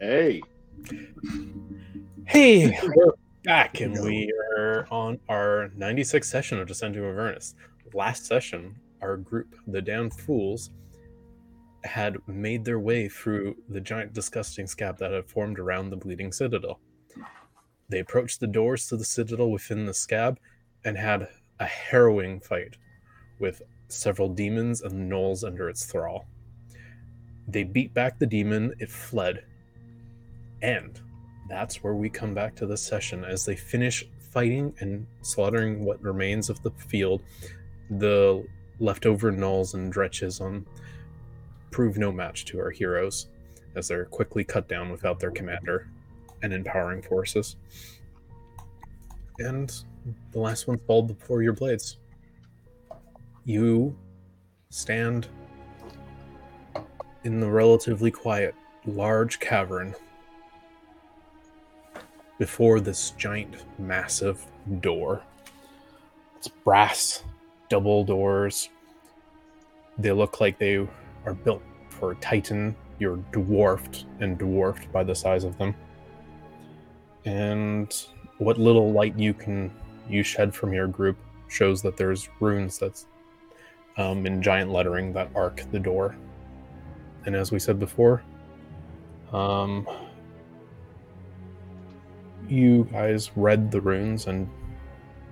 Hey, Hey, we're back and Yo. we are on our 96th session of Descent to Avernus. Last session, our group, the Damned Fools, had made their way through the giant, disgusting scab that had formed around the Bleeding Citadel. They approached the doors to the citadel within the scab and had a harrowing fight with several demons and gnolls under its thrall. They beat back the demon, it fled, and that's where we come back to this session as they finish fighting and slaughtering what remains of the field the leftover nulls and dretches on prove no match to our heroes as they're quickly cut down without their commander and empowering forces and the last one's balled before your blades you stand in the relatively quiet large cavern before this giant, massive door. It's brass, double doors. They look like they are built for a Titan. You're dwarfed and dwarfed by the size of them. And what little light you can you shed from your group shows that there's runes that's um, in giant lettering that arc the door. And as we said before, um, you guys read the runes and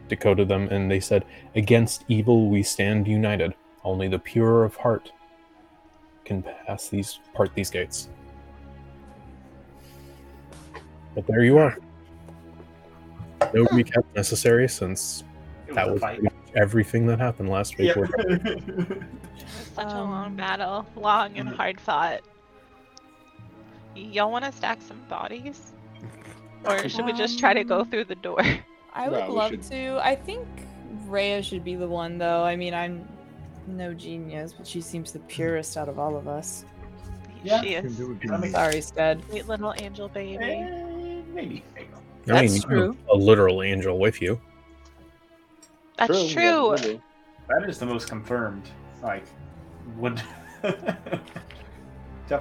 decoded them, and they said, Against evil we stand united. Only the pure of heart can pass these part these gates. But there you are. No recap necessary since It that a was fight. everything that happened last week. Yeah. We're- Such a long Um, battle, long and mm. hard fought. Y'all want to stack some bodies, or should we just try to go Um, through the door? I would Yeah, we love should- to. I think Rhea should be the one, though. I mean, I'm no genius, but she seems the purest out of all of us. Yeah. she is Sorry, Scud. sweet little angel baby. Eh, Maybe. I mean, That's you have a literal angel with you. That's true. true. That is the most confirmed. Like, would definitely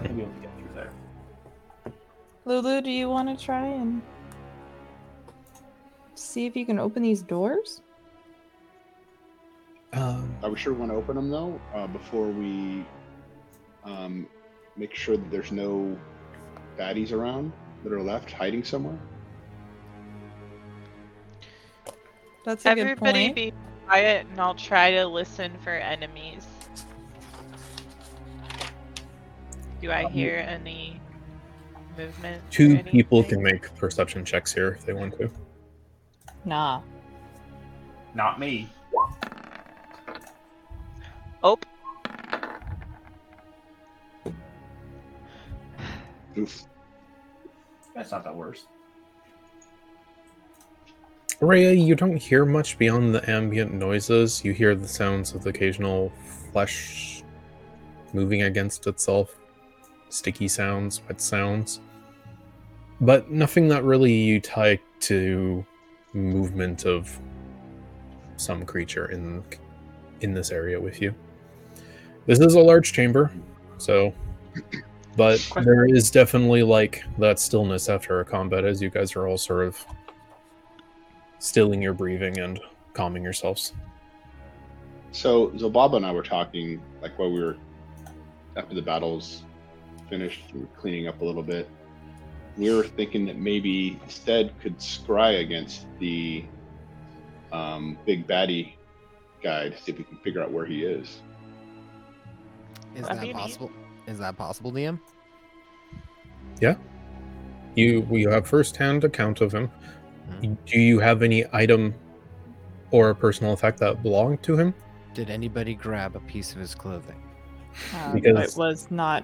be able to get through there. Lulu, do you want to try and see if you can open these doors? Um, Are we sure we want to open them though? Uh, before we um, make sure that there's no baddies around that are left hiding somewhere. That's a Everybody good point. be quiet, and I'll try to listen for enemies. Do I hear any movement? or two people anything? can make perception checks here if they want to. Nah. Not me. Oh, Oof. That's not that worse. Rhea, you don't hear much beyond the ambient noises. You hear the sounds of the occasional flesh moving against itself, sticky sounds, wet sounds, but nothing that really you tie to movement of some creature in in this area with you. This is a large chamber, so but there is definitely like that stillness after a combat as you guys are all sort of stilling your breathing and calming yourselves. So Zobaba and I were talking like while we were after the battles finished, we were cleaning up a little bit. We were thinking that maybe Stead could scry against the um, big baddie guy to see if we can figure out where he is. Is I that mean, he- possible? Is that possible, DM? You we have first-hand account of him. Mm-hmm. Do you have any item or personal effect that belonged to him? Did anybody grab a piece of his clothing? Um, Because- it was not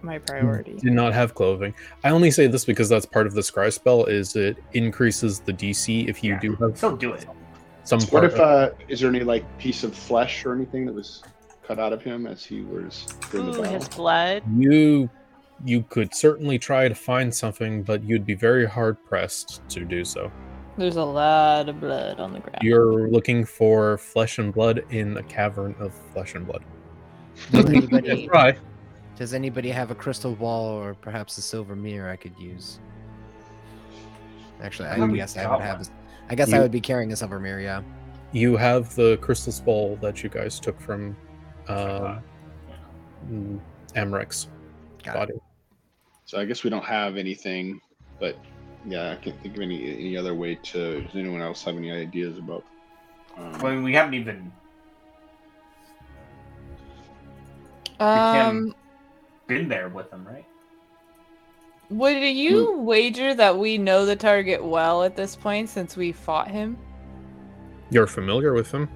my priority. Did not have clothing. I only say this because that's part of the scry spell. Is it increases the DC if you Yeah. do have So do it. some What part if of uh, is there any like piece of flesh or anything that was cut out of him as he was during the ooh, his battle? blood. you you could certainly try to find something, but you'd be very hard pressed to do so. There's a lot of blood on the ground. You're looking for flesh and blood in a cavern of flesh and blood. Did You can anybody, try. Does anybody have a crystal ball or perhaps a silver mirror I could use? Actually, I Um, guess I got would have. one. I guess I You- would be carrying a silver mirror. Yeah. You have the crystal ball that you guys took from uh, thought. mm, Amrek's Got it. body. So I guess we don't have anything, but yeah, I can't think of any any other way to. Does anyone else have any ideas about? Um, Well, we haven't even Um, been there with them, right? would you wager that we know the target well at this point since we fought him? You're familiar with him.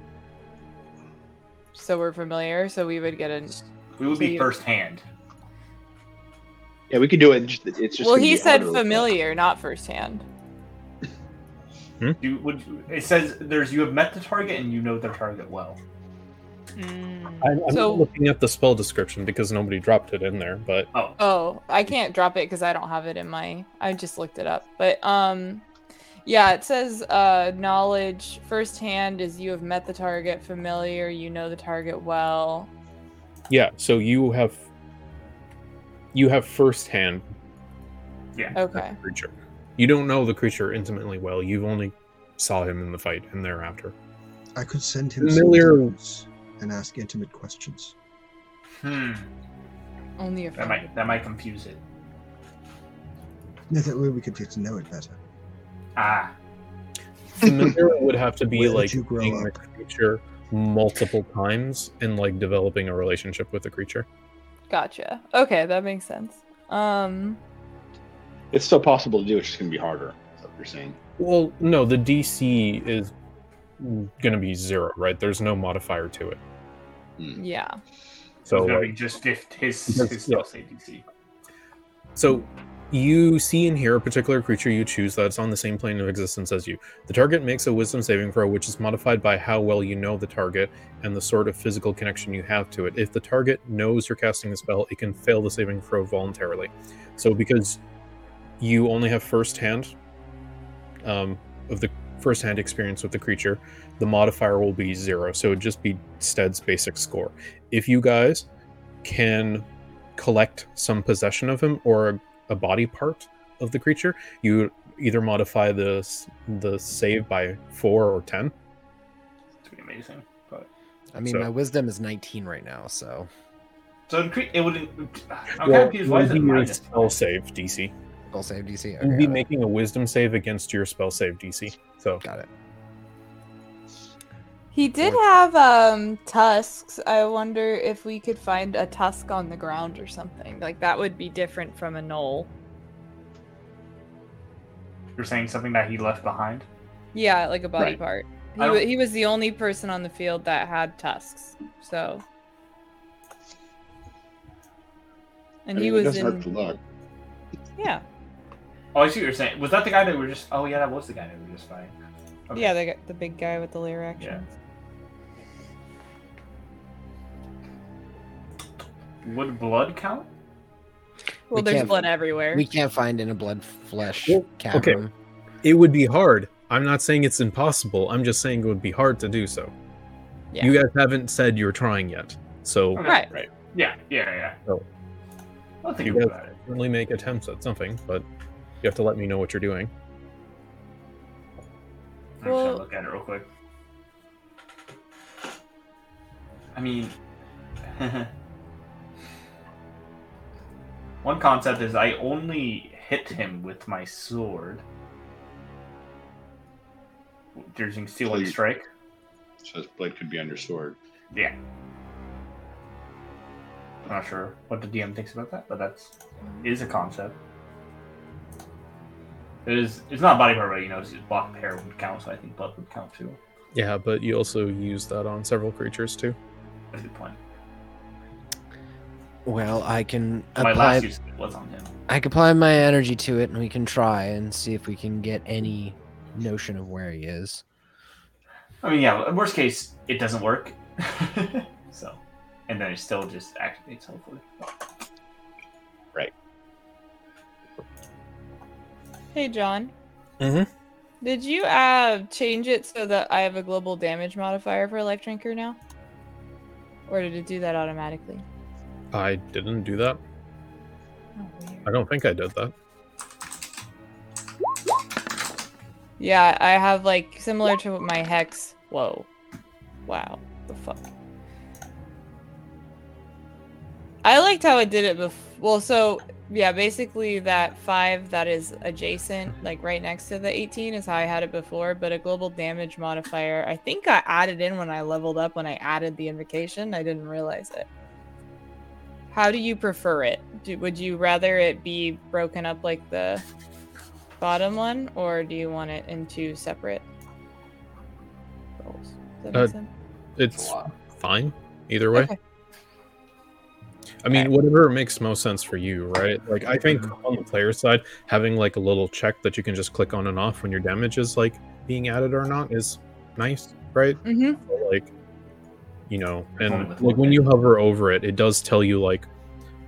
So we're familiar, so we would get a. We would So be you- firsthand. yeah, we could do it. just- It's just Well, gonna he be said harder. uh, familiar, not firsthand. You would. It says there's you have met the target and you know their target well. Mm. I'm, I'm So- not looking at the spell description because nobody dropped it in there, but Oh, Oh, I can't drop it because I don't have it in my. I just looked it up, but um, yeah, it says uh, knowledge firsthand is you have met the target, familiar, you know the target well. yeah. So you have you have firsthand yeah. Oh. Okay, the creature. You don't know the creature intimately well. You've only saw him in the fight and thereafter. I could send him Familiar- some letters and ask intimate questions. Hmm. only a That friend. might that might confuse it. No, that way we could get to know it better. Ah. Familiar would have to Where be did like you grow seeing the up? creature multiple times and like developing a relationship with the creature. Gotcha. Okay, that makes sense. Um, It's still possible to do. It's just gonna be harder. Is what you're saying. Well, no, the DC is going to be zero, right? There's no modifier to it. yeah. So it's gonna like, be just if his Because- his yeah. spell save DC. So you see and hear a particular creature you choose that's on the same plane of existence as you. The target makes a wisdom saving throw, which is modified by how well you know the target and the sort of physical connection you have to it. If the target knows you're casting the spell, it can fail the saving throw voluntarily. So because you only have first hand um, of the first hand experience with the creature, the modifier will be zero. So it would just be Stead's basic score. If you guys can collect some possession of him or a, a body part of the creature, you either modify the s- the save by four or ten. It's gonna be amazing. But I mean, So- my wisdom is 19 right now, so so incre- it would. I'm kind Well, of confused. Why it is would it be your minus? spell save DC? I'll save DC. You'd Okay, be making a Wisdom save against your spell save DC. So got it. He did have um tusks. I wonder if we could find a tusk on the ground or something. Like that would be different from a knoll. You're saying something that he left behind. Yeah, like a body Right. part. He, I wa- don't- he was the only person on the field that had tusks. So And I he mean, it was doesn't hurt to in look. Yeah. Oh, I see what you're saying. Was that the guy that we were just? Oh yeah, that was the guy that we were just fighting. Okay. Yeah, they got the big guy with the layer actions. Would blood count? Well, We there's can't- blood everywhere. We can't find in a blood flesh Well, okay. cavern. it would be hard. I'm not saying it's impossible. I'm just saying it would be hard to do so. Yeah. You guys haven't said you're trying yet, so Okay, Right. Right. Yeah. Yeah. Yeah. Oh. I'll think You guys- about it. certainly make attempts at something, but you have to let me know what you're doing. I'm just Well- gonna look at it real quick. I mean, one concept is I only hit him with my sword. Using steel and Please. strike. So this blade could be under sword. Yeah. I'm not sure what the DM thinks about that, but that's is a concept. It is. It's not a body part, but you know, it's block pair would count. So I think blood would count too. Yeah, but you also use that on several creatures too. That's a good point. Well, I can My last apply. use of it was on him. I can apply my energy to it, and we can try and see if we can get any notion of where he is. I mean, yeah. Worst case, it doesn't work. so, and then it still just activates. Hopefully, Hey John. Mhm. Mm-hmm. Did you uh change it so that I have a global damage modifier for a life drinker now? Or did it do that automatically? I didn't do that. Oh, weird. I don't think I did that. Yeah, I have like similar to my hex. Whoa. Wow. The fuck. I liked how it did it before. Well, so yeah, basically that five that is adjacent, like right next to the 18, is how I had it before. But a global damage modifier, I think I added in when I leveled up when I added the invocation. I didn't realize it. How do you prefer it? Do, would you rather it be broken up like the bottom one, or do you want it in two separate rolls? Does that make Uh, sense? It's fine either way. Okay. I mean, whatever makes most sense for you, right? Like, I think on the player side, having like a little check that you can just click on and off when your damage is like being added or not is nice, right? Mm-hmm. So, like, you know, Only and with like one when hand. you hover over it, it does tell you like,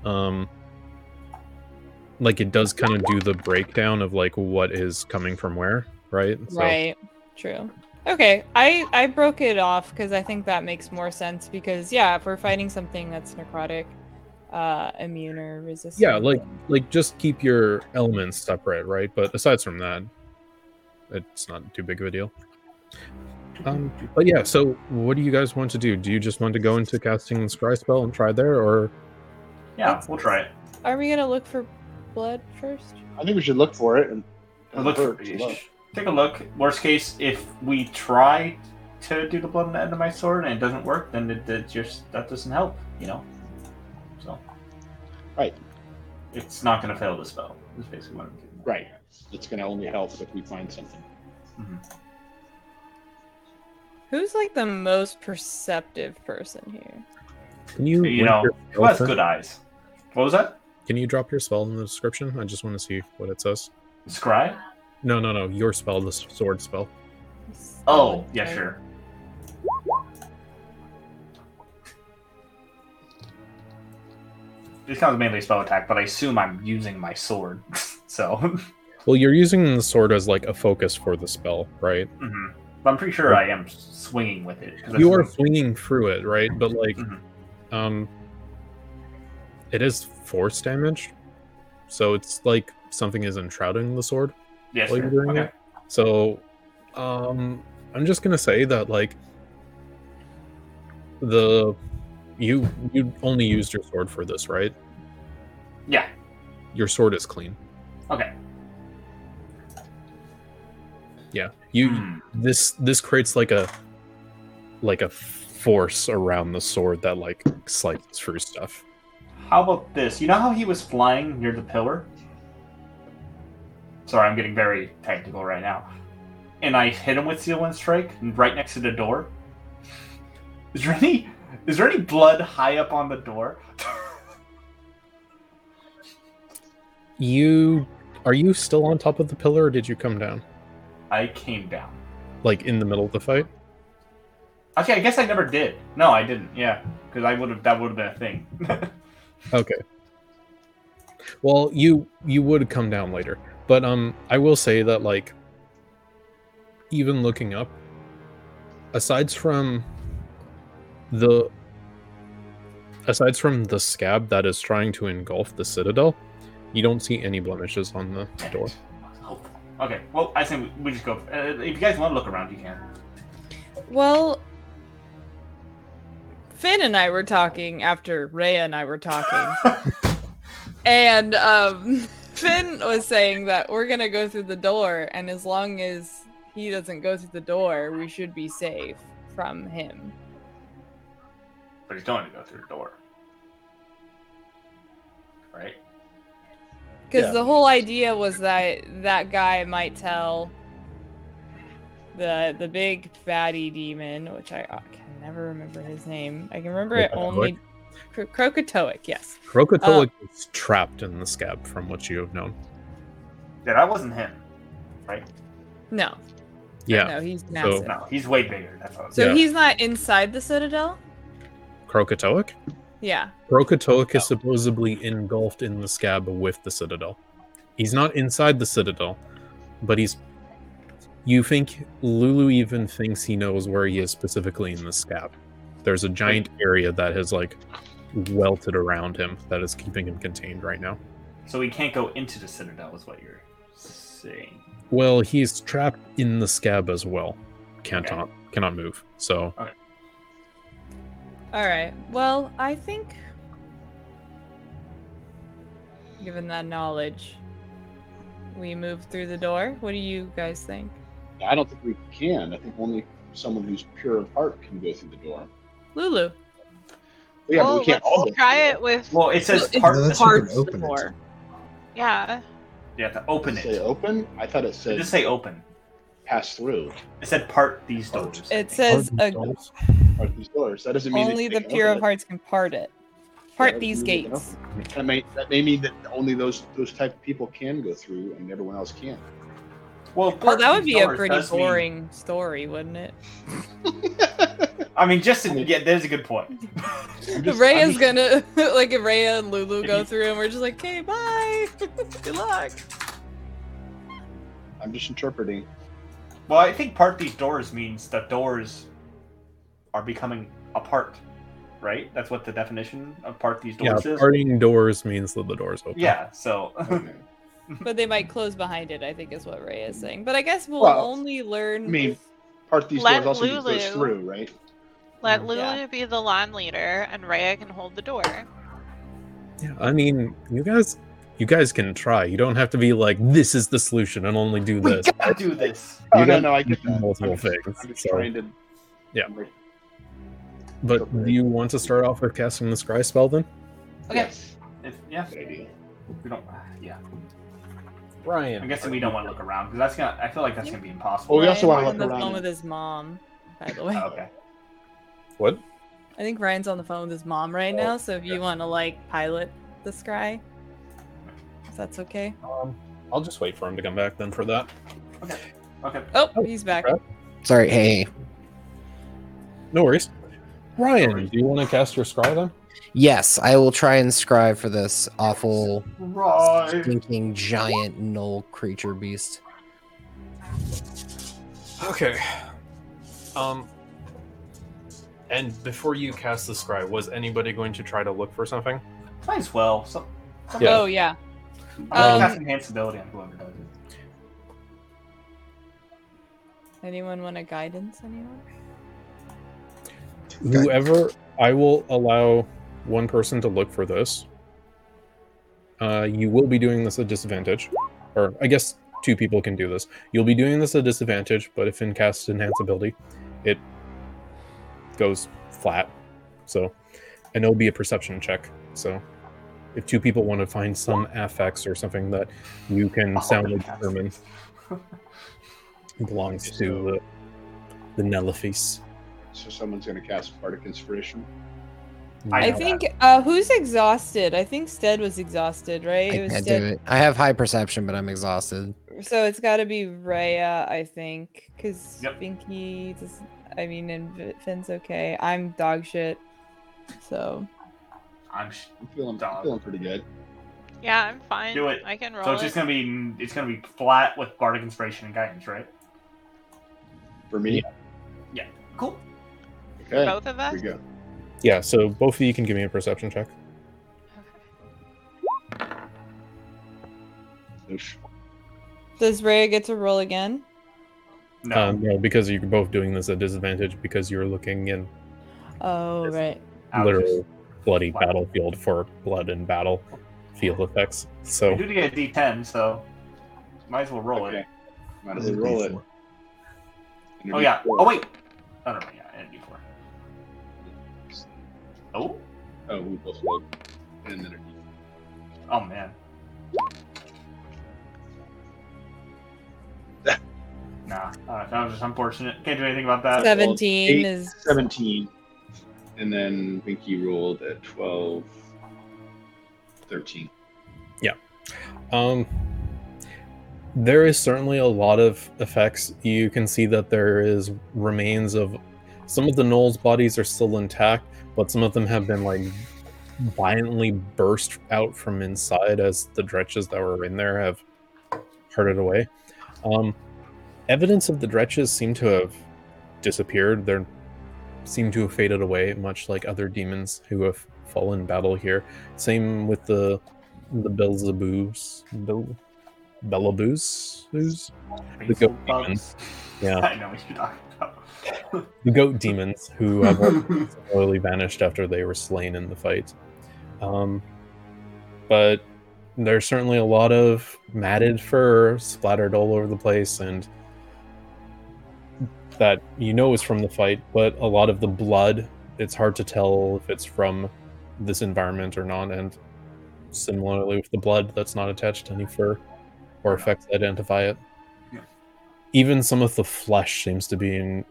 um, like it does kind of do the breakdown of like what is coming from where, right? So, Right. True. Okay. I I broke it off because I think that makes more sense. Because yeah, if we're fighting something that's necrotic, uh, immune or resistant. Yeah, like then- like just keep your elements separate, right? But aside from that, it's not too big of a deal. Um, but yeah, so what do you guys want to do? Do you just want to go into casting the scry spell and try there, or Yeah, we'll try it. Are we gonna look for blood first? I think we should look for it and We'll look for, take a look. Worst case, if we try to do the blood on the end of my sword and it doesn't work, then it, it just that doesn't help, you know. So, Right. It's not going to fail the spell. Is basically what I'm getting. at. Right. It's going to only help if we find something. Who's like the most perceptive person here? can you You link know, your Who has spell for- good eyes? What was that? Can you drop your spell in the description? I just want to see what it says. Scry? No, no, no, your spell, the s- sword spell. Oh, yeah, sure. This counts mainly spell attack, but I assume I'm using my sword. so, Well, you're using the sword as like a focus for the spell, right? mhm. But I'm pretty sure I am swinging with it. 'cause that's you are what- swinging through it, right? But like, Mhm. um, it is force damage, so it's like something is enshrouding the sword. yes, while sir. you're doing okay. it. So, um, I'm just gonna say that like the you you only used your sword for this, right? Yeah. Your sword is clean. Okay. Yeah, you Hmm. this this creates like a like a force around the sword that like slices through stuff. How about this? You know how he was flying near the pillar? Sorry, I'm getting very technical right now. And I hit him with seal one strike and right next to the door. Is there any is there any blood high up on the door? You are you still on top of the pillar or did you come down? I came down. Like in the middle of the fight? Actually, I guess I never did. No, I didn't. Yeah, because I would have. That would have been a thing. Okay. Well, you you would come down later. But um I will say that like even looking up aside from the aside from the scab that is trying to engulf the citadel, you don't see any blemishes on the door. okay. Well, I think we, we just go. Uh, if you guys want to look around, you can. Well, Finn and I were talking after Rhea and I were talking. and um, Finn was saying that we're going to go through the door, and as long as he doesn't go through the door, we should be safe from him. But he's going to go through the door. Right? Because Yeah. the whole idea was that that guy might tell the the big fatty demon, which I uh, can never remember his name. I can remember it only Cro- Crocotoic, yes. Krokatolik is trapped in the scab from what you have known. Yeah, that wasn't him. No, Yeah, no, he's an so- acid. No, he's way bigger. That's what I was So Yeah. he's not inside the citadel. Krokatoic? Yeah. Krokatoic is supposedly engulfed in the scab with the citadel. He's not inside the citadel, but he's. You think Lulu even thinks he knows where he is specifically in the scab? There's a giant area that has like welted around him that is keeping him contained right now. So we can't go into the citadel, is what you're saying. Well, he's trapped in the scab as well. Can't cannot move. So All right. Well, I think, given that knowledge, we move through the door. What do you guys think? I don't think we can. I think only someone who's pure of heart can go through the door. Lulu. Yeah, but Well, we can't Oh, let's all go try through it with. Well, it says Well, part. No, that's- parts you can the open it. door. Yeah. You have to open Did it say it. open? I thought it It said just say open. pass through. It said part these Part. doors. I think. It says Pardon, a, dolls. Or these doors. That doesn't mean only that the they pure of can open hearts can part it. Part Yeah, these you know. gates. it. That may that may mean that only those those type of people can go through, and everyone else can't. Well, Well, part that would these be a doors pretty does mean- boring story, wouldn't it? I mean, just to, yeah, there's a good point. just- I'm Raya's just- gonna like if Raya and Lulu If go you- through, and we're just like, "Okay, bye, good luck." I'm just interpreting. Well, I think part these doors means the doors are becoming apart, right? That's what the definition of part these yeah, doors is. parting doors means that the door's open. Yeah, so Okay. But they might close behind it. I think is what Raya is saying. But I guess we'll Well, only learn. I mean, part these Let doors also means goes Lulu- through, right? Let Hmm. Yeah. Lulu be the lawn leader, and Raya can hold the door. Yeah, I mean, you guys, you guys can try. You don't have to be like, this is the solution and only do we this. gotta do this. You Oh, no, guys no, I can get do that. Multiple I'm just- things. I'm just so- trying to. Yeah. Like, But do you want to start off with casting the scry spell then? Okay. Yes. If, yeah, Good idea. we don't. Yeah, Brian. I'm guessing we don't want to look around because that's gonna. I feel like that's gonna be impossible. Well, we also want Ryan's to on look the around. phone and- with his mom. By the way, Oh, okay. What? I think Ryan's on the phone with his mom right now. So if you want to like pilot the scry, if that's okay. Oh, Um, I'll just wait for him to come back then for that. Okay. Oh, Oh, he's back. crap. Sorry, hey. No worries. Ryan, do you want to cast your scry then? Yes, I will try and scribe for this awful, Right. stinking, giant knoll creature beast. Okay. Um. And before you cast the scry, was anybody going to try to look for something? Might as well. So, Yeah. Oh yeah. I'm Um, casting enhanced ability on whoever does it. Anyone want a guidance? Anyone? Okay. Whoever, I will allow one person to look for this. Uh, you will be doing this at disadvantage, or I guess two people can do this. You'll be doing this at disadvantage, but if in cast enhance ability, it goes flat. So, and it'll be a perception check. So, if two people want to find some affects or something that you can Oh, soundly yes. determine belongs to the, the Nelephis. So someone's going to cast part of inspiration. I know think uh who's exhausted? I think Stead was exhausted, right? I was can't Stead- do it. I have high perception, but I'm exhausted. So it's got to be Raya, I think, because Yep. Binky. Does, I mean, and Vi- Finn's okay. I'm dog shit. So I'm. Sh- I'm feeling, I'm Dog. feeling pretty good. Yeah, I'm fine. Do it. I can roll so it's it. just gonna be. It's gonna be flat with bardic inspiration and guidance, right? For me, Cool. okay. Both of Here us. we go. Yeah, so both of you can give me a perception check. Oosh. does Raya get to roll again? No. No. Um, no, because you're both doing this at disadvantage because you're looking in Oh Yes. right. Ouch. literal bloody Wow. battlefield for blood and battle field effects. We So do get a D10, so might as well roll Okay. it. Might as well roll it. Oh yeah. Oh wait. Oh no, yeah, and a D4. Oh. Oh, we both rolled. And then a D4. Oh man. nah, uh, that was just unfortunate. Can't do anything about that. Seven. Seventeen eight, is 17. And then Winky rolled at 12, 13. um there is certainly a lot of effects. You can see that there is remains of some of the Knoll's bodies are still intact, but some of them have been like violently burst out from inside as the dretches that were in there have parted away. Um, evidence of the dretches seem to have disappeared. They seem to have faded away, much like other demons who have fallen battle here. Same with the the Belzebu's Bel Bellaboos? Who's? The goat demons. Yeah. I know what you're talking about. the goat demons who have all similarly vanished after they were slain in the fight. Um, but there's certainly a lot of matted fur splattered all over the place, and that you know is from the fight, but a lot of the blood, it's hard to tell if it's from this environment or not. And similarly, with the blood that's not attached to any fur or effects that identify it. Yeah. Even some of the flesh seems to be in,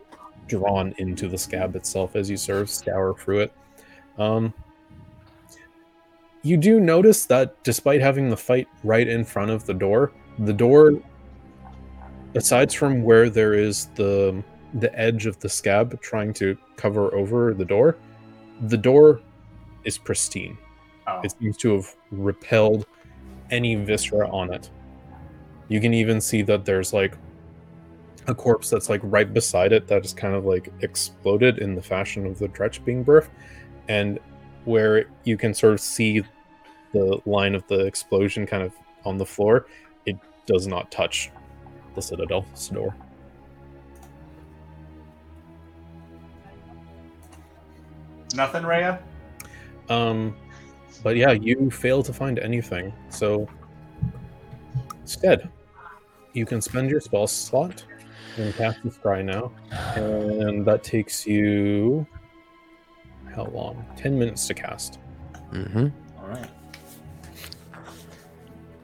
drawn into the scab itself as you sort of scour through it. Um, you do notice that despite having the fight right in front of the door, the door aside from where there is the the edge of the scab trying to cover over the door, the door is pristine. Oh, It seems to have repelled any viscera on it. You can even see that there's like a corpse that's like right beside it that is kind of like exploded in the fashion of the Dretch being birth, and where you can sort of see the line of the explosion kind of on the floor, it does not touch the citadel's door. nothing, Raya. Um, but yeah, you fail to find anything. So instead, you can spend your spell slot and cast the scry now, and that takes you how long? Ten minutes to cast. Mm-hmm. All right.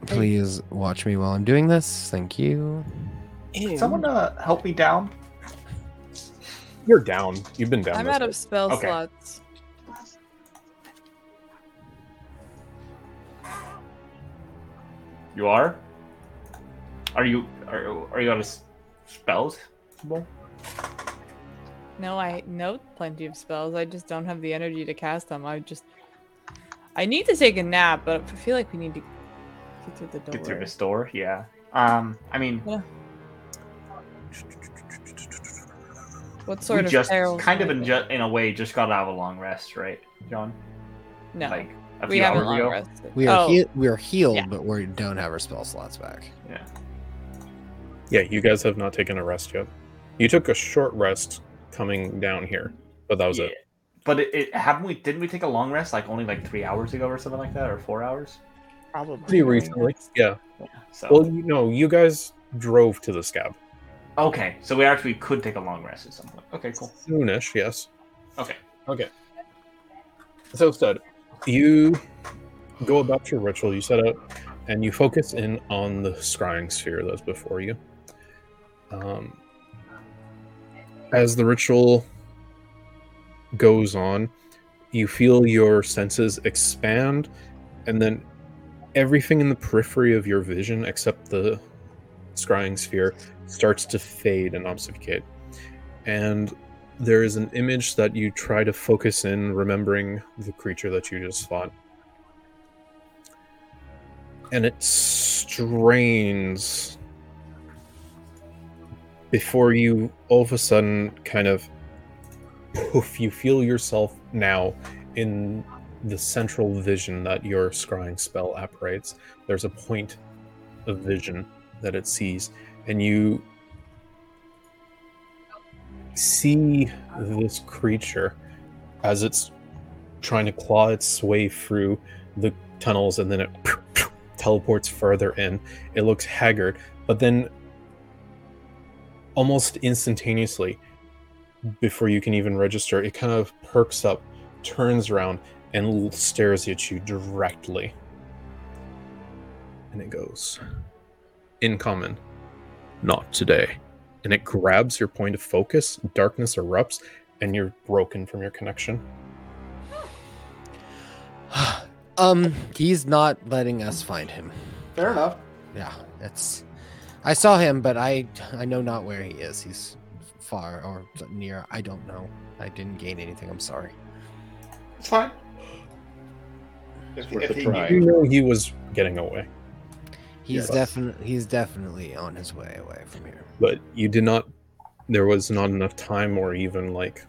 Please watch me while I'm doing this. Thank you. Someone uh, help me down. You're down. You've been down. I'm this out of spell Okay. slots. You are. Are you are, are you out of s- spells? Well, No, I know plenty of spells. I just don't have the energy to cast them. I just I need to take a nap, but I feel like we need to get through the door. Get through this door. Yeah. Um. I mean, What sort we of just perils kind of might in, there- ju- in a way just got out of a long rest, right, John? No, Like a we few haven't hours long ago. rested. We are oh, heal we are healed, Yeah. but we don't have our spell slots back. Yeah, you guys have not taken a rest yet. You took a short rest coming down here, but that was Yeah. it. But it, it haven't we? Didn't we take a long rest like only like three hours ago or something like that, or four hours? probably Pretty recently. Yeah. Yeah. So Well, you know, you guys drove to the scab okay, so we actually could take a long rest at some point. Okay, cool. soonish. Yes. Okay. So, stud, you go about your ritual, you set out, and you focus in on the scrying sphere that's before you. Um, as the ritual goes on, you feel your senses expand, and then everything in the periphery of your vision, except the scrying sphere, starts to fade and obfuscate. And there is an image that you try to focus in, remembering the creature that you just fought. And it strains before you all of a sudden kind of poof, you feel yourself now in the central vision that your scrying spell operates. There's a point of vision that it sees, and you see this creature as it's trying to claw its way through the tunnels and then it teleports further in. It looks haggard, but then almost instantaneously, before you can even register, it kind of perks up, turns around, and l- stares at you directly. And it goes, in common, not today and it grabs your point of focus, darkness erupts, and you're broken from your connection. um, he's not letting us find him. Fair enough. Yeah, that's. I saw him, but I I know not where he is. He's far or near. I don't know. I didn't gain anything. I'm sorry. It's fine. It's If worth a he- You try. know he was getting away, He's Yes. definitely he's definitely on his way away from here. but you did not. There was not enough time, or even like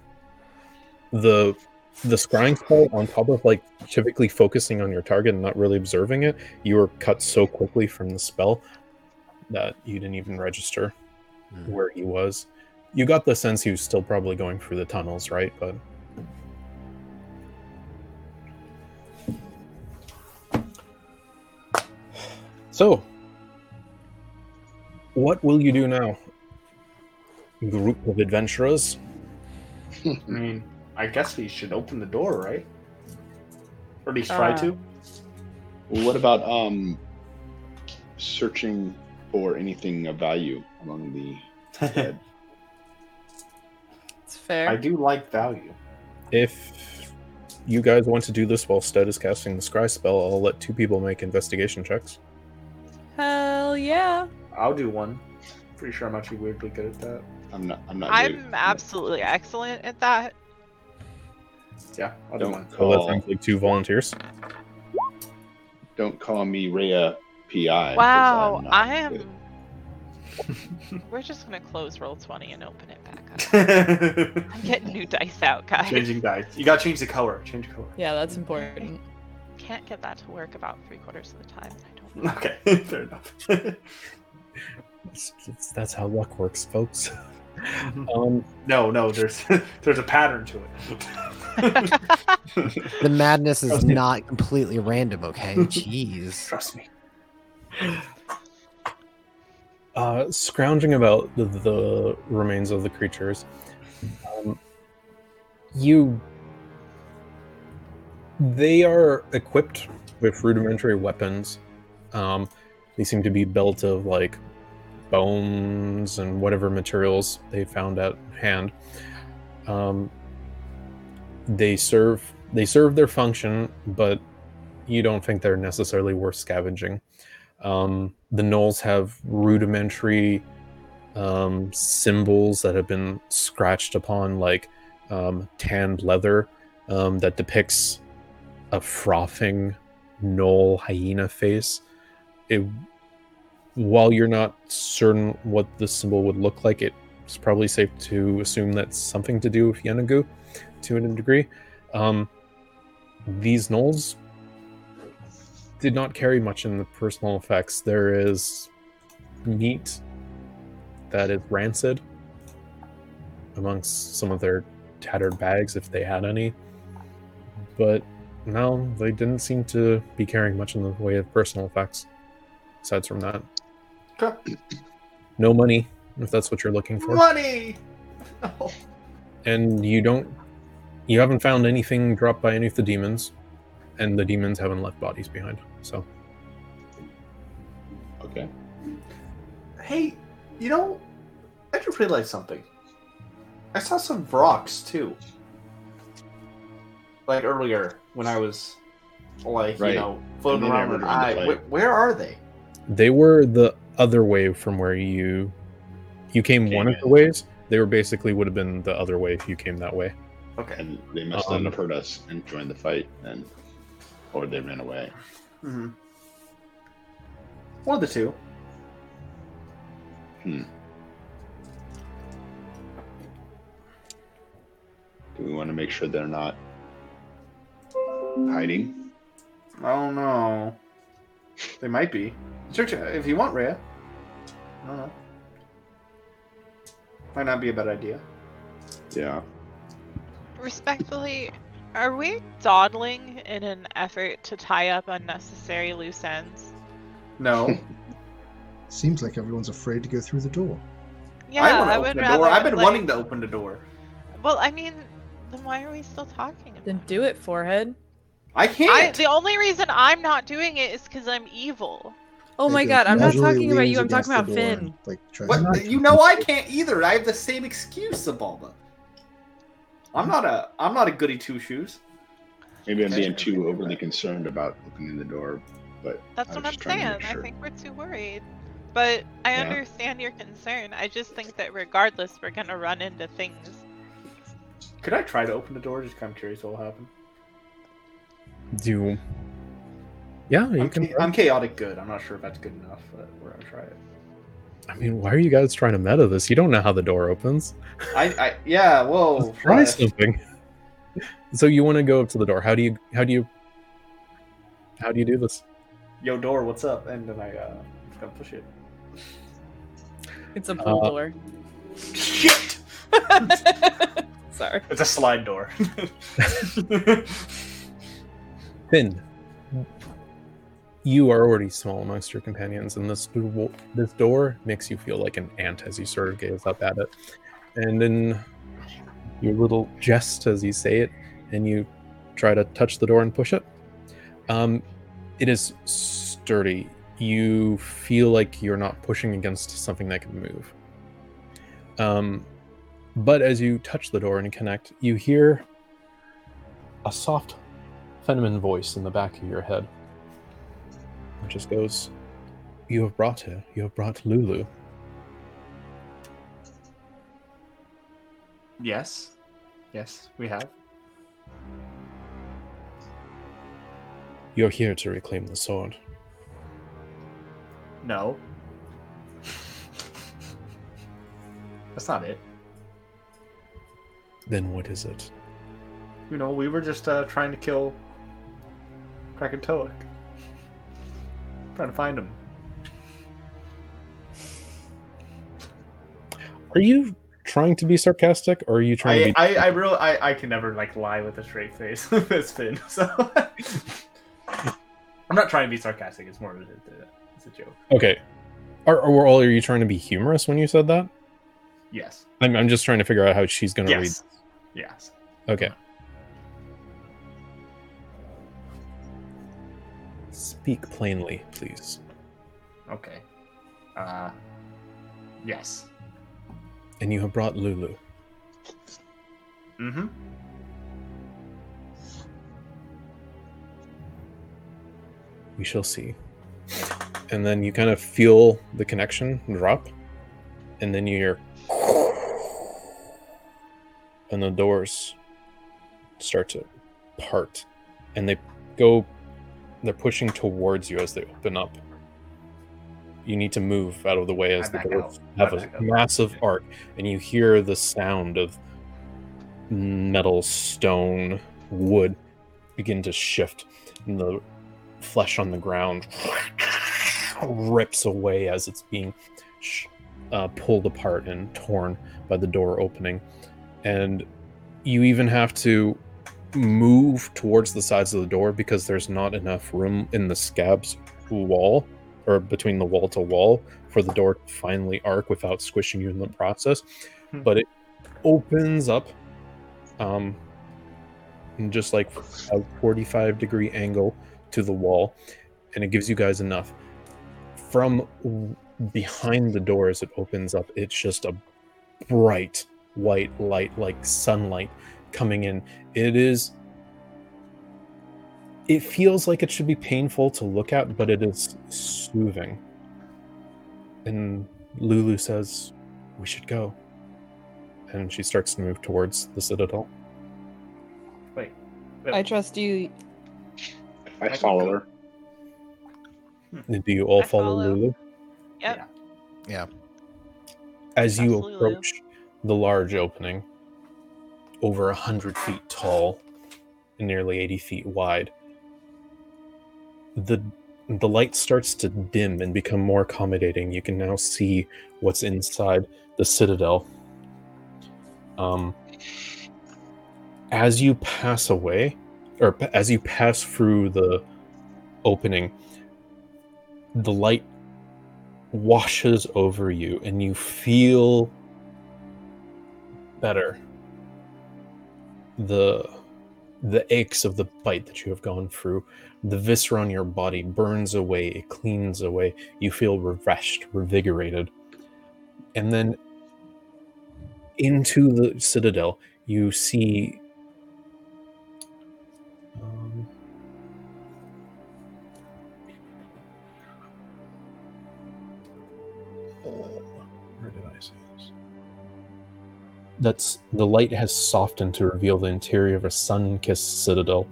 the the scrying spell on top of like typically focusing on your target and not really observing it, you were cut so quickly from the spell that you didn't even register Hmm. where he was. You got the sense he was still probably going through the tunnels, right? But so, what will you do now, group of adventurers? I mean, I guess we should open the door, right? Or at least try Uh. to. Well, what about um, searching for anything of value among the dead? It's fair. I do like value. If you guys want to do this while Stud is casting the scry spell, I'll let two people make investigation checks. Hell yeah. I'll do one. Pretty sure I'm actually weirdly good at that. I'm not. I'm not. good. I'm absolutely excellent at that. Yeah, I'll do one. Don't So that call. sounds like two volunteers. Don't call me Rhea PI. Wow, because I'm not I am. good. We're just gonna close roll twenty and open it back up. I'm Changing getting new dice out, guys. dice. You gotta change the color. Change color. Yeah, that's important. Can't get that to work about three quarters of the time. I don't. know. Okay, fair enough. It's, it's- that's how luck works, folks. Um, no, no, there's there's a pattern to it. The madness is Trust me. not completely random, okay? Jeez. Trust me. uh, scrounging about the, the remains of the creatures, um, you. They are equipped with rudimentary weapons. Um, they seem to be built of like bones and whatever materials they found at hand. Um, they serve they serve their function, but you don't think they're necessarily worth scavenging. Um, the gnolls have rudimentary um, symbols that have been scratched upon, like um, tanned leather um, that depicts a frothing gnoll hyena face. It, while you're not certain what the symbol would look like, it's probably safe to assume that's something to do with Yenagu to a degree. Um, these gnolls did not carry much in the personal effects. There is meat that is rancid amongst some of their tattered bags, if they had any. But no, they didn't seem to be carrying much in the way of personal effects. Aside from that, Okay. no money, if that's what you're looking for Money. Oh. No. and you don't you haven't found anything dropped by any of the demons and the demons haven't left bodies behind so Okay. Hey, you know, I just realized something. I saw some rocks too. Like earlier when I was, like Right. you know, floating And then I around. with remembered the I, play. wh- where are they? they were the other way from where you you came, Came one of in. the ways they were basically would have been the other way if you came that way Okay. And they must Um, have heard us and joined the fight, and or they ran away. Mm-hmm. One of the two. Do we want to make sure they're not hiding? I don't know. They might be. Search it if you want, Rhea. I don't know. Might not be a bad idea. Yeah. Respectfully, are we dawdling in an effort to tie up unnecessary loose ends? No. Seems like everyone's afraid to go through the door. Yeah, I want I, to would open the rather. door. I've been like- wanting to open the door. Well, I mean, then why are we still talking about Then it? do it, forehead. I I, can't. the only reason I'm not doing it is because I'm evil. Oh my Like, god, I'm not casually talking about leans you, I'm against talking about the door and, Finn. Like, tries to- What? You know I can't either. I have the same excuse, Abulba. I'm not a. I'm not a goody two shoes. Maybe I'm being too overly concerned about opening the door, but That's I what was I'm trying to saying. make I sure. think we're too worried. But I Yeah. understand your concern. I just think that regardless, we're gonna run into things. Could I try to open the door? Just kind of curious what will happen. do yeah you I'm, can cha- I'm chaotic good. I'm not sure if that's good enough, but we're gonna try it. i mean why are you guys trying to meta this you don't know how the door opens I. I yeah. Whoa. try Rhea. something So you want to go up to the door. How do you how do you how do you do this? Yo, door, what's up? And then I uh, gonna push it. It's a pull Uh, door. Shit! Sorry. It's a slide door. Finn, you are already small amongst your companions, and this do- this door makes you feel like an ant as you sort of gaze up at it. And then your little jest as you say it, and you try to touch the door and push it. Um, it is sturdy. You feel like you're not pushing against something that can move. Um, but as you touch the door and connect, you hear a soft feminine voice in the back of your head. It just goes, You have brought her. You have brought Lulu. yes. Yes, we have. You're here to reclaim the sword. No. That's not it. Then what is it? You know, we were just uh, trying to kill Krakatoa. Trying to find him. Are you trying to be sarcastic or are you trying to I, be. I, I real I, I can never like lie with a straight face It's Finn, so I'm not trying to be sarcastic. It's more of a, it's a joke. okay. Are, are, were all, are you trying to be humorous when you said that? Yes. I'm, I'm just trying to figure out how she's going to read. Yes. Yes. Okay. Speak plainly, please. Okay. Uh. Yes. And you have brought Lulu. Mm-hmm. We shall see. And then you kind of feel the connection drop, and then you hear, and the doors start to part, and they go, they're pushing towards you as they open up. You need to move out of the way as I the back doors out. I have back a out. massive arc, and you hear the sound of metal, stone, wood begin to shift, and the flesh on the ground rips away as it's being sh- uh, pulled apart and torn by the door opening. And you even have to move towards the sides of the door because there's not enough room in the scab's wall or between the wall to wall for the door to finally arc without squishing you in the process. Hmm. But it opens up um, in just like a 45 degree angle to the wall, and it gives you guys enough. From w- behind the door as it opens up, it's just a bright white light, like sunlight coming in. It is. It feels like it should be painful to look at, but it is soothing. And Lulu says, We should go. And she starts to move towards the citadel. Wait. I trust you. I follow her. Do you all I follow, follow. Lulu? Yep. Yeah. As you Absolutely. approach the large opening, over a hundred feet tall and nearly eighty feet wide, the the light starts to dim and become more accommodating. You can now see what's inside the citadel. Um, as you pass away, or p- as you pass through the opening, the light washes over you and you feel better the the aches of the bite that you have gone through the viscera on your body burns away it cleans away you feel refreshed revigorated and then into the citadel you see um, Where did I see this? That's the light has softened to reveal the interior of a sun-kissed citadel.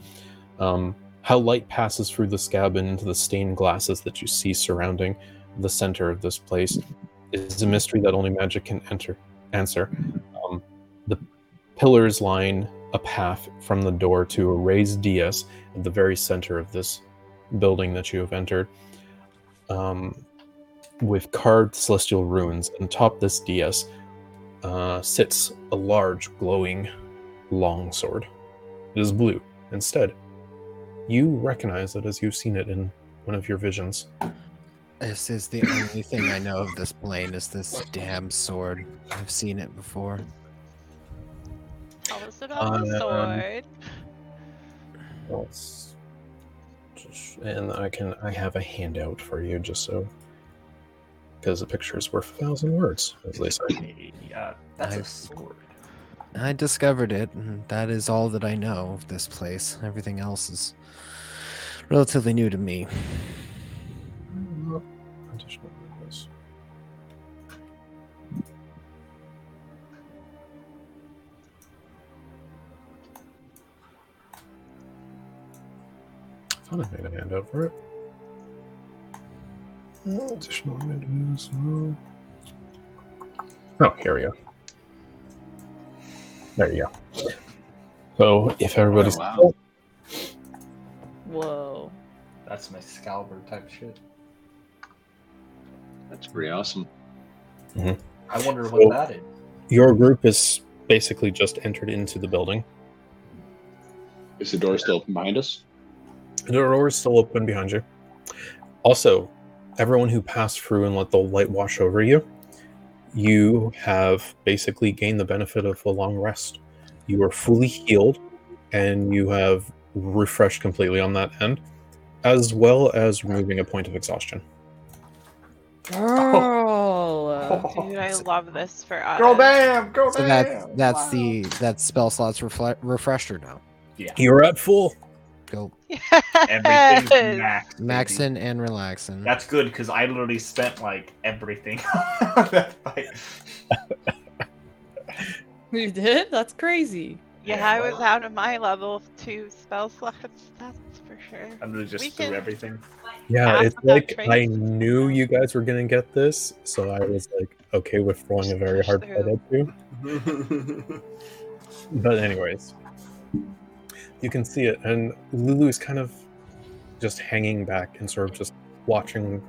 Um, how light passes through the scab and into the stained glasses that you see surrounding the center of this place is a mystery that only magic can enter answer. Um, the pillars line a path from the door to a raised dais at the very center of this building that you have entered, um, with carved celestial runes. And atop this dais uh, sits a large, glowing longsword. It is blue. Instead, you recognize it as you've seen it in one of your visions. This is the only thing I know of this plane is this damn sword. I've seen it before. Tell us about the Um, sword. Let's just- and I can I have a handout for you just so because a picture is worth a thousand words, as they say. Yeah, that's a Nice. sword. I discovered it, and that is all that I know of this place. Everything else is relatively new to me. Additional rules. I thought I made a handout for it. Uh, Additional windows. no. Oh, here we go. There you go. So if everybody's Oh, wow. Whoa. That's my Excalibur type shit. That's pretty awesome. I wonder So- what that is. your group is basically just entered into the building. Is the door still open behind us? The door is still open behind you. Also, everyone who passed through and let the light wash over you, you have basically gained the benefit of a long rest. You are fully healed and you have refreshed completely on that end, as well as removing a point of exhaustion. Uh, Girl. oh, Dude, I love this for us. bam! Girl So that's that's the that spell slot's refle- refresher now. You're at full. Go Everything's Yes! maxed, baby. maxing and relaxing. That's good because I literally spent like everything on that fight. You did? That's crazy. Yeah, I was out of my level two spell slots. That's for sure. I literally just We threw can- everything. Yeah, Half it's of that like train I is- knew you guys were going to get this, so I was like, okay with throwing a very hard Push fight at you. But anyways, you can see it, and Lulu is kind of just hanging back and sort of just watching,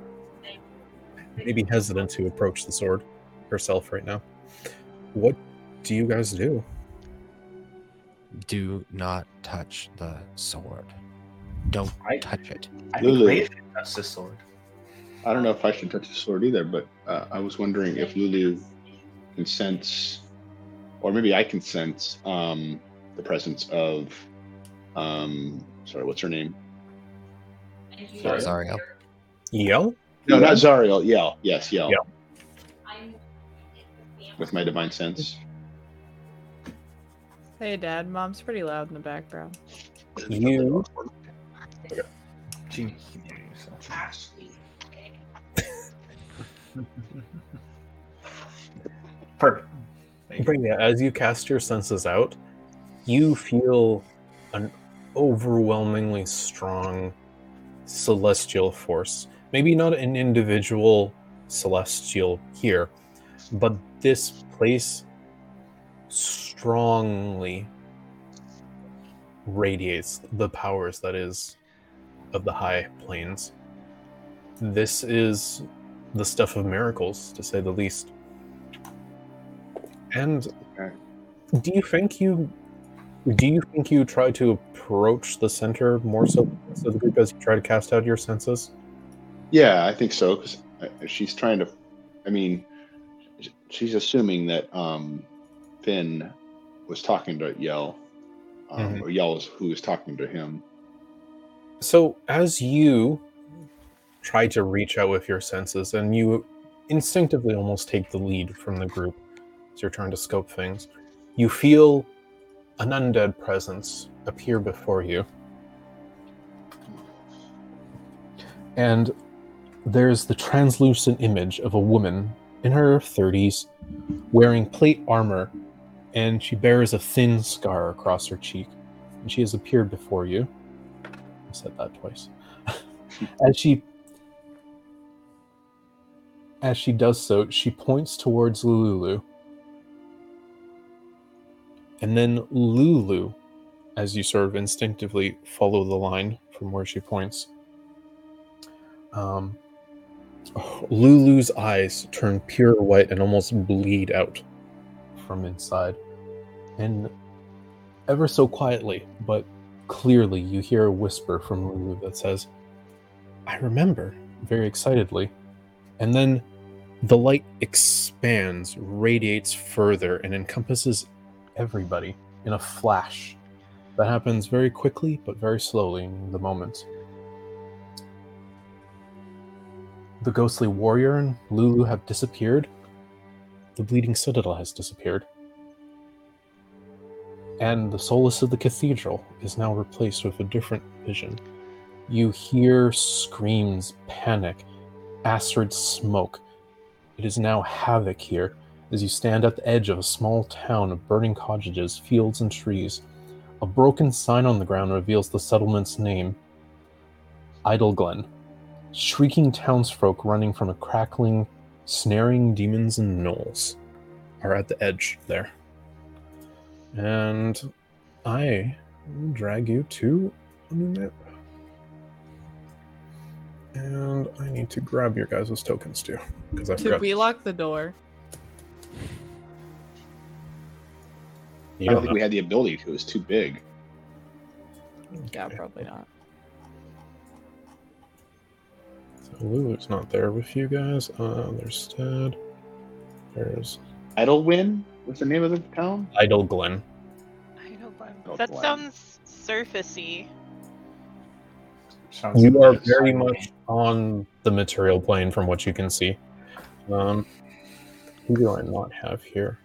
maybe hesitant to approach the sword herself right now. What do you guys do? Do not touch the sword. Don't I- touch it. I Lulu. think Raven touched the sword. I don't know if I should touch the sword either, but uh, I was wondering if Lulu can sense, or maybe I can sense, um, the presence of, um, sorry, what's her name? Sorry. Sorry, I'll- Yell? No, not Zariel. Yell. Yes, Yell. Yell. With my divine sense. Hey, Dad. Mom's pretty loud in the background. You Genius. Perfect. Thank you. But yeah, as you cast your senses out, you feel an overwhelmingly strong celestial force. Maybe not an individual celestial here, but this place strongly radiates the powers that is of the high planes. This is the stuff of miracles, to say the least. And Okay. do you think you do you think you try to approach the center more so than the rest of the group as you try to cast out your senses? Yeah, I think so. Because she's trying to, I mean, sh- she's assuming that um, Finn was talking to Yell, um, Mhm. or Yell is who was talking to him. So as you try to reach out with your senses and you instinctively almost take the lead from the group as you're trying to scope things, you feel an undead presence appear before you. And there's the translucent image of a woman in her 30s wearing plate armor, and she bears a thin scar across her cheek. And she has appeared before you. I said that twice. as she as she does so, she points towards Lulu And then Lulu, as you sort of instinctively follow the line from where she points, um, Lulu's eyes turn pure white and almost bleed out from inside. And ever so quietly, but clearly, you hear a whisper from Lulu that says, I remember, very excitedly. And then the light expands, radiates further, and encompasses everybody in a flash. That happens very quickly, but very slowly in the moment. The ghostly warrior and Lulu have disappeared. The bleeding citadel has disappeared. And the solace of the cathedral is now replaced with a different vision. You hear screams, panic, acid smoke. It is now havoc here as you stand at the edge of a small town of burning cottages, fields, and trees. A broken sign on the ground reveals the settlement's name Idle Glen. Shrieking townsfolk running from a crackling, snaring demons and gnolls are at the edge there. And I will drag you to a new map. And I need to grab your guys' tokens too. Because I Should forgot. we lock the door? I You don't don't think we had the ability to. It was too big. Yeah, Okay. probably not. So Lulu's not there with you guys. Uh, there's Stead. There's Idlewin? What's the name of the town? Idle Glen. I know, Don't but that blame. sounds surfacey. Sounds You are like a very sign. much on the material plane from what you can see. Um, who do I not have here?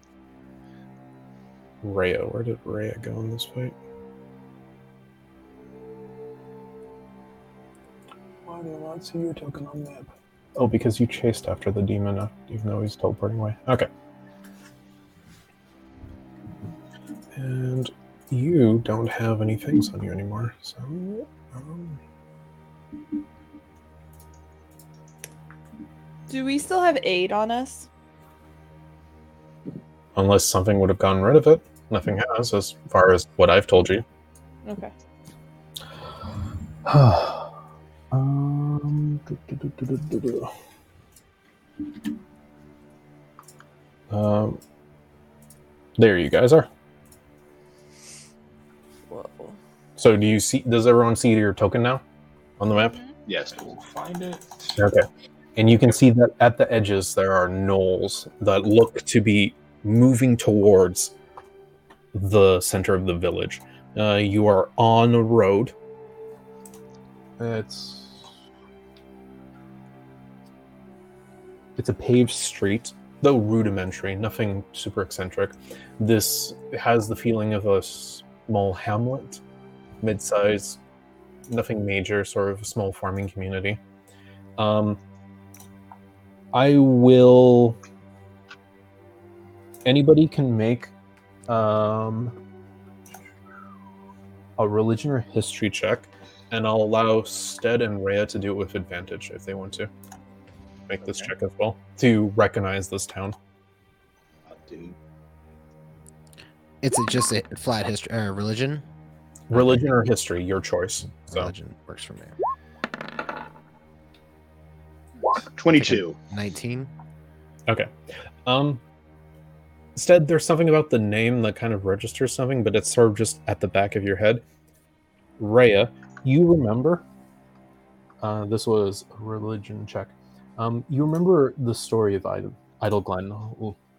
Rhea. Where did Rhea go in this fight? Why do I not see your token on map? Oh, because you chased after the demon, uh, even though he's teleporting away. Okay. And you don't have any things on you anymore, so. Um, Do we still have eight on us? unless something would have gotten rid of it. Nothing has, as far as what I've told you. Okay. um, do, do, do, do, do, do, do. Um, there you guys are. Whoa. So, do you see? Does everyone see your token now on the map? Mm-hmm. Yes. We'll find it. Okay. And you can see that at the edges there are knolls that look to be moving towards the center of the village. Uh, you are on a road. It's it's a paved street, though rudimentary, nothing super eccentric. This has the feeling of a small hamlet, mid-sized, nothing major, sort of a small farming community. Um, I will. Anybody can make um, a religion or history check, and I'll allow Stead and Rhea to do it with advantage if they want to make this Okay. check as well to recognize this town. Oh, dude. It's a- just a flat history or religion. Religion or history, your choice. So Religion works for me. 22. Nineteen. Okay. Um instead there's something about the name that kind of registers something, but it's sort of just at the back of your head. Rhea, you remember uh, this was a religion check. Um, you remember the story of Idle, Idle Glen.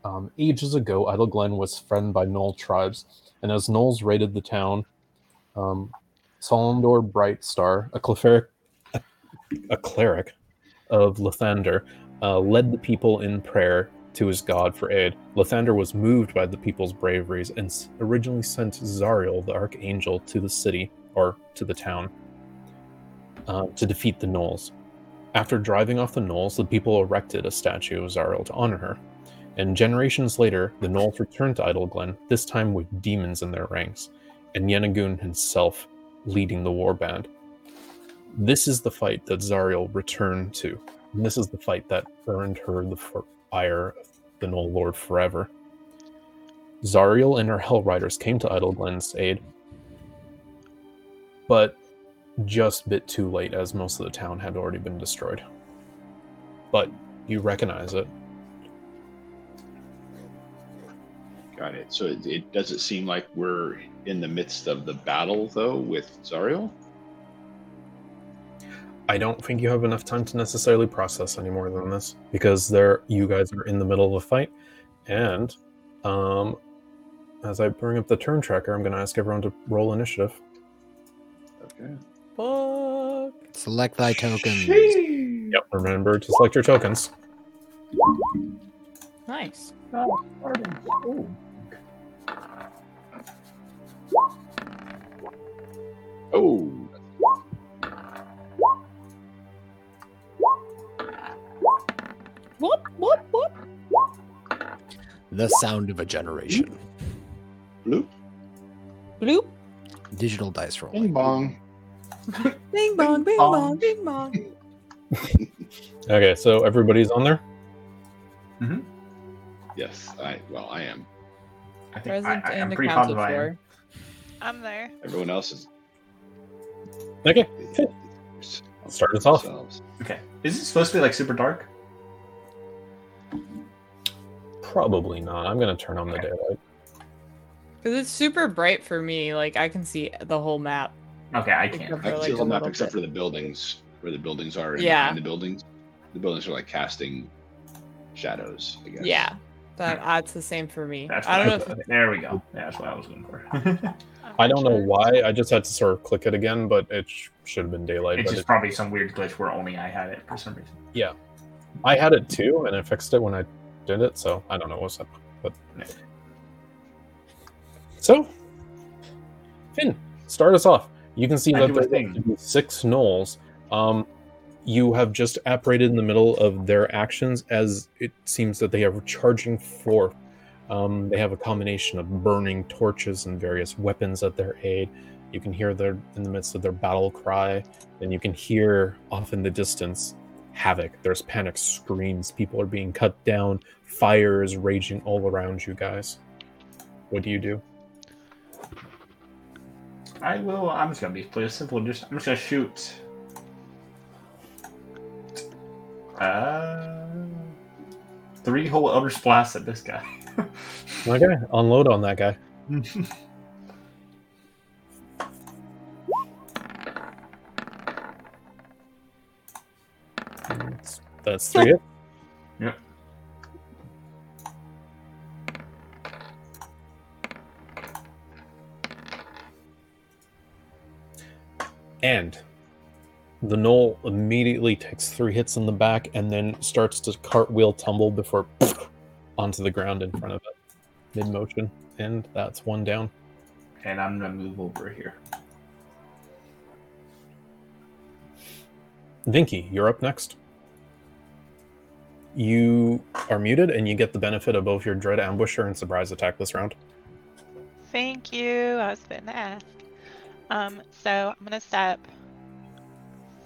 Um, ages ago, Idle Glen was threatened by Knoll tribes, and as Knolls raided the town, um, Solomdor Brightstar, a cleric, a cleric of Lathander, uh, led the people in prayer to his god for aid. Lathander was moved by the people's braveries and s- originally sent Zariel, the archangel, to the city or to the town uh, to defeat the Knolls. After driving off the Knolls, the people erected a statue of Zariel to honor her. And generations later, the Knolls returned to Idle Glen, this time with demons in their ranks, and Yenagoon himself leading the warband. This is the fight that Zariel returned to. And this is the fight that earned her the fir- ire of the Knoll Lord forever. Zariel and her Hell Riders came to Idle Glen's aid, but just bit too late as most of the town had already been destroyed. But you recognize it. Got it. So it, it does it seem like we're in the midst of the battle though with Zariel? I don't think you have enough time to necessarily process any more than this because there you guys are in the middle of a fight and um as I bring up the turn tracker, I'm going to ask everyone to roll initiative. Okay. Fuck. Select thy tokens. Sheesh. Yep. Remember to select your tokens. Nice. Oh, Arden. Ooh. Oh, Whoop whoop whoop. The sound of a generation. bloop, Bloop. Digital dice bing rolling. bong. Bing bong. Bing bong. bong. Bing bong. Okay, so everybody's on there. Yes, I well I am. I think I, Present I, I'm and pretty accounted positive I am. for. I'm there. Everyone else is Okay, Start us off. Themselves. Okay. Is it supposed to be like super dark? probably not. I'm going to turn on the daylight. Cause it's super bright for me. Like I can see the whole map. Okay, I Except can't. I can like see a the whole map little except bit. for the buildings where the buildings are and Yeah. behind the buildings. The buildings are like casting shadows, I guess. Yeah. That that's the same for me. That's I don't know what if there we go. Yeah, that's what I was looking for. I'm I don't know sure. why. I just had to sort of click it again, but it sh- should have been daylight. it's But just it, probably some weird glitch where only I had it for some reason. I had it too, and I fixed it when I did it. So I don't know what's up. But so, Finn, start us off. You can see I that do a there's thing. going to be six knolls. Um, you have just apparated in the middle of their actions as it seems that they are charging forth. Um, they have a combination of burning torches and various weapons at their aid. You can hear their in the midst of their battle cry, and you can hear off in the distance havoc. There's panic screams. People are being cut down. Fire is raging all around you guys. What do you do? I will. I'm just gonna be play simple. Just I'm just gonna shoot. Uh, three whole Elder's blasts at this guy. Okay, unload on that guy. That's, that's three. hit. Yep. And the knoll immediately takes three hits in the back and then starts to cartwheel tumble before onto the ground in front of it, mid motion. And that's one down. and I'm gonna move over here. Vinky, you're up next. You are muted and you get the benefit of both your dread ambusher and surprise attack this round. Thank you. I was going to ask. Um, so I'm gonna step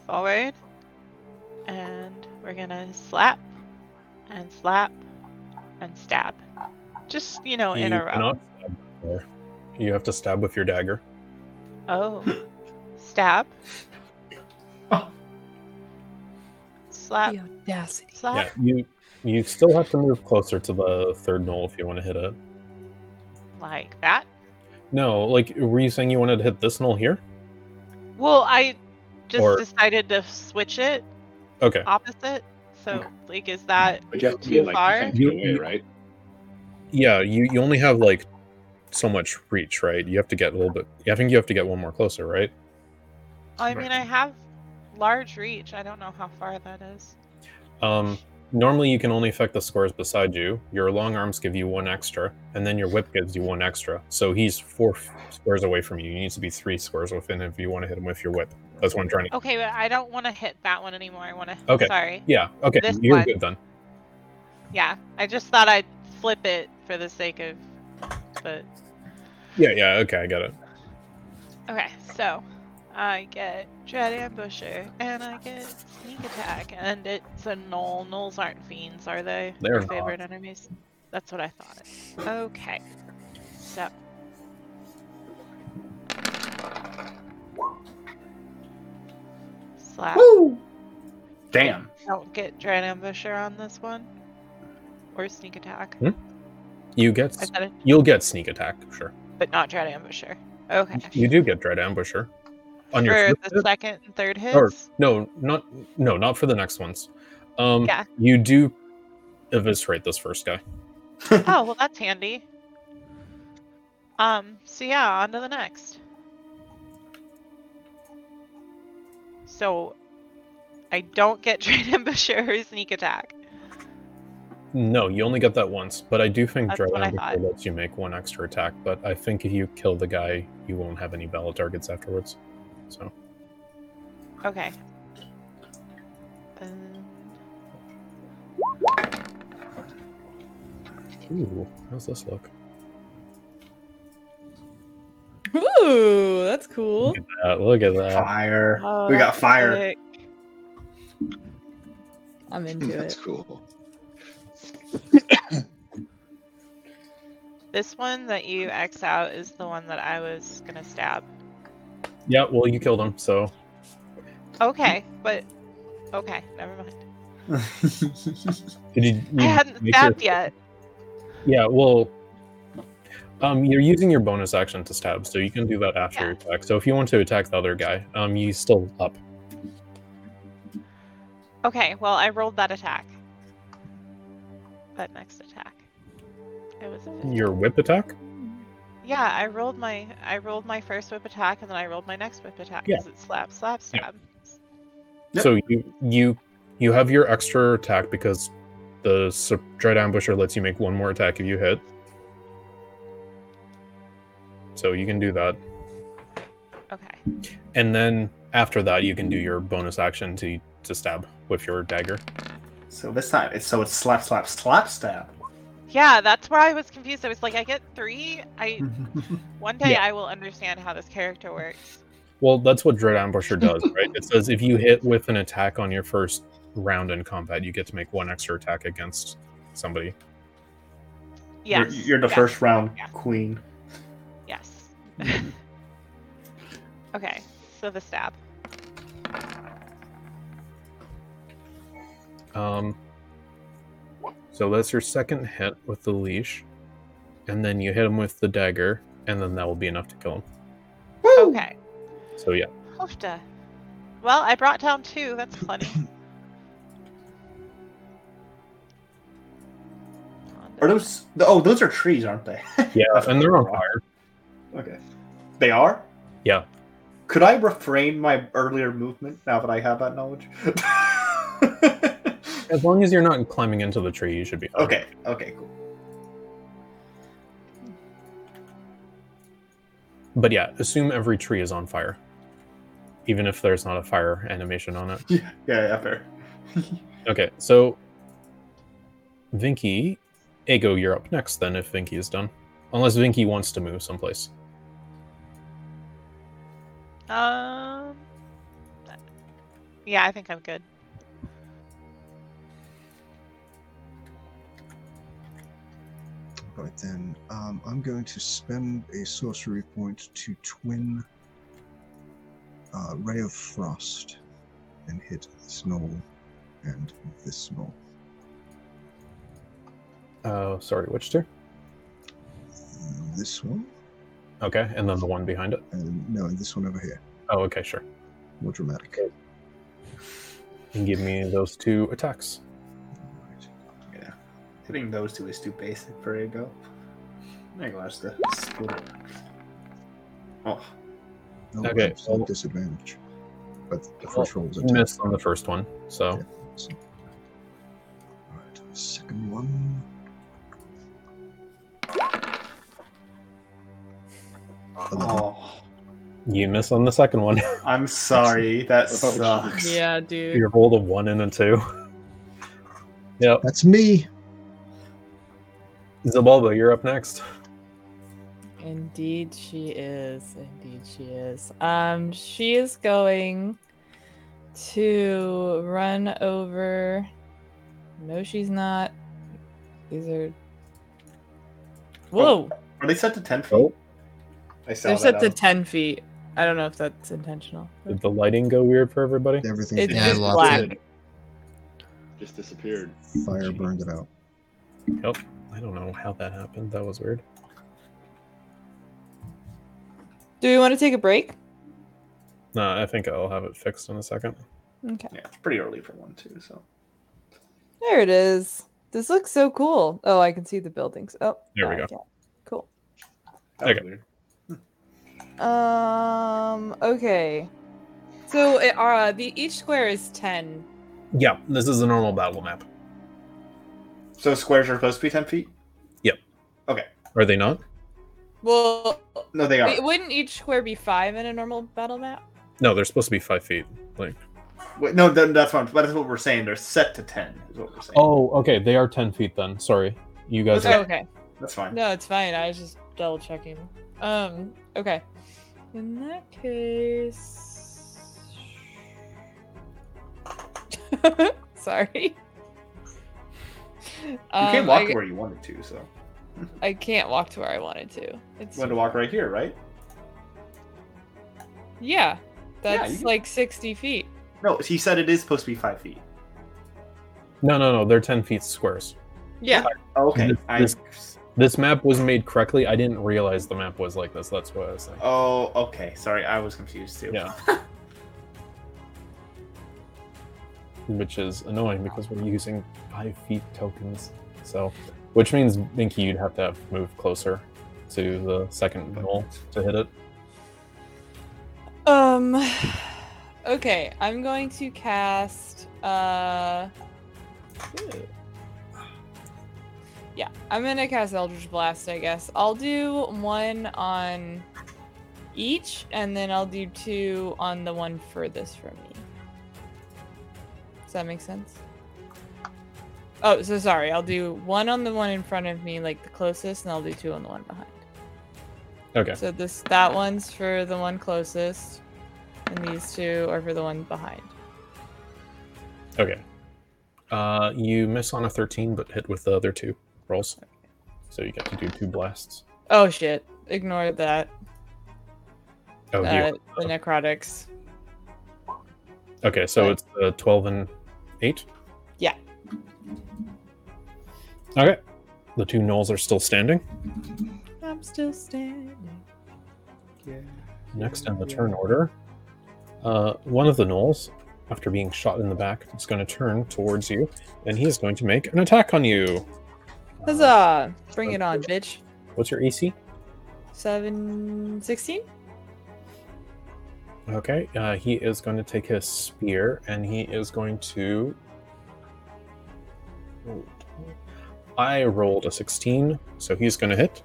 forward, and we're gonna slap and slap and stab. Just you know, in you a row. cannot stab there. You have to stab with your dagger. Oh, stab. Oh. Slap. The audacity. Slap. Yeah, you you still have to move closer to the third knoll if you want to hit it. Like that. No, like were you saying you wanted to hit this knoll here? Well, I just Or- decided to switch it Okay. Ah. opposite. So, like, is that But you have to Too be like far? 10 feet You- away, you- right? Yeah, you, you only have like so much reach, right? You have to get a little bit I think you have to get one more closer, right? I mean, I have large reach. I don't know how far that is. Um normally you can only affect the squares beside you. Your long arms give you one extra, and then your whip gives you one extra. So he's four f- squares away from you. You need to be three squares within if you want to hit him with your whip. That's what I'm trying to Okay, but I don't want to hit that one anymore. I want to. Okay. Sorry. Yeah, okay. This You're one. good then. Yeah, I just thought I'd flip it for the sake of. But Yeah, yeah, okay, I got it. okay, so I get dread ambusher and I get sneak attack, and it's a knoll. Knolls aren't fiends, are they? They're Your not. favorite enemies. That's what I thought. Okay. step. Slap. Damn. Don't get Dread Ambusher on this one. Or Sneak Attack. You get I said it, you'll get sneak attack, sure. but not Dread Ambusher. Okay. You do get dread ambusher on your For first the hit? second and third hits? Or- no, not no, not for the next ones. Um, Yeah. you do eviscerate this first guy. Oh, well, that's handy. Um, so yeah, on to the next. So, I don't get Dread Ambusher or Sneak Attack. No, you only get that once, but I do think That's dread what I ambusher thought. lets you make one extra attack. But I think if you kill the guy, you won't have any battle targets afterwards. So Okay. Um, ooh, how's this look? Ooh, that's cool. Uh, look at that. Fire. oh, we got that's fire. sick. I'm into That's it. cool. This one that you X out is the one that I was gonna stab. Yeah, well, you killed him, so Okay, but okay, never mind. did you? you I hadn't make your- stabbed yet. Yeah, well, um, you're using your bonus action to stab, so you can do that after your attack. So if you want to attack the other guy, um, he's still up. Okay, well I rolled that attack. That next attack. It was a 15. Your whip attack. Yeah, I rolled my I rolled my first whip attack and then I rolled my next whip attack Yeah. because it slap slap Yeah. stab. Yep. So you you you have your extra attack because the sup- dread ambusher lets you make one more attack if you hit. So you can do that, Okay. and then after that, you can do your bonus action to to stab with your dagger. So this time, it's so it's slap, slap, slap, stab. Yeah, that's where I was confused. I was like, I get three. Mm, I one day I will understand how this character works. Well, that's what Dread Ambusher does, right? it says if you hit with an attack on your first round in combat, you get to make one extra attack against somebody. You're- Yes. You're, the yes, first round yes. queen. Yes. okay, so the stab. Um, so that's your second hit with the leash, and then you hit him with the dagger, and then that will be enough to kill him. Okay. So yeah, Hofta. Well, I brought down two. That's plenty. On to Are the those? Oh, those are trees, aren't they? yeah, and they're on fire. Okay. They are. Yeah. Could I refrain my earlier movement now that I have that knowledge? As long as you're not climbing into the tree, you should be fine. okay. Okay. Cool. But yeah, assume every tree is on fire, even if there's not a fire animation on it. Yeah. Yeah. yeah fair. Okay, so Vinky, Ego, you're up next then if Vinky is done. Unless Vinky wants to move someplace. Um. Yeah, I think I'm good. Right then, um, I'm going to spend a sorcery point to twin uh, Ray of Frost and hit this knoll and this knoll. Oh, sorry, which two? This one? Okay, and then the one behind it. And no, and this one over here. Oh, okay, sure. More dramatic. And give me those two attacks. Right. Yeah. Hitting those two is too basic for Ego. Ego has to split it. Oh. No, Okay, it's not well- disadvantage. But the Well, first roll was a ten. Missed on the first one, so Alright, second one. Eleven. Oh. you miss on the second one. I'm sorry. That Probably shouldn't. sucks. Yeah, dude. you rolled a one and a two. yep. That's me. Zabalba, you're up next. Indeed, she is. Indeed, she is. Um, she is going to run over. No, she's not. These are. Whoa! Are they set to ten feet? Oh. I saw They're that. set to on- ten feet. I don't know if that's intentional. Did um, the lighting go weird for everybody? Everything It's Yeah, I just lost black. it. Just disappeared. fire burned it out. Yep. I don't know how that happened. That was weird. Do we want to take a break? No, I think I'll have it fixed in a second. Okay. Yeah, it's pretty early for one too. So There it is. This looks so cool. Oh, I can see the buildings. Oh, There we go. uh, yeah. Cool. that was Okay. weird. Um. Okay. So it, uh, the each square is ten. Yeah, this is a normal battle map. So squares are supposed to be ten feet. Are they not? Well, No, they are. wait, wouldn't each square be five in a normal battle map? No, they're supposed to be five feet. Like Wait, no, th- that's what, but that's what we're saying. They're set to ten. Is what we're saying. Oh, okay. They are ten feet then. Sorry. You guys Okay. are okay. that's fine. No, it's fine. I was just double checking. Um. Okay. In that case. Sorry. You Um, can walk I, where you wanted to. So I can't walk to where I wanted to. It's you wanted to walk right here, right? yeah. That's you can- like sixty feet. No, he said it is supposed to be five feet. No no no, they're ten feet squares. Yeah. Oh, okay. This- I, this- This map was made correctly. I didn't realize the map was like this. That's what I was saying. oh, okay. Sorry, I was confused too. Yeah. Which is annoying because we're using five feet tokens. So which means Binky you'd have to have moved closer to the second goal to hit it. Um. Okay, I'm going to cast. Uh. Yeah, I'm gonna cast Eldritch Blast. I guess I'll do one on each, and then I'll do two on the one furthest from me. Does that make sense? Oh, so sorry. I'll do one on the one in front of me, like the closest, and I'll do two on the one behind. Okay. So this that one's for the one closest, and these two are for the one behind. Okay. Uh, you miss on a 13, but hit with the other two rolls. So you get to do two blasts. Oh shit! Ignore that. Oh, uh, dear. the necrotics. Okay, so it's uh, 12 and 8? Yeah. Okay. The two knolls are still standing. I'm still standing. Next in the turn order, uh, one of the knolls, after being shot in the back, is going to turn towards you, and he is going to make an attack on you. Uh, Huzzah! Bring it on, bitch. what's your E AC? Seven sixteen. Okay, uh, he is going to take his spear and he is going to. I rolled a 16, so he's going to hit.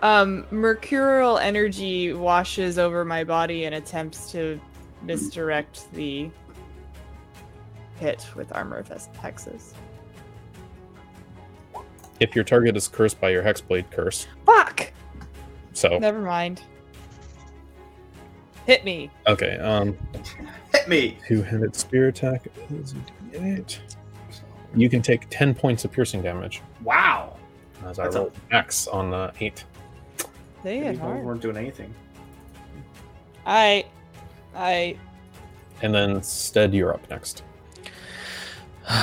Um, mercurial energy washes over my body and attempts to misdirect the hit with armor of hexes. If your target is cursed by your hexblade curse, Fuck! so Never mind. Hit me. okay, um, Hit me. two-handed spear attack is a d8. You can take 10 points of piercing damage Wow. as I That's a- rolled X on the eight. They Maybe hit we hard. weren't doing anything. I, I, and then Stead, you're up next.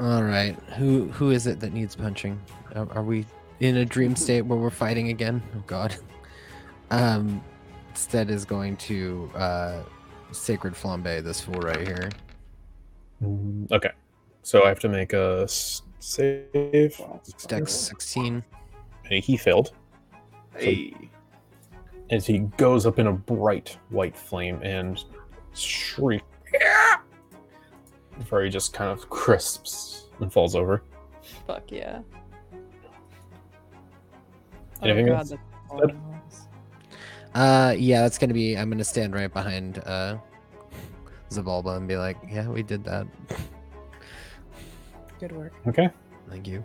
All right. Who who is it that needs punching? Are, are we in a dream state where we're fighting again? Oh God. Um, Stead is going to uh, sacred flambe this fool right here. Mm, Okay, so I have to make a s- save. It's Dex sixteen. He failed. Hey. as he goes up in a bright white flame and shriek before he just kind of crisps and falls over. fuck yeah. Oh Anything else? that's Good. awesome. Uh, yeah, that's gonna be. I'm gonna stand right behind uh, Zabalba and be like, "Yeah, we did that." Good work. Okay. Thank you.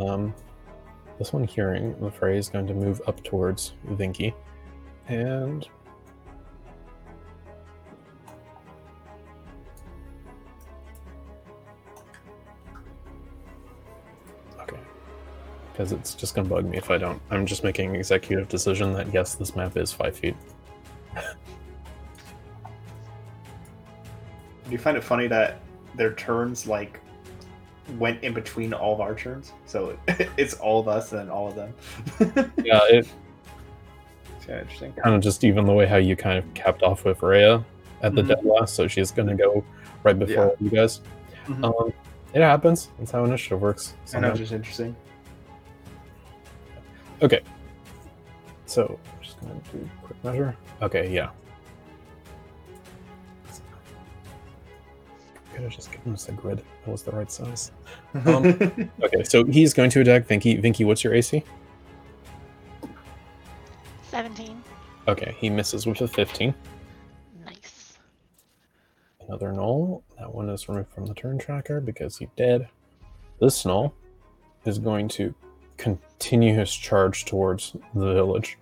Um, this one hearing the fray is going to move up towards Vinky, and okay, because it's just gonna bug me if I don't. I'm just making an executive decision that yes, this map is five feet. Do you find it funny that their turns like went in between all of our turns? So it's all of us and all of them. Yeah, Uh, it It's kinda interesting. kind of just even the way how you kind of capped off with Rhea at the Mhm. dead last, so she's gonna go right before you guys. Mm-hmm. Mhm. Um, it happens. That's how initiative works. I know, sometimes. it's just interesting. So just gonna do a quick measure. Okay, yeah. Could have just given us a grid. That was the right size. Um, Okay, so he's going to attack Vinky. Vinky, what's your AC? 17. Okay, he misses with a 15. Nice. Another null. That one is removed from the turn tracker because he did. This null is going to continue his charge towards the village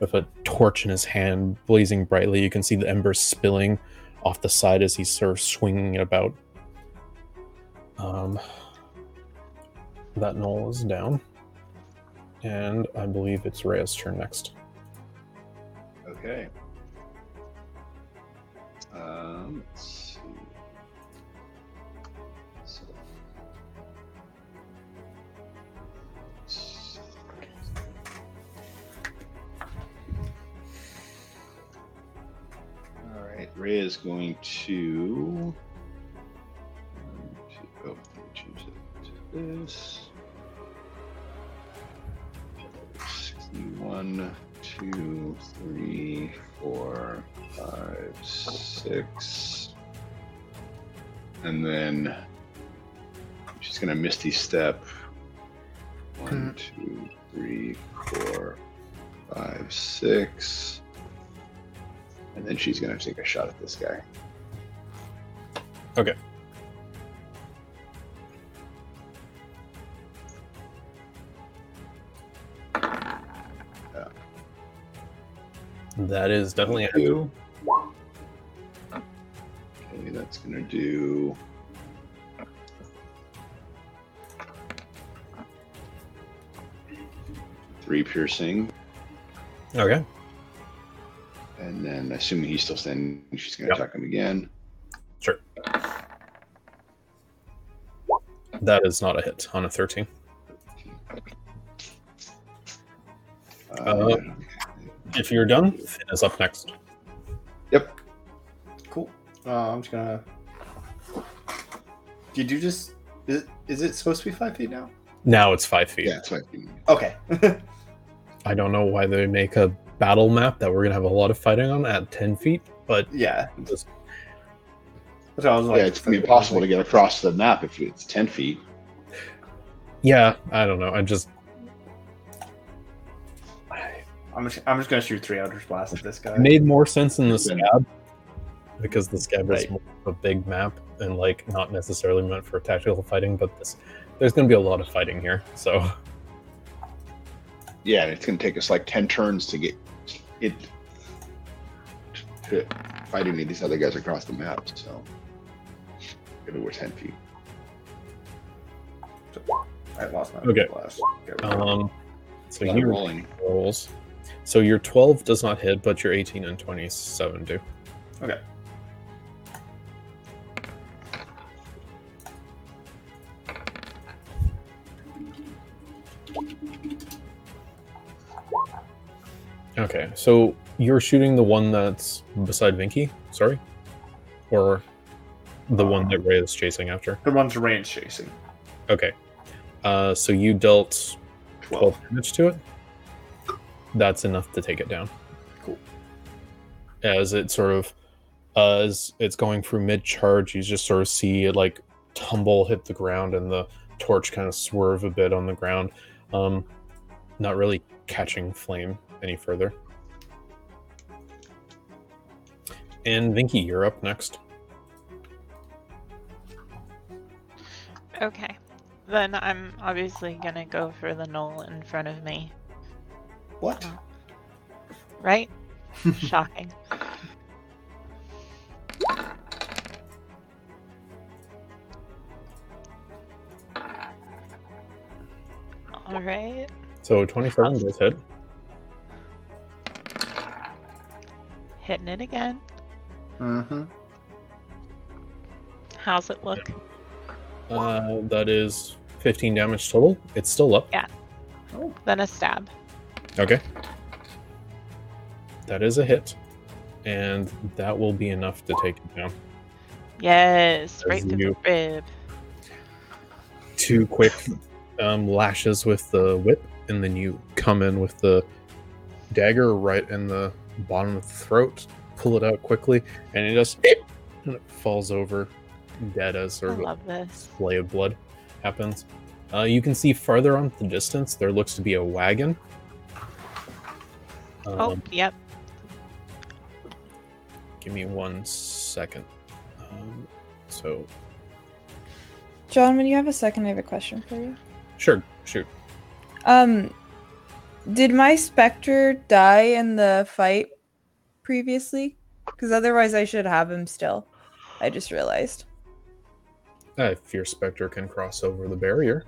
with a torch in his hand, blazing brightly. You can see the embers spilling off the side as he's sort of swinging it about. Um, that null is down. And I believe it's Rhea's turn next. Okay. Um, let's see. So. All right, Ray is going to. One, two- Oh, let me change it to this. 61, 2, 3, 4, 5, 6. And then she's going to Misty Step. One, two, three, four, five, six, And then she's going to take a shot at this guy. Okay. That is definitely a hit. do. Okay, that's gonna do. Three piercing, Okay. and then assuming he's still standing, she's gonna Yep. attack him again. That is not a hit on a 13. Uh, Uh, If you're done, Finn is up next. Cool. Uh, I'm just gonna. Did you just? Is it, is it supposed to be five feet now? Now it's five feet. yeah, that's what I think. Okay. I don't know why they make a battle map that we're gonna have a lot of fighting on at ten feet, but yeah. just- That's what I was like. yeah, it's gonna be impossible to get across the map if it's ten feet. yeah, I don't know. I just I'm just, I'm just gonna shoot three elders blast at this guy. it made more sense in the scab because the scab is Right. more of a big map and like not necessarily meant for tactical fighting, but this there's gonna be a lot of fighting here, so Yeah, and it's gonna take us like ten turns to get it to fight any of these other guys across the map. So, maybe we're ten feet. I lost my Okay. blast. um so I'm he rolling. rolls. So your twelve does not hit, but your eighteen and twenty seven do. Okay, so you're shooting the one that's beside Vinky, sorry? Or the one that Ray is chasing after? the one's range chasing. Okay. Uh, so you dealt 12 damage to it. That's enough to take it down. Cool. As it sort of, as it's going through mid charge, you just sort of see it like tumble, hit the ground, and the torch kind of swerve a bit on the ground. Um, not really catching flame any further. And Vinky, you're up next. Okay. Then I'm obviously gonna go for the knoll in front of me, What? right? Shocking. All right. So 27 does hit. Hitting it again. Mm-hmm. How's it look? Uh, that is 15 damage total. It's still up. Then a stab. Okay. That is a hit. And that will be enough to take it down. Yes, right As through you- the rib. two quick um, lashes with the whip, and then you come in with the dagger right in the bottom of the throat, pull it out quickly, and it just and it falls over dead as I sort of a love this. splay of blood happens. Uh, you can see farther on the distance, there looks to be a wagon. Um, Oh, yep. Give me one second. Um, so, John, when you have a second, I have a question for you. sure, shoot. Um, did my specter die in the fight previously? Because otherwise, I should have him still. I just realized. Uh, Fierce Spectre can cross over the barrier.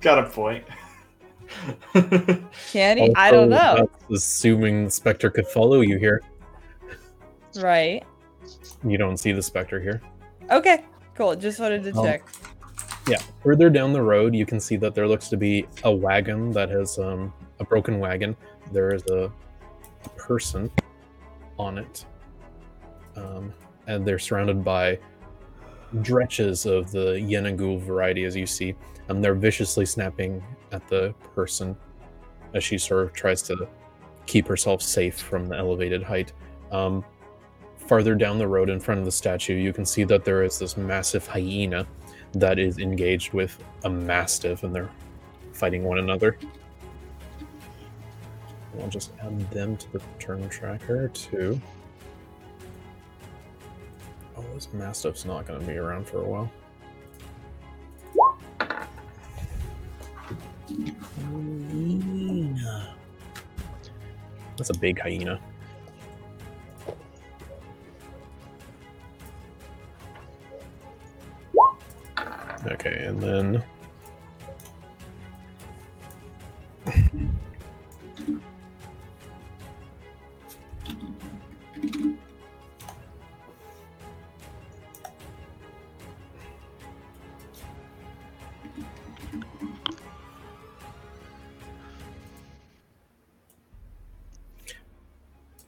Got a point. Can he? I don't Also, know. that's assuming the specter could follow you here. uh, Right. You don't see the specter here. Okay. Cool. Just wanted to Um, check. Yeah. Further down the road, you can see that there looks to be a wagon that has um, a broken wagon. There is a, a person on it. Um, and they're surrounded by dretches of the Yenagul variety, as you see. And they're viciously snapping at the person as she sort of tries to keep herself safe from the elevated height. Um, farther down the road, in front of the statue, you can see that there is this massive hyena that is engaged with a mastiff and they're fighting one another. And I'll just add them to the turn tracker too. Oh, this mastiff's not going to be around for a while. Hyena. That's a big hyena. Okay, and then.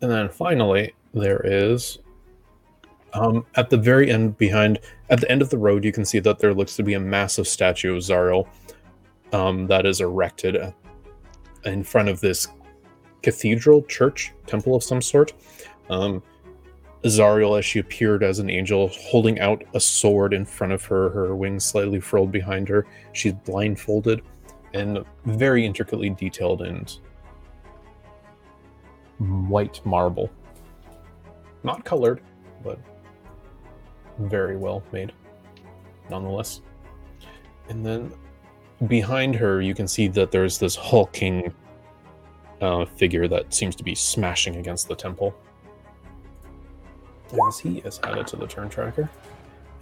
And then finally, there is um, at the very end behind at the end of the road, you can see that there looks to be a massive statue of Zaril um, that is erected uh, in front of this cathedral, church, temple of some sort. Um, Zaril, as she appeared as an angel, holding out a sword in front of her, her wings slightly furled behind her. She's blindfolded and very intricately detailed and white marble. Not colored, but very well made nonetheless and then behind her you can see that there's this hulking uh, figure that seems to be smashing against the temple as he is added to the turn tracker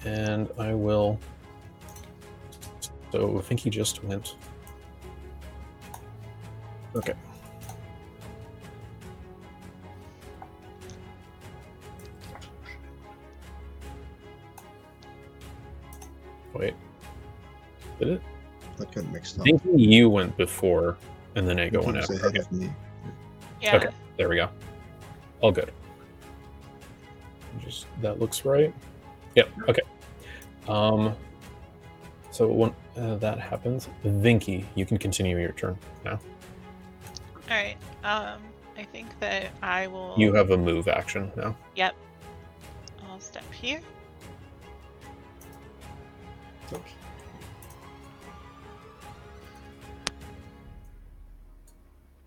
and i will so i think he just went okay wait did it That got mixed I think up. you went before, and then I go one He was after. ahead Okay, of me. Yeah. Okay. there we go. All good. Just that looks right. Yep. Okay. Um. So when uh, that happens, Vinky, you can continue your turn now. All right. Um, I think that I will. Um, You have a move action now. Yep. I'll step here.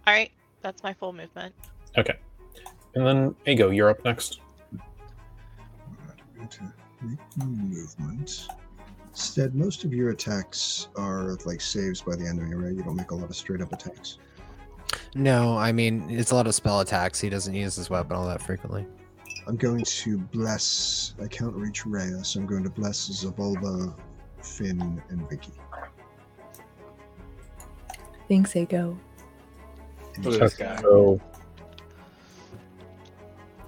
All right. That's my full movement. And then Ago, you're up next. I'm going to make my movement. Instead, most of your attacks are like saves by the enemy, right? You don't make a lot of straight up attacks. No, I mean it's a lot of spell attacks. He doesn't use his weapon all that frequently. I'm going to bless. I can't reach Rhea, so I'm going to bless Zavolba, Finn, and Vicky. thinks they go. Look at this guy. So,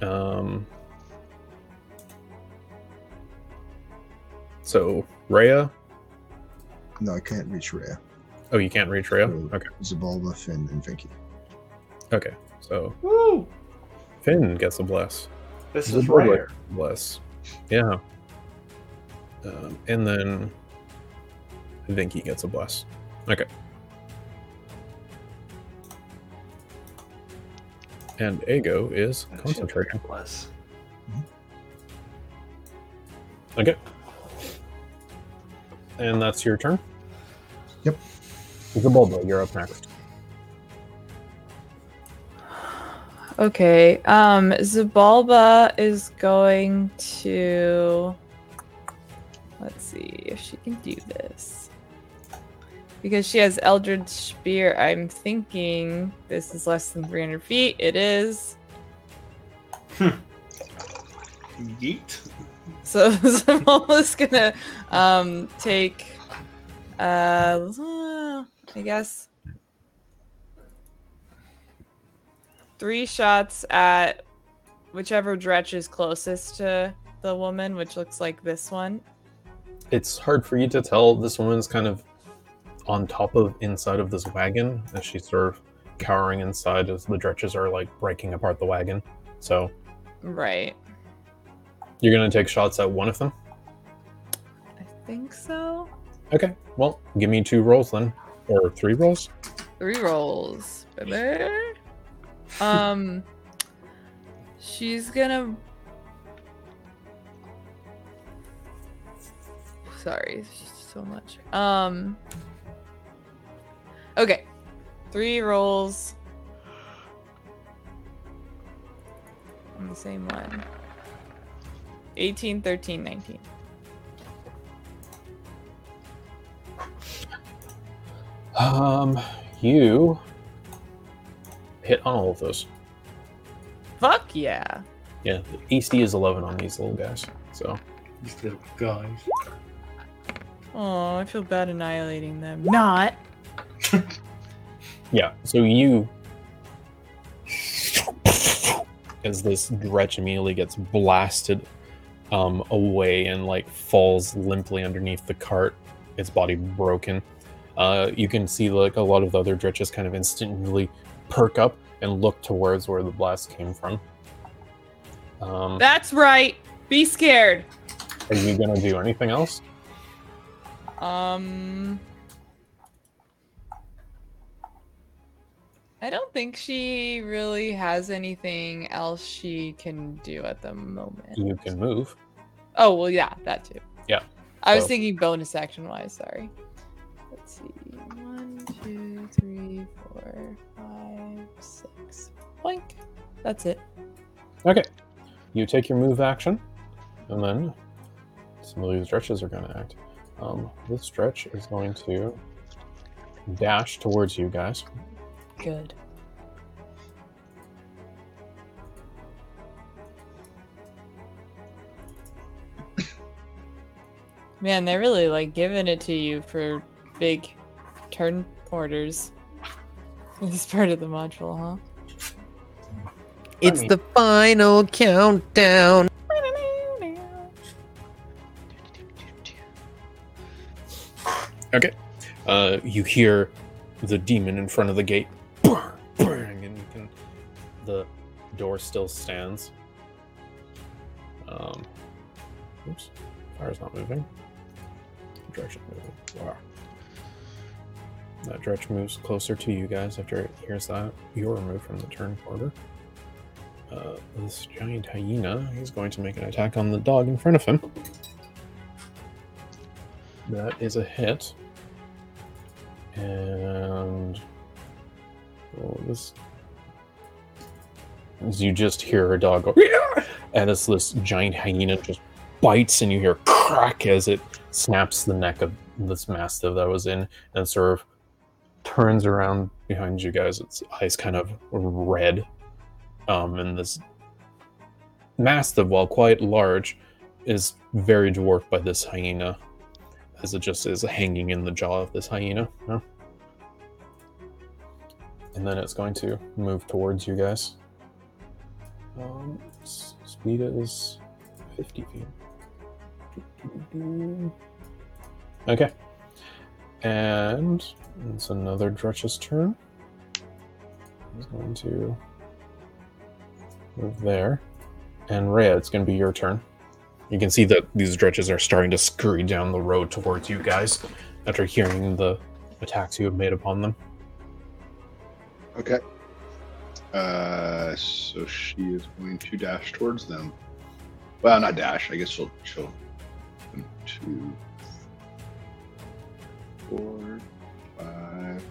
um, so Rhea. No, I can't reach Rhea. Oh, you can't reach Rhea. Okay, Zabalba, Finn, and Vinky. okay. So Woo! Finn gets a bless. This This is is Rhea. rare. Bless. Yeah. Um, and then Vinky gets a bless. Okay. And Ego is concentrating. Bless. Okay. And that's your turn? Yep. Zabalba, you're up next. Okay. Um Zabalba is going to let's see if she can do this. Because she has Eldred Spear, I'm thinking this is less than 300 feet. It is. Yeet. So Zabalba's gonna um, take, uh, I guess, three shots at whichever Dretch is closest to the woman, which looks like this one. It's hard for you to tell. This woman's kind of on top of inside of this wagon, and she's sort of cowering inside as the dredges are like breaking apart the wagon. So Right. you're gonna take shots at one of them. I think so. Okay. Well, give me two rolls then, or three rolls. Three rolls, baby. Um, she's gonna. Sorry, it's just so much. Um. Okay, three rolls on the same one. 18, 13, 19. Um, you hit on all of those. Fuck yeah. Yeah, the AC is 11 on these little guys. So These little guys. Oh, I feel bad annihilating them. Not. Yeah. So you, as this dretch immediately gets blasted um, away and like falls limply underneath the cart, its body broken. Uh, you can see like a lot of the other dretches kind of instantly perk up and look towards where the blast came from. Um, That's right. Be scared. are you gonna do anything else? Um, I don't think she really has anything else she can do at the moment. You can move. Oh well, yeah, that too. Yeah, I was so- thinking bonus action wise. Sorry. Let's see. One, two, three, four, five, six. Boink. That's it. Okay. You take your move action, and then some of these stretches are going to act. Um, this stretch is going to dash towards you guys. Good. Man, they're really like giving it to you for big turn orders. This is part of the module, huh? It's mean- the final countdown. Uh, you hear the demon in front of the gate, bang, bang, and you can. The door still stands. Um, oops, fire's not moving. Direction moving. Wow. That dredge moves closer to you guys after it hears that. You're removed from the turn order. Uh, this giant hyena, he's going to make an attack on the dog in front of him. That is a hit. And oh, this as you just hear her dog go, "Yeah!" and it's this giant hyena just bites, and you hear crack as it snaps the neck of this mastiff that was in, and sort of turns around behind you guys. Its eyes kind of red, um, and this mastiff, while quite large, is very dwarfed by this hyena, as it just is hanging in the jaw of this hyena. you know? and then it's going to move towards you guys. Um, s- speed is 50 feet. Okay. And it's another Drutch's turn. It's going to move there. And Rhea, it's going to be your turn. You can see that these Drutches are starting to scurry down the road towards you guys after hearing the attacks you have made upon them. Okay. Uh, so she is going to dash towards them. Well, not dash. I guess she'll she'll one, two, four, five,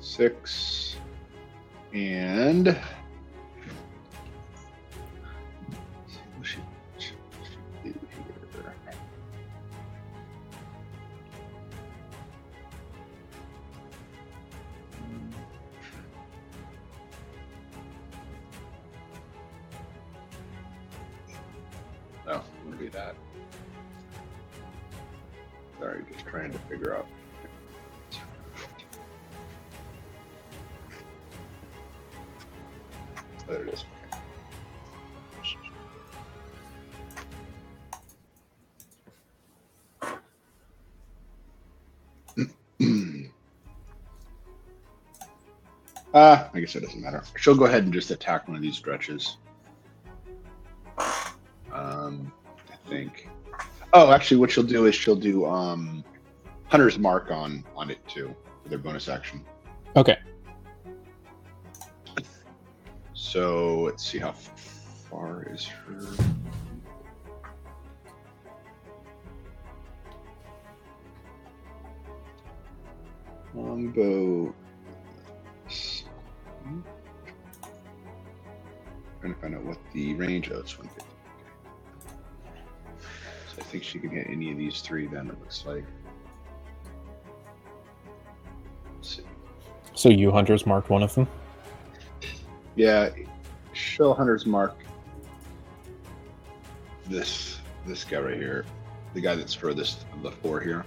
six, and What should- should she do here? No, I'm gonna do that. Sorry, just trying to figure out. There it is. Ah, I guess it doesn't matter. She'll go ahead and just attack one of these stretches. Um, I think. Oh, actually, what she'll do is she'll do um, Hunter's Mark on on it too for their bonus action. Okay. So let's see how f- far is her. Longbow. Trying to find out what the range of this one. is. So I think she can hit any of these three. Then it looks like. Let's see. So you hunters marked one of them. Yeah, show Hunter's mark. This this guy right here, the guy that's furthest of the four here.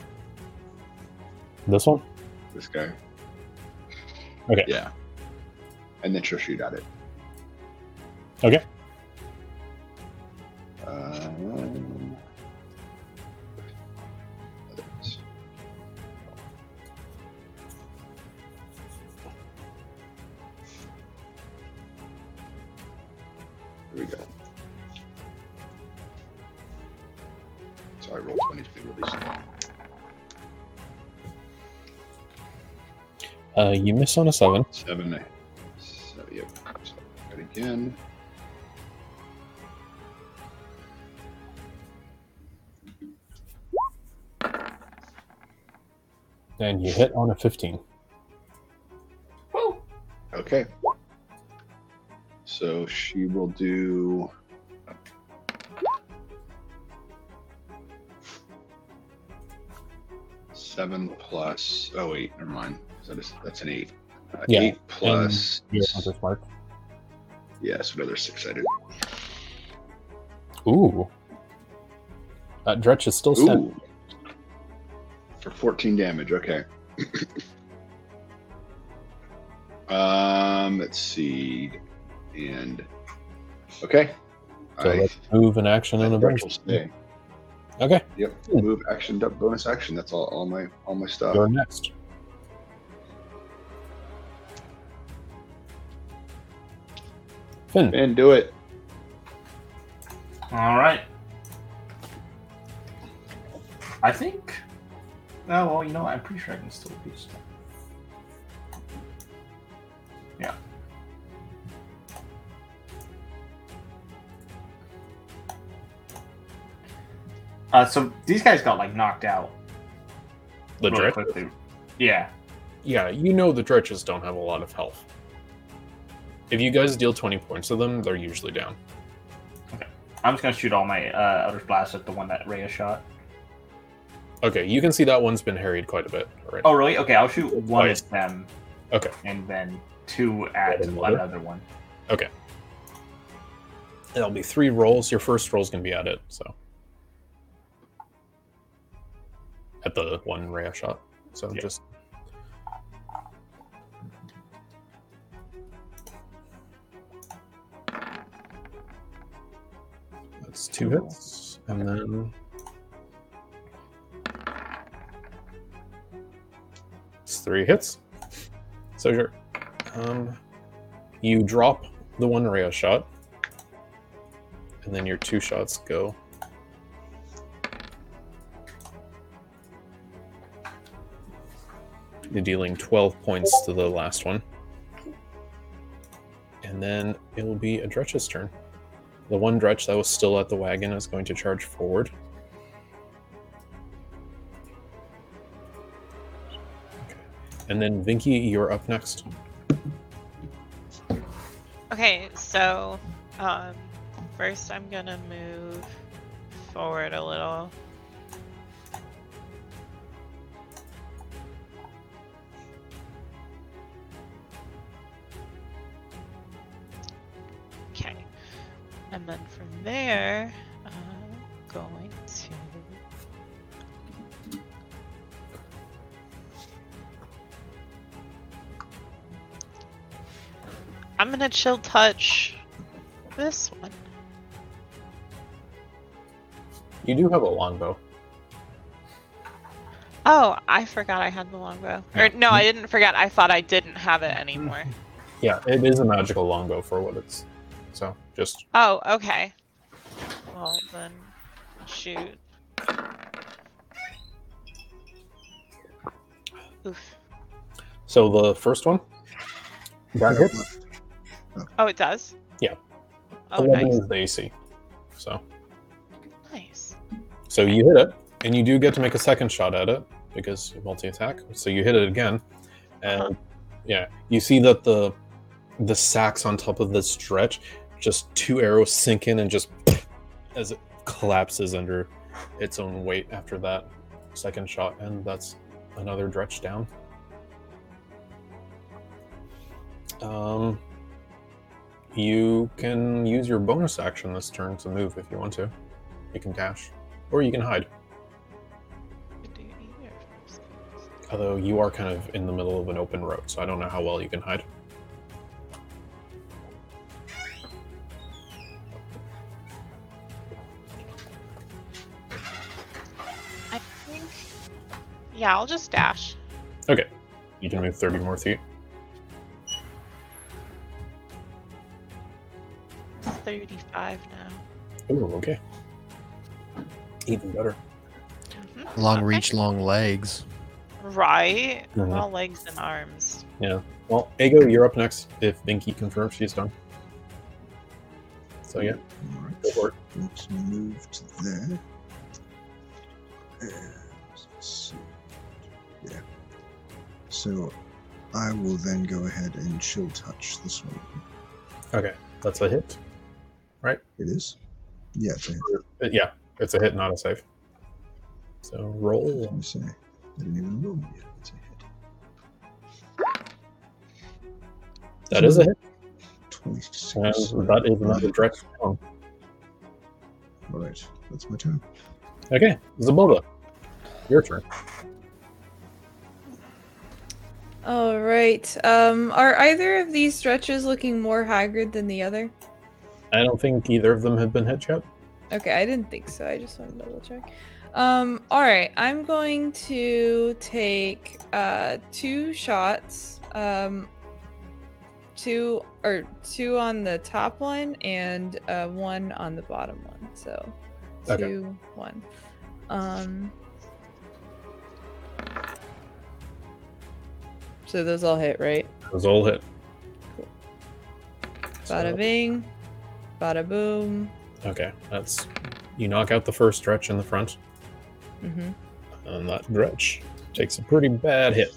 This one. This guy. Okay. Yeah. And then she'll shoot at it. Okay. Um, there it is. Here we go. Sorry, roll 20 to be released. Uh, you miss on a seven. Seven. So, yep. So, that again. And you hit on a 15. Okay. So she will do. Seven plus. Oh wait, never mind. So that is, that's an eight. Uh, Yeah, Eight plus. Your hunter's mark. Yeah, so another six sided. Ooh. Uh, Dretch is still standing. Ooh. For 14 damage, okay. um, let's see. And. Okay. So I, let's move an action and a I bonus. shall stay. Okay, Yep. Hmm. Move action, du- bonus action. That's all, all my all my stuff. you're next. Finn. And do it. All right. I think. Oh well, you know what? I'm pretty sure I can still do stuff. Yeah. Uh, so these guys got like knocked out The really Dretch. quickly. Yeah. Yeah, you know the Dretches don't have a lot of health. If you guys deal 20 points to them, they're usually down. I'm just gonna shoot all my uh, Elder's Blast at the one that Rhea shot. Okay, you can see that one's been harried quite a bit already. Oh, really? Okay, I'll shoot one Twice. at them. Okay. And then two at At another? another one. It'll be three rolls. Your first roll's going to be at it, so. At the one ray shot. So Yeah. just. two hits, and then it's three hits. So sure, um, you drop the one rail shot, and then your two shots go. You're dealing 12 points to the last one. And then it will be a Dretch's turn. The one Dretch that was still at the wagon is going to charge forward. Okay. And then Vinky, you're up next. Okay, so um, first I'm gonna move forward a little. Okay, and then from there, I'm going to. I'm gonna chill touch this one. You do have a longbow. Oh, I forgot I had the longbow. Or no, I didn't forget. I thought I didn't have it anymore. Yeah, it is a magical longbow for what it's. So just Oh, okay. Well then, shoot. Oof. so the first one. That hits. left. Oh, it does. Yeah. Oh, 11 nice. is the AC. So Nice. so you hit it, and you do get to make a second shot at it because you multi attack. So you hit it again, and Uh-huh. yeah, you see that the the sacks on top of this stretch, just two arrows sink in and just as it collapses under its own weight after that second shot, and that's another dretch down. Um, you can use your bonus action this turn to move if you want to. You can dash, or you can hide. Could do either of those things. Although you are kind of in the middle of an open road, so I don't know how well you can hide. I think. Yeah, I'll just dash. You can move 30 more feet. It's 35 now. Ooh, okay. Even better. Mhm. Long Okay. reach, long legs. Right. Mhm. All legs and arms. Well, Ego, you're up next if Binky confirms she's done. So yeah, All right. go for it. Let's move to there. And let's see. Yeah. So I will then go ahead and chill touch this one. Okay, that's a hit. It is? Yeah, it's a hit, Uh, Yeah, it's a hit, not a save. So I was roll. gonna say. I didn't even roll yet. It's a hit. That is a hit. 26. and that is another direct. down. Alright, that's my turn. Okay, Zabola, your turn. All right. Um, are either of these stretches looking more haggard than the other? I don't think either of them have been hit yet. Okay, I didn't think so. I just wanted to double check. Um, all right, I'm going to take uh two shots. Um, two or two on the top one and uh one on the bottom one. So two, Okay. one. Um. So those all hit, right? Those all hit. Cool. So- Bada bing, bada boom. Okay, that's you knock out the first stretch in the front, Mm-hmm. and that stretch takes a pretty bad hit.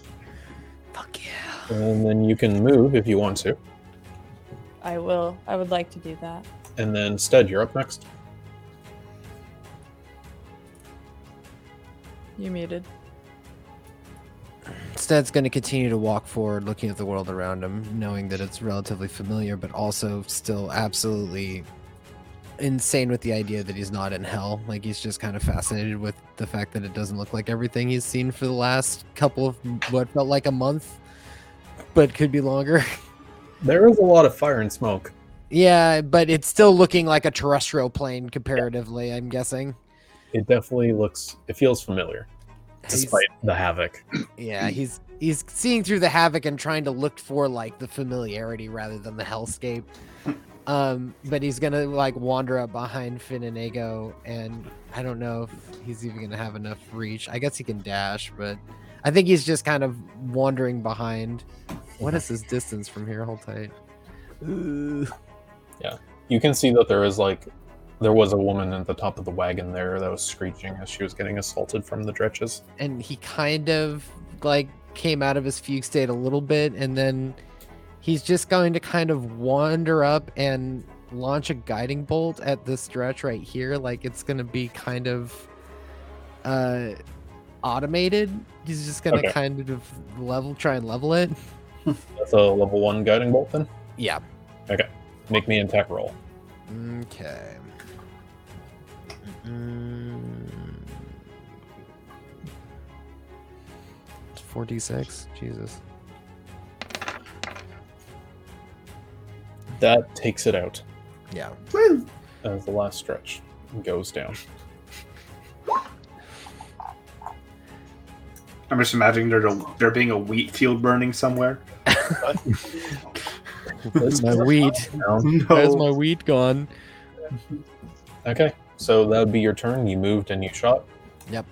Fuck yeah. And then you can move if you want to. I will. I would like to do that. And then Stead, you're up next. You're muted. Stead's going to continue to walk forward, looking at the world around him, knowing that it's relatively familiar, but also still absolutely insane with the idea that he's not in hell. Like, he's just kind of fascinated with the fact that it doesn't look like everything he's seen for the last couple of what felt like a month, but could be longer. There is a lot of fire and smoke. Yeah, but it's still looking like a terrestrial plane comparatively, I'm guessing. It definitely looks. It feels familiar, He's- despite the havoc. yeah, he's he's seeing through the havoc and trying to look for like the familiarity rather than the hellscape. Um, but he's gonna like wander up behind Finn and Ego, and I don't know if he's even gonna have enough reach. I guess he can dash, but I think he's just kind of wandering behind. What is his distance from here? Hold tight. Ooh. You can see that there is like, there was a woman at the top of the wagon there that was screeching as she was getting assaulted from the dretches. and he kind of like came out of his fugue state a little bit and then he's just going to kind of wander up and launch a guiding bolt at this stretch right here like it's going to be kind of uh automated he's just going to Okay. kind of level try and level it That's a level one guiding bolt. Then yeah make me an attack roll. okay Mm. 4d6 jesus That takes it out yeah as the last stretch goes down. I'm just imagining there there being a wheat field burning somewhere. That's my wheat. down. No. Where's my wheat gone? Okay, so that would be your turn. You moved and you shot. Yep.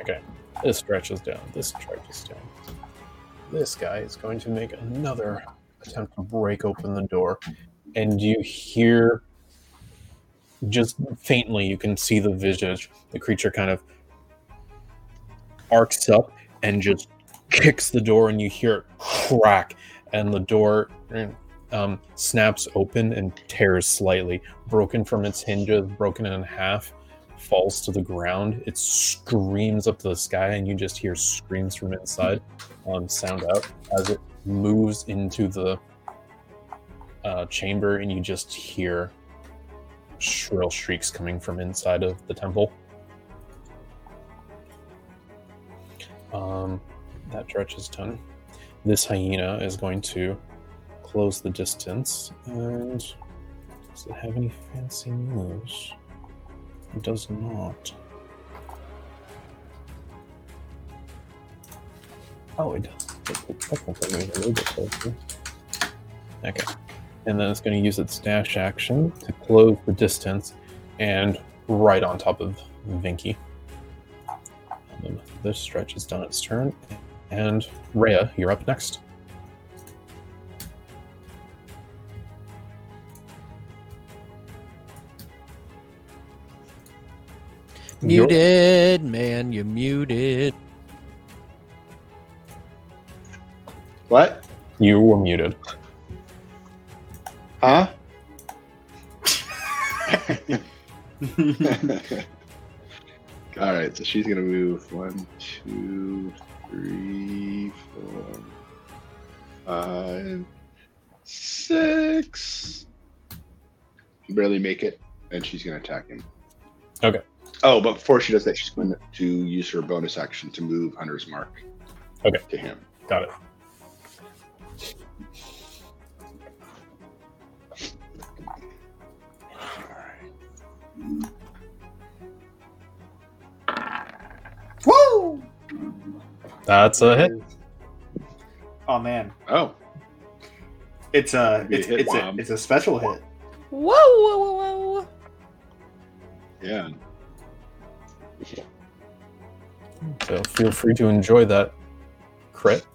Okay. This stretches down. This stretches down. This guy is going to make another attempt to break open the door. And you hear just faintly, you can see the visage. The creature kind of arcs up and just kicks the door, and you hear it crack. And the door um, snaps open and tears slightly, broken from its hinges, broken in half falls to the ground. It screams up to the sky, and you just hear screams from inside um, sound out as it moves into the uh, chamber, and you just hear shrill shrieks coming from inside of the temple. Um, that dredge is done. This hyena is going to close the distance and does it have any fancy moves? It does not. Oh, it does. It's technically a little bit closer. Okay. And then it's going to use its dash action to close the distance and right on top of Vinky. Um, this stretch has done its turn. And Rhea, you're up next. You're- Muted, man. You muted. What? You were muted. Huh? All right, so she's gonna move one, two, three, four, five, six. She barely make it, and she's gonna attack him. Okay. Oh, but before she does that, she's going to use her bonus action to move Hunter's mark. Okay. To him. Got it. Woo! That's a hit. Oh man, Oh, it's a Be a it's hit it's a bomb. it's a special hit. Whoa, whoa, whoa, whoa. yeah. So feel free to enjoy that crit.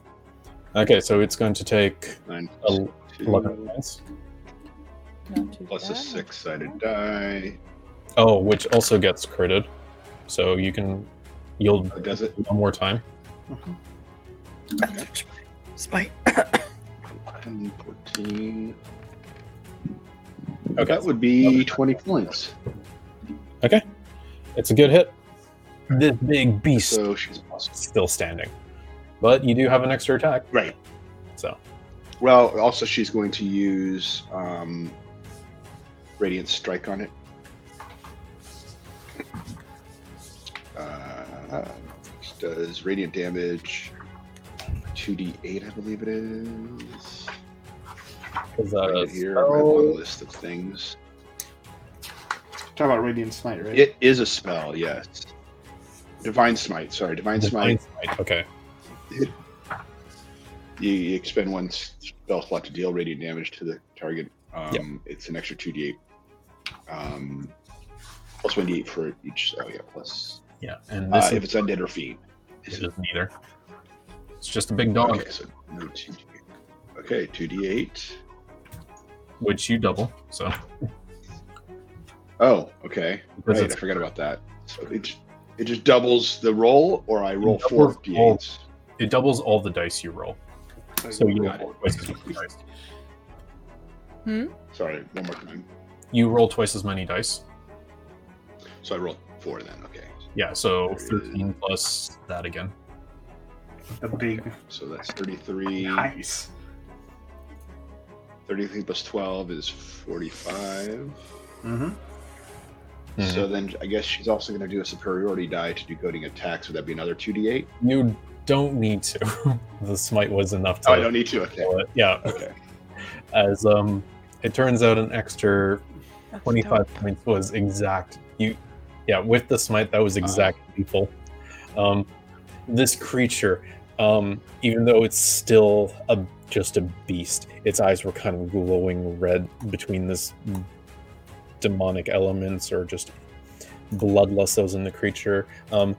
Okay, so it's going to take Nine plus el- two, 11 points. Not too plus a bad. six-sided die. Oh, which also gets critted. So you can yield Oh, does it? one more time. Spite. 10, 14. Okay, That would be 20 points. it's a good hit. This big beast So she's awesome. still standing, but you do have an extra attack. Right. So Well, also, she's going to use um, Radiant Strike on it. Uh, which does radiant damage 2d8, I believe it is. Because I uh, get here Oh, I have my list of things. Talk about Radiant Smite, right? It is a spell, yes. Divine smite. Sorry, divine, Divine smite. Smite, Okay. You, you expend one spell slot to deal radiant damage to the target. Um, It's an extra two d8. Um, plus one d8 for each. Oh yeah, plus Yeah. And uh, this if it's is, undead or fiend. it is neither. It's just a big dog, Okay, so no two d8. Okay, two d8. which you double. So Oh, okay. because Right, I it's forgot about that. So it j- it just doubles the roll, or I roll four doubles all- d8s. it doubles all the dice you roll. So you roll Oh, Got it. twice as many dice. Sorry, one more time. You roll twice as many dice. So I rolled four then. Okay, Yeah. So thirteen plus that again. The big so that's thirty-three. nice. 33 plus 12 is 45. Mm-hmm. So then I guess she's also going to do a superiority die to do goading attack. So that'd be another 2d8. You don't need to. the smite was enough to. Oh, I don't need to. Okay. kill it. Yeah. Okay. As um, it turns out, an extra That's dope. 25 points was exact. You, yeah, with the smite, that was exact lethal. Um, this creature, um, even though it's still a just a beast, its eyes were kind of glowing red between this demonic elements or just bloodlust that was in the creature. Um,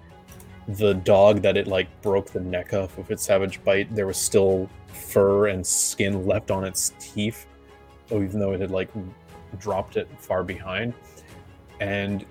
the dog that it like broke the neck off with its savage bite, there was still fur and skin left on its teeth, oh, even though it had like dropped it far behind. And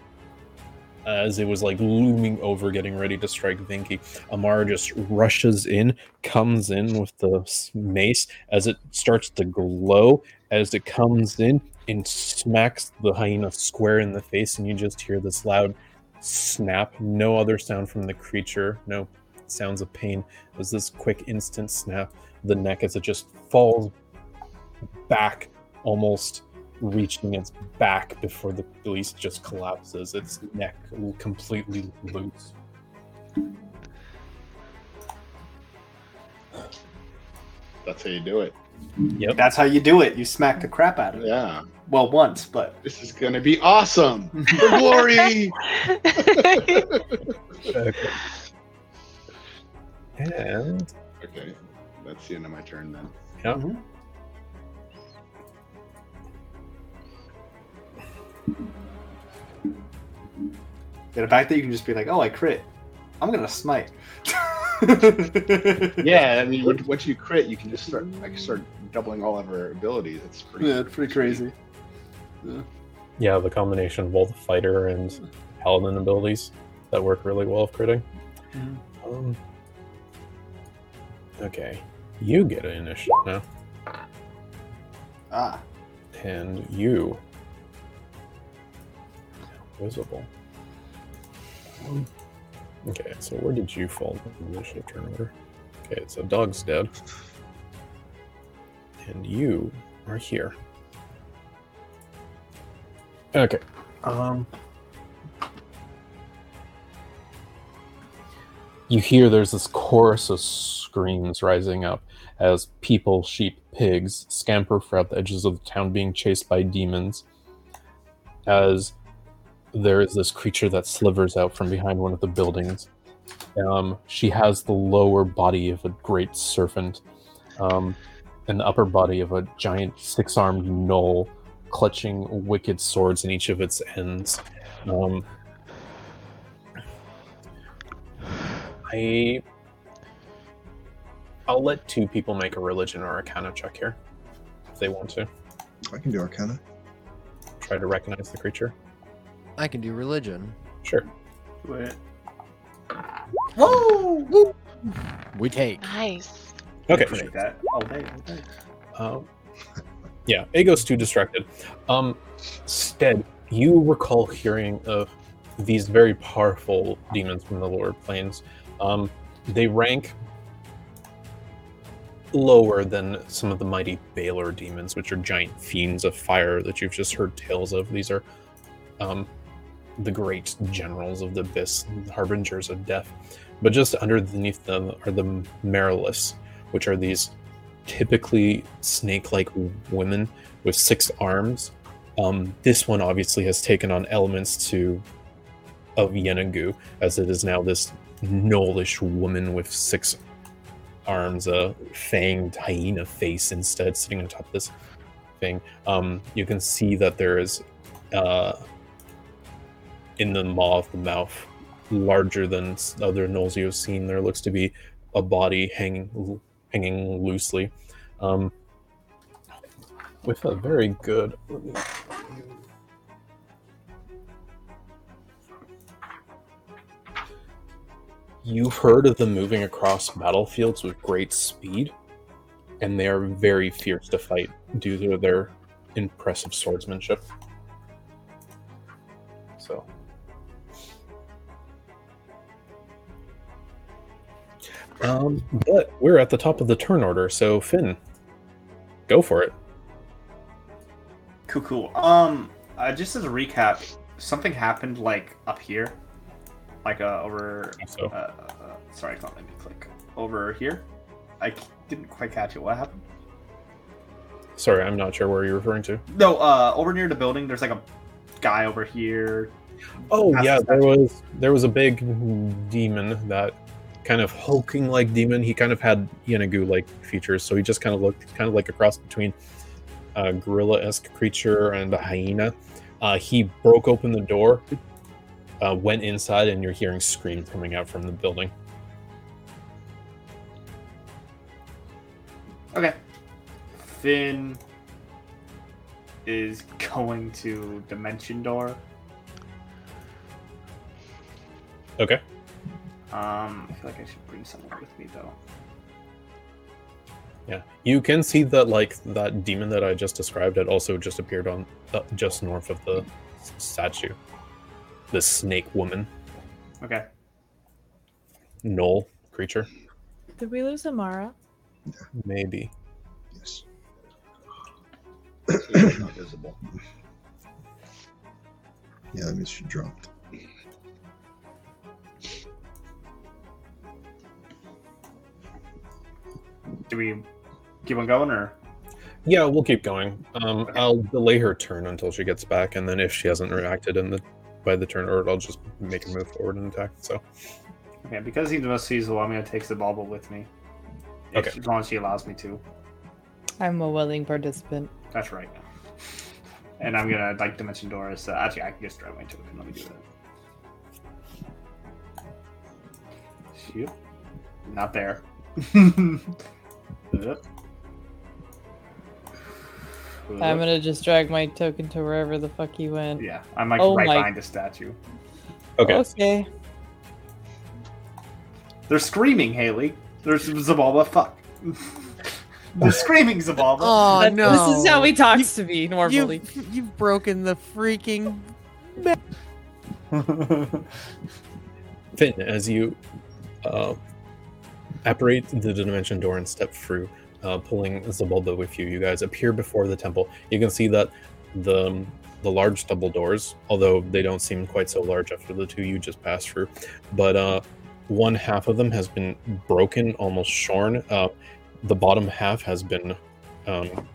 as it was like looming over, getting ready to strike Vinky, Amara just rushes in, comes in with the s- mace as it starts to glow. As it comes in and smacks the hyena square in the face, and you just hear this loud snap. No other sound from the creature, no sounds of pain. As this quick, instant snap, the neck as it just falls back almost reaching its back before the beast just collapses, its neck completely loose. That's how you do it. Yep. That's how you do it. You smack the crap out of it. Yeah. Well, once, but This is going to be awesome. For glory. And okay. That's the end of my turn then. yeah. the fact that you can just be like, "Oh, I crit. I'm gonna smite." Yeah. I mean, once- once you crit, you can just start, I can start doubling all of her abilities. It's pretty, Yeah, it's pretty crazy. Yeah, the combination of both fighter and paladin abilities that work really well with critting. Mhm. Um, okay. You get an initiative now. Ah, And you. Visible. Um, Okay, so where did you fall in the initiative turn order? Okay, so dog's dead. And you are here. Okay. Um. You hear there's this chorus of screams rising up as people, sheep, pigs scamper throughout the edges of the town, being chased by demons. As there is this creature that slivers out from behind one of the buildings. Um, she has the lower body of a great serpent, um, and the upper body of a giant six armed gnoll clutching wicked swords in each of its ends. Um, I I'll let two people make a religion or arcana check here if they want to I can do Arcana. try to recognize the creature. I can do religion. Sure. Do it. We take. nice. Okay. appreciate that. Oh, All day, all day. Um, yeah, it goes too distracted. Um, Stead, you recall hearing of these very powerful demons from the lower planes. Um, they rank lower than some of the mighty Baylor demons, which are giant fiends of fire that you've just heard tales of. These are um, the great generals of the abyss, harbingers of death. But just underneath them are the Merilus, which are these typically snake-like women with six arms. Um, this one obviously has taken on elements to of Yenengu, as it is now this gnollish woman with six arms, a fanged hyena face instead, sitting on top of this thing. Um, you can see that there is, uh, in the maw of the mouth, larger than s- other gnolls you've seen, there looks to be a body hanging hanging loosely. Um, with a very good. let me- You've heard of them moving across battlefields with great speed, and they are very fierce to fight due to their impressive swordsmanship. So. Um, but we're at the top of the turn order, so Finn, go for it. Cool, cool. Um, uh, just as a recap, something happened like up here, like uh, over. So, Uh, uh, sorry, it's not letting me click. Over here, I c- didn't quite catch it. What happened? sorry, I'm not sure where you're referring to. No, uh, over near the building, there's like a guy over here. Oh Ask yeah, the there was there was a big demon that kind of hulking like demon. He kind of had Yanagu like features, so he just kind of looked kind of like a cross between a gorilla esque creature and a hyena. Uh, he broke open the door, uh, went inside, and you're hearing screams coming out from the building. Okay. Finn is going to Dimension Door. Okay. Um, I feel like I should bring someone with me though. Yeah, you can see that like that demon that I just described had also just appeared on uh, just north of the s- statue. The snake woman, Okay. knoll creature, Did we lose Amara? maybe. Yes. It's not visible. Yeah, that means she dropped. Do we keep on going or? Yeah, we'll keep going. Um, Okay. I'll delay her turn until she gets back, and then if she hasn't reacted in the by the turn order, I'll just make her move forward and attack. So, Okay, because he's the most feasible, I'm gonna take Zababa with me. If- Okay. As long as she allows me to. I'm a willing participant. That's right. And I'm gonna like Dimension Door. So actually, I can just drive into it. Let me do that. Shoot, not there. Yep. I'm gonna just drag my token to wherever the fuck he went. Yeah, I'm like Oh right my- behind the statue. okay, Okay. They're screaming, Haley. There's Zabalba. Fuck. They're screaming, Zabalba. Oh That- no! This is how he talks to me normally. You've, you've broken the freaking. Finn, as you uh, apparate the dimension door and step through, uh, pulling Zabulba with you, you guys appear before the temple. You can see that the the large double doors, although they don't seem quite so large after the two you just passed through, but uh, one half of them has been broken, almost shorn. Uh, the bottom half has been um,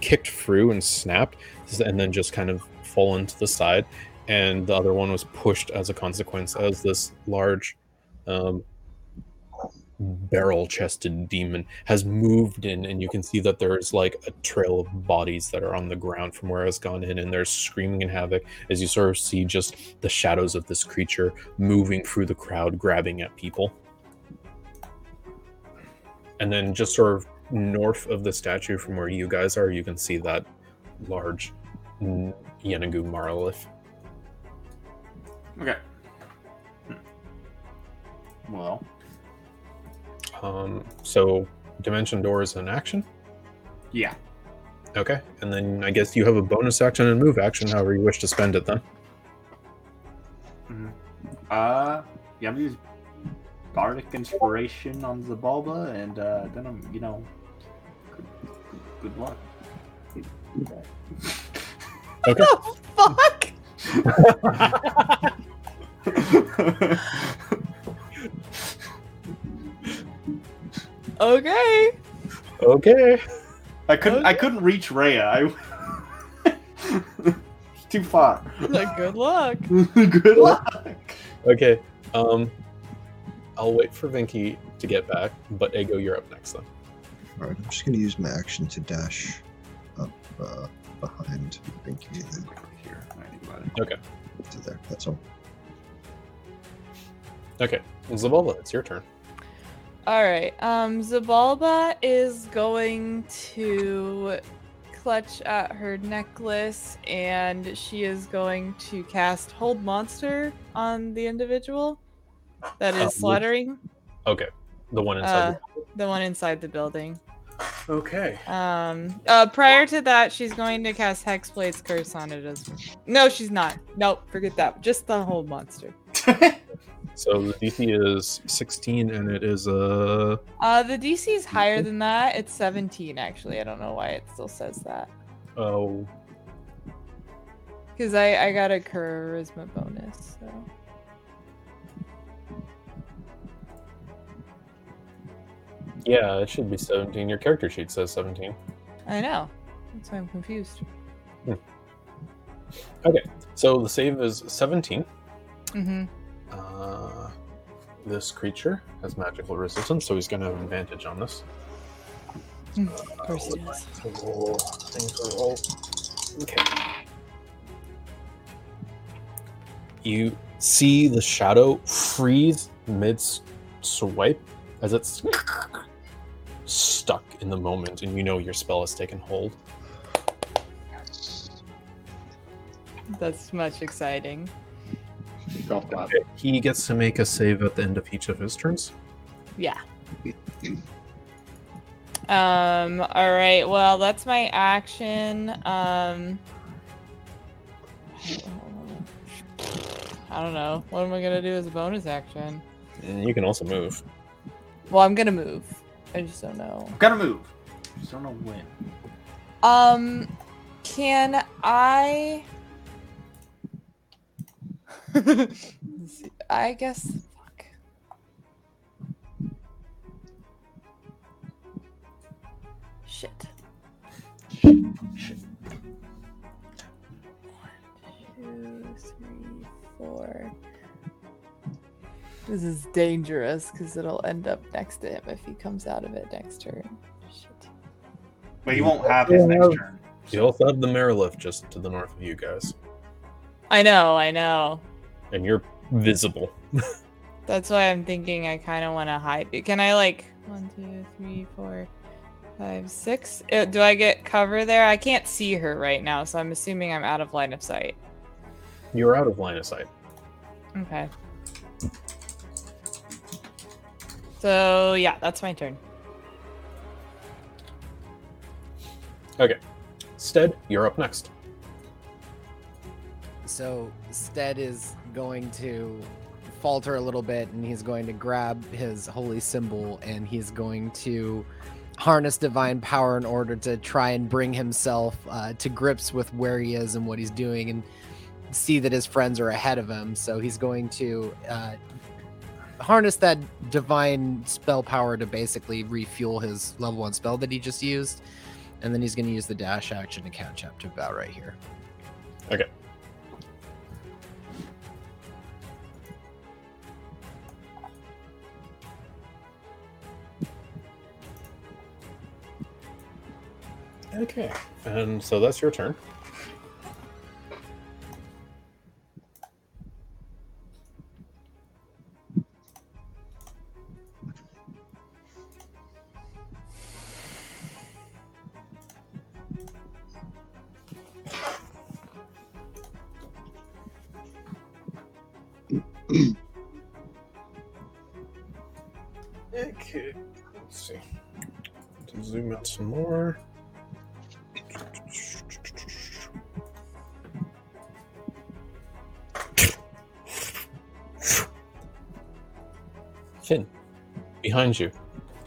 kicked through and snapped, and then just kind of fallen to the side and the other one was pushed as a consequence as this large um, barrel chested demon has moved in and you can see that there's like a trail of bodies that are on the ground from where it's gone in and they're screaming in havoc as you sort of see just the shadows of this creature moving through the crowd grabbing at people and then just sort of north of the statue from where you guys are you can see that large mm, yenagu marlith Okay. Hmm. Well, Um, so dimension door is an action. yeah. Okay, and then I guess you have a bonus action and move action, however you wish to spend it. Then Uh, yeah, I'm gonna use bardic inspiration on Zabalba, and uh, then I'm, you know, good, good luck. Okay. Oh, fuck! Okay. Okay. I couldn't. I couldn't reach Raya. I. it's too far. Good luck. Good luck. Okay. Um, I'll wait for Vinky to get back, but Ego, you're up next then. All right, I'm just going to use my action to dash up uh, behind Binky and then Like right here. when I think about it. to there. That's all. Okay. Zabalba, it's your turn. All right. Um, Zabalba is going to clutch at her necklace, and she is going to cast Hold Monster on the individual that Uh, is slaughtering Okay. The one inside. the one inside the building. okay. Um, uh, prior to that, she's going to cast Hexblade's Curse on it as well. No, she's not. Nope, forget that. Just the Hold Monster. So the DC is 16, and it is Uh... Uh, the DC is higher than that. It's 17, actually. I don't know why it still says that. Oh, Because I, I got a charisma bonus. So. yeah, it should be 17. Your character sheet says 17. I know. That's why I'm confused. So the save is 17. Mm-hmm. Uh, this creature has magical resistance, so he's going to have advantage on this. Hmm, Uh, Of course would it like is. to roll- things are roll. Okay. You see the shadow freeze mid swipe as it's stuck in the moment, and you know your spell has taken hold. That's much exciting. Felt that. He gets to make a save at the end of each of his turns. Yeah. Um, all right. Well, that's my action. Um I don't know. What am I gonna do as a bonus action? And you can also move. Well, I'm gonna move. I just don't know. I've got to move. Just don't know when. Um, can I? I guess. Fuck. Shit. One, two, three, four. This is dangerous because it'll end up next to him if he comes out of it next turn. Shit. But you won't have his next turn. You also have the Merilith just to the north of you guys, I know, I know. and you're visible. That's why I'm thinking I kind of want to hide. it. Can I like one, two, three, four, five, six? Uh, Do I get cover there? I can't see her right now, so I'm assuming I'm out of line of sight. You're out of line of sight. Okay. So yeah, that's my turn. Stead, you're up next. So Stead is going to falter a little bit and he's going to grab his holy symbol and he's going to harness divine power in order to try and bring himself uh, to grips with where he is and what he's doing and see that his friends are ahead of him. So he's going to uh, harness that divine spell power to basically refuel his level one spell that he just used. And then he's going to use the dash action to catch up to about right here. Okay. And so that's your turn. Okay, let's see. To zoom out some more. Finn, behind you,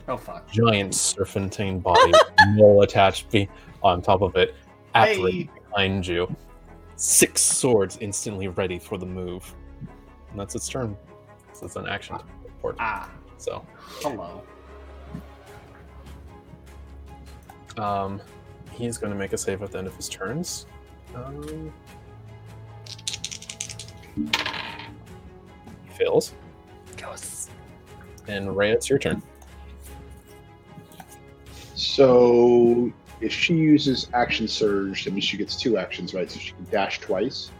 Oh fuck. giant serpentine body, mole attached be- on top of it, aptly Hey. behind you. Six swords instantly ready for the move. And that's its turn. So it's an ah, action to report. Ah. So Hello. Um, he's going to make a save at the end of his turns. Um, he fails. And Ray, it's your turn. So if she uses action surge, that means she gets two actions, right? So she can dash twice.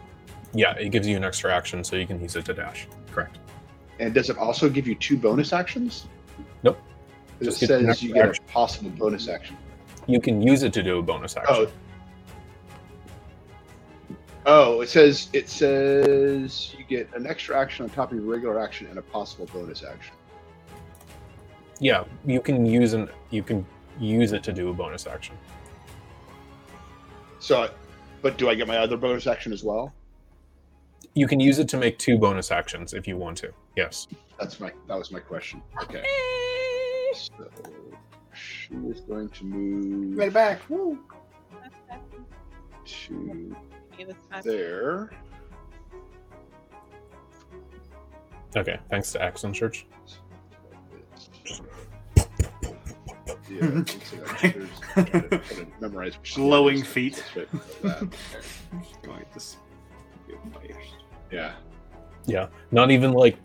Yeah, it gives you an extra action, so you can use it to dash. Correct. And does it also give you two bonus actions? Nope. It Just gets an says extra you get action. a possible bonus action. You can use it to do a bonus action. Oh. Oh, it says it says you get an extra action on top of your regular action and a possible bonus action. Yeah, you can use an you can use it to do a bonus action. So, but do I get my other bonus action as well? You can use it to make two bonus actions if you want to. Yes. That's my that was my question. Okay. So she is going to Right move back. Woo. to Maybe this time. there. Okay. Thanks to Axon Church. Yeah, I think so. There's- try to- try to memorize which Glowing slides. feet. But, uh, Going at this. Yeah, Yeah. Not even like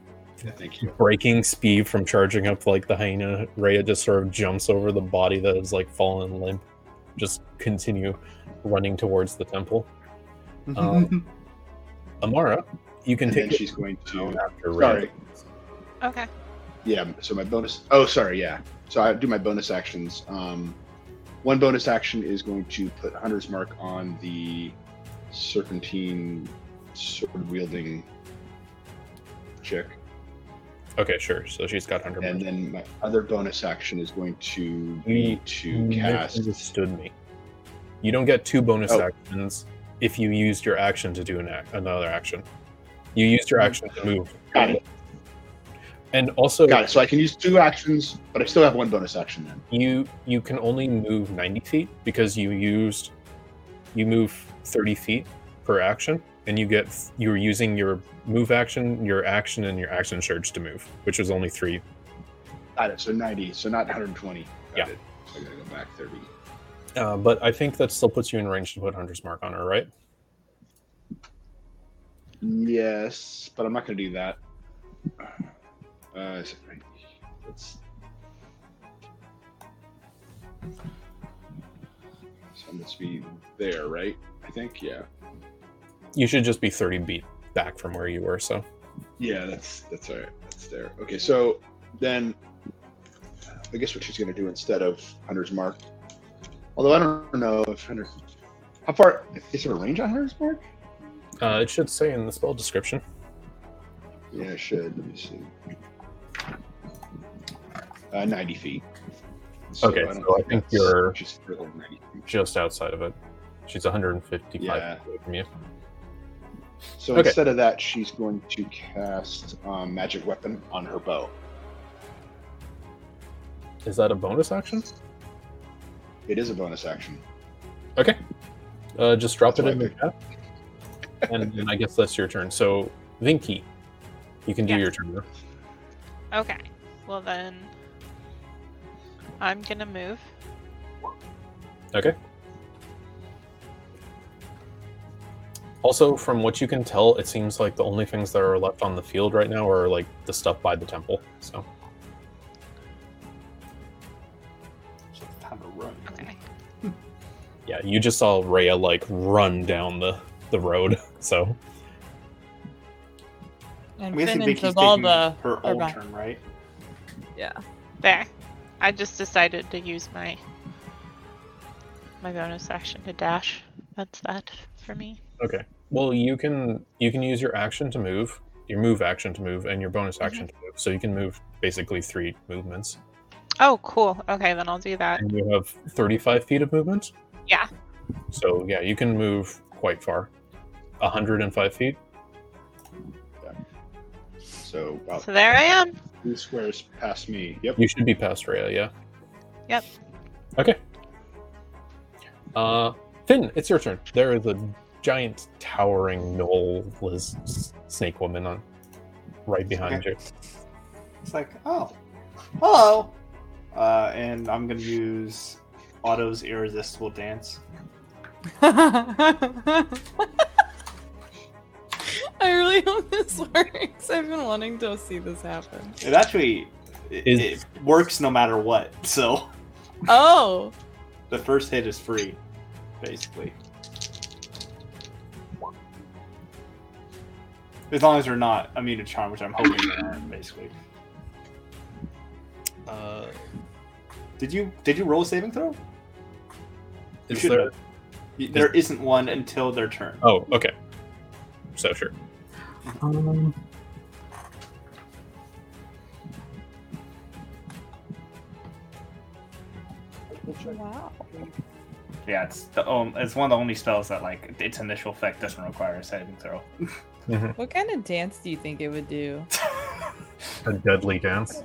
yeah, thank you. breaking speed from charging up like the hyena. Rhea just sort of jumps over the body that is like fallen limp. Just continue running towards the temple. Um, Amara, you can And then take she's going down to. after Rhea. Sorry. Okay. Yeah, so my bonus. Oh, sorry. Yeah. So I do my bonus actions. Um, one bonus action is going to put Hunter's Mark on the serpentine sword wielding chick. Okay, sure. So she's got hundred. And then my other bonus action is going to You- be to cast. Mm, misunderstood me. You don't get two bonus Oh. actions if you used your action to do an ac- another action. You used Mm. your action to move. Got it. And also, Got it. So I can use two actions, but I still have one bonus action then. you you can only move ninety feet because you used you move thirty feet per action, and you get you're using your move action, your action, and your action surge to move, which was only three. Got it. So 90. So not 120. Got Yeah. it. So I gotta go back 30. Uh, but I think that still puts you in range to put Hunter's Mark on her, right? Yes, but I'm not gonna do that. Uh, is it right? Let's. So I must be there, right? I think. Yeah. You should just be thirty feet back from where you were. So Yeah, that's that's all right. That's there. Okay, so then I guess what she's gonna do instead of Hunter's Mark. Although I don't know if Hunter, how far is there a range on Hunter's Mark? uh, it should say in the spell description. Yeah, it should. Let me see. Uh, 90 feet. Okay, don't so I think that's- you're- She's further than 90 feet. just outside of it. She's 155 Yeah. feet away from you. So Okay. instead of that, she's going to cast um, Magic Weapon on her bow. Is that a bonus action? It is a bonus action. Uh, just drop That's it in the chat. and, and I guess that's your turn. So, Vinky, you can do Yeah. your turn. now. Okay. Well then, I'm gonna move. Okay. Also, from what you can tell, it seems like the only things that are left on the field right now are like the stuff by the temple. So, So it's time to run. Okay. yeah, you just saw Rhea like run down the the road. So, And I'm guessing Finn and Vicky's Zabalba taking her are own back. turn, right? There. I just decided to use my my bonus action to dash. That's that for me. Okay. Well, you can you can use your action to move, your move action to move, and your bonus action to move. So you can move basically three movements, Oh, cool. Okay, then I'll do that. and you have thirty-five feet of movement. Yeah. So yeah, you can move quite far, hundred and five feet. So about So there I am. two squares past me. Yep. You should be past Rhea, yeah. Yep. Okay. Uh, Finn, it's your turn. There is a giant towering knoll Liz snake woman on right behind you. It's like, oh, hello. Uh, and I'm gonna use Otto's irresistible dance. I really hope this works. I've been wanting to see this happen. It actually it, Is- it works no matter what. So Oh, the first hit is free, basically. As long as they're not immune to charm, which I'm hoping they aren't, basically. Uh, Did you did you roll a saving throw? You is should there? have. You- There isn't one until their turn. Oh, okay. So sure. Um, wow. Yeah, it's the um, it's one of the only spells that like its initial effect doesn't require a saving throw. What kind of dance do you think it would do? A deadly dance.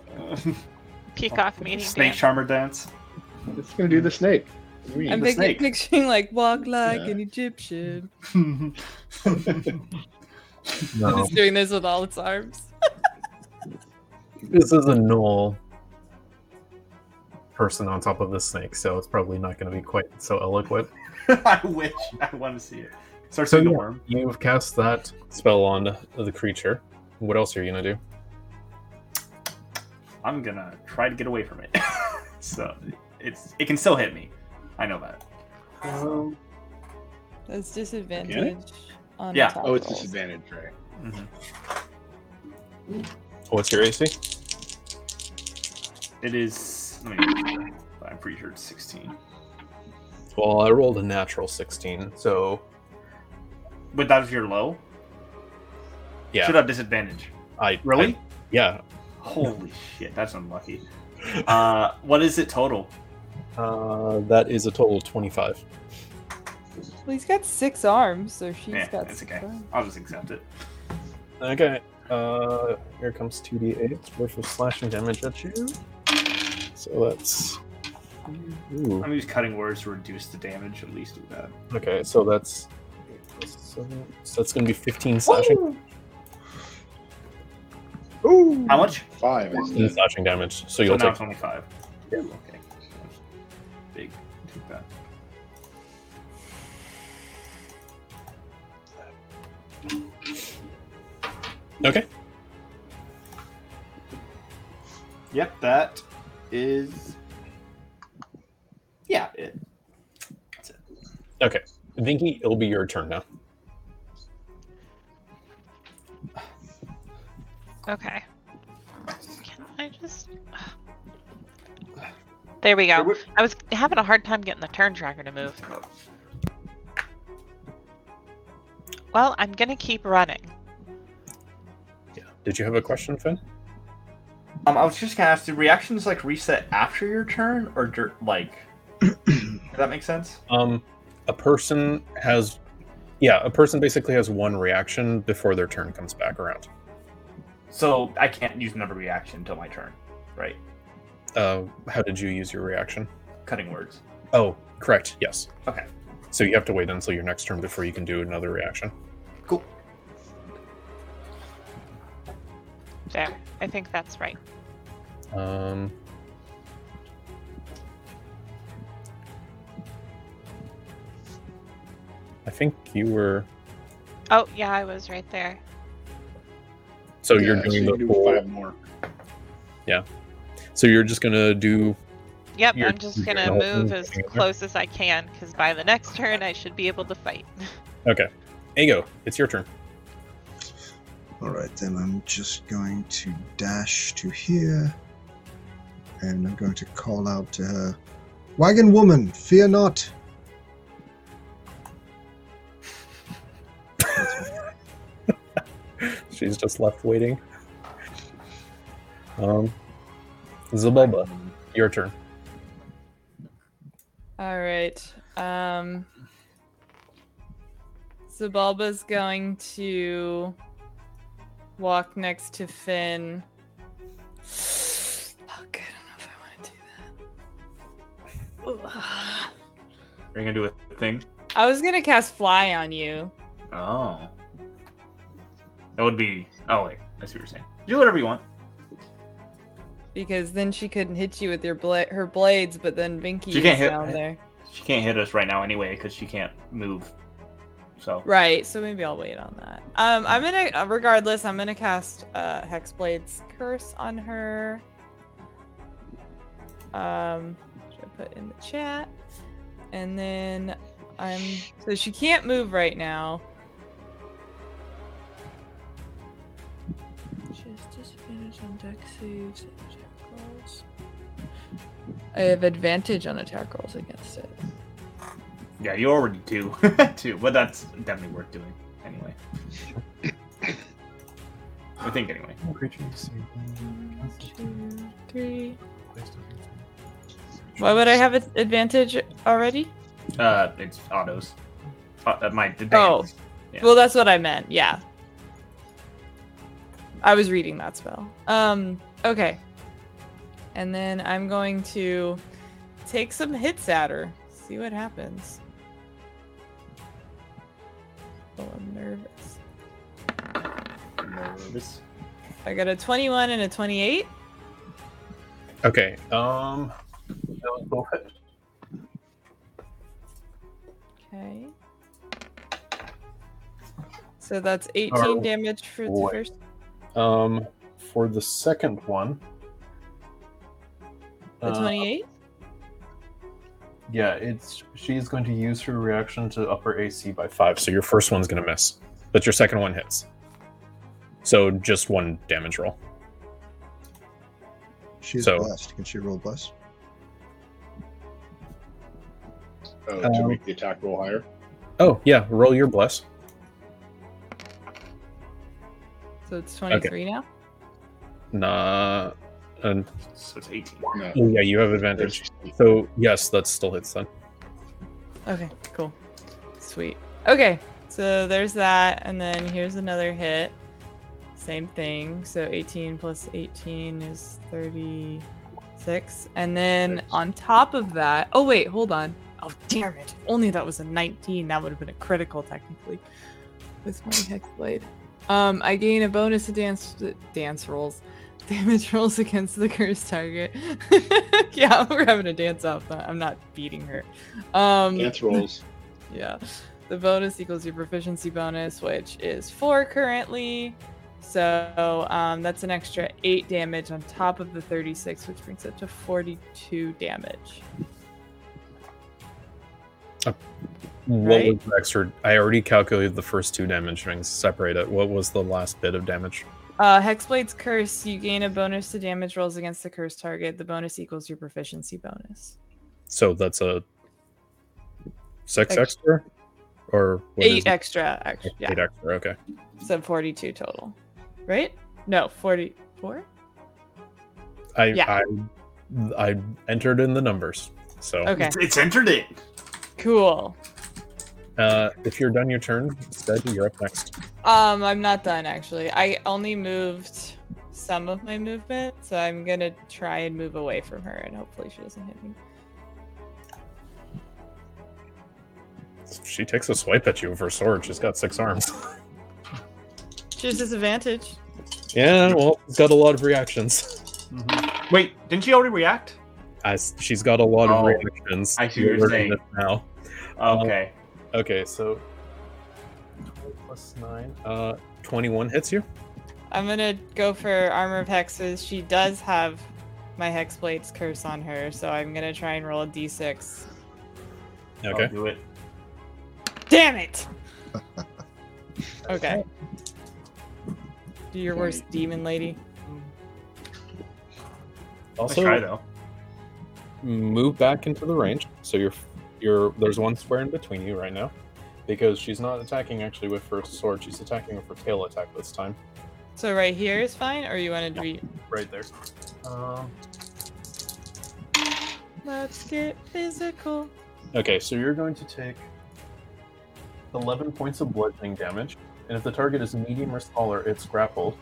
Peacock meeting Snake dance. charmer dance. It's gonna do the snake. What do you I'm mean? the snake. thinking, picturing like walk like Yeah. an Egyptian. No. It's doing this with all its arms. This is a null person on top of the snake, so it's probably not going to be quite so eloquent. I wish I want to see it. Starts So with a yeah. worm. You've cast that spell on the creature. What else are you going to do? I'm gonna try to get away from it. so it's it can still hit me. I know that. That's disadvantage. On Yeah. attack Oh, it's rolls. disadvantage, right? Mm-hmm. Oh, What's your AC? It is. Let me. make sure. I'm pretty sure it's 16. Well, I rolled a natural 16, so But that if you're low, yeah. should have disadvantage. I Really? I- yeah. Holy shit, that's unlucky. Uh, what is it total? Uh, that is a total of 25. Well, he's got six arms, so she's yeah, got it's six okay. arms. I'll just accept it. Okay. Uh, here comes 2d8 worth of slashing damage at you. So that's. Ooh. I'm just cutting words to reduce the damage, at least with that. Okay, so that's seven, so that's gonna be fifteen slashing, Ooh, How much? Five. fifteen Instead. slashing damage. So So Mm-hmm. you'll now take it's only five. Yeah. Okay. Big. Take that. okay. Yep, that is. Yeah, it. That's it. Vinky, it'll be your turn now. Okay. Can I just? There we go. I was having a hard time getting the turn tracker to move. Well, I'm gonna keep running. Yeah. Did you have a question, Finn? Um, I was just gonna ask: Do reactions like reset after your turn, or dur- like? Does that make sense? Um, a person has, yeah, a person basically has one reaction before their turn comes back around. So I can't use another reaction until my turn, right? Uh, how did you use your reaction? Cutting words. Oh, correct. Yes. Okay. So you have to wait until your next turn before you can do another reaction. Cool. There. I think that's right. Um. I think you were. Oh yeah, I was right there. So you're Yeah, so doing you the do full- five more. So you're just gonna do. Yep, You're- I'm just you're gonna gonna hold move them as together. close as I can, because by the next turn I should be able to fight. Ego, it's your turn. all right, then I'm just going to dash to here, and I'm going to call out to her, "Wagon woman, fear not." She's just left waiting. Um, Zabulba, your turn. All right. Um, Zabalba's going to walk next to Finn. Fuck, I don't know if I want to do that. Ugh. Are you gonna do a thing? I was gonna cast fly on you. Oh. That would be. Oh wait, I see what you're saying. Do whatever you want. because then she couldn't hit you with your bla- her blades, but then Vinky She can't is hit- down there. She can't hit us right now anyway because she can't move. So Right, so maybe I'll wait on that. Um, I'm gonna, uh, regardless, I'm gonna cast uh, Hexblade's Curse on her. Um, which I put in the chat, and then I'm so she can't move right now. Just disadvantage on deck saves and attack rolls. I have advantage on attack rolls against it. yeah, you already do too, but that's definitely worth doing anyway. I think anyway. One, two, three. Why would I have an advantage already? Uh, it's autos. Uh, uh, my advance. Yeah. Well, that's what I meant. Yeah. I was reading that spell. Um, okay. And then I'm going to take some hits at her. See what happens. Oh, I'm nervous. Nervous. I got a 21 and a 28. Okay. Um. that was a hit. Okay. So that's 18 Oh, damage for the boy. first. Um. For the second one. The uh, 28? Yeah, it's she's going to use her reaction to up her AC by five. So your first one's going to miss, but your second one hits. So just one damage roll. She's So- blessed. Can she roll bless? Oh, to Um, make the attack roll higher. Oh yeah, roll your bless. So it's 23 now? Nah. And So it's 18. No. oh, yeah, you have advantage. So yes, that still hits then. Okay, cool. Sweet. Okay, so there's that, and then here's another hit. Same thing. So 18 plus 18 is 36. And then on top of that, oh, wait, hold on. Oh, damn it. If Only that was a 19. That would have been a critical, technically, with my hex blade. Um, I gain a bonus to dance, dance rolls. Damage rolls against the cursed target. yeah, we're having a dance off. but I'm not beating her. Um, Dance rolls. yeah. The bonus equals your proficiency bonus, which is four currently. So um, that's an extra eight damage on top of the 36, which brings it to 42 damage. What Right? was the extra? I already calculated the first two damage rings. Separate it. What was the last bit of damage? Uh, Hexblade's Curse, you gain a bonus to damage rolls against the cursed target. The bonus equals your proficiency bonus. So that's a six Ex- extra, or what is eight it? extra, extra. Yeah. Eight extra. Okay. So 42 total. Right? No, 44? I, Yeah. I I entered in the numbers. So Okay, It's entered it. cool. uh, if you're done your turn, instead you're up next. Um, I'm not done actually. I only moved some of my movement, so I'm gonna try and move away from her, and hopefully she doesn't hit me. She takes a swipe at you with her sword. She's got six arms. She has disadvantage. Yeah, well, she's got a lot of reactions. Wait, didn't she already react? I s she's got a lot of Oh, reactions. I see what you're learning saying. this Now. Okay. Okay, so plus nine. Uh, twenty-one hits you. I'm gonna go for armor of hexes. She does have my hexblade's curse on her, so I'm gonna try and roll a d6. Okay. I'll do it. Damn it! Okay. Do your worst, demon lady. Also, try Also, though. move back into the range. So you're you're there's one square in between you right now, because she's not attacking actually with her sword. She's attacking with her tail attack this time. So right here is fine, or you want to re- Right there. Um, Let's get physical. Okay, so you're going to take 11 points of bludgeoning damage, and if the target is medium or smaller, it's grappled.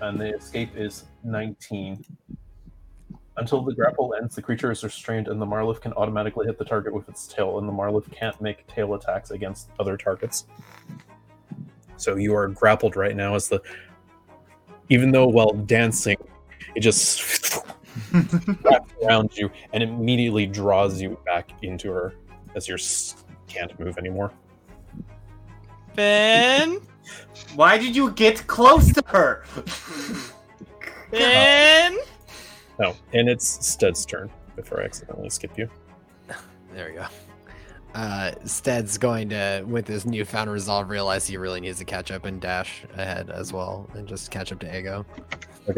And the escape is 19. Until the grapple ends, the creature is restrained, and the Marlif can automatically hit the target with its tail, and the Marlif can't make tail attacks against other targets. So you are grappled right now as the. Even though while dancing, It just wraps around you and immediately draws you back into her as you are can't move anymore. Ben? Why did you get close to her? Ben? No, and it's Stead's turn before I accidentally skip you. There we go. Uh, Stead's going to, with his newfound resolve, realize he really needs to catch up and dash ahead as well, and just catch up to Ego. And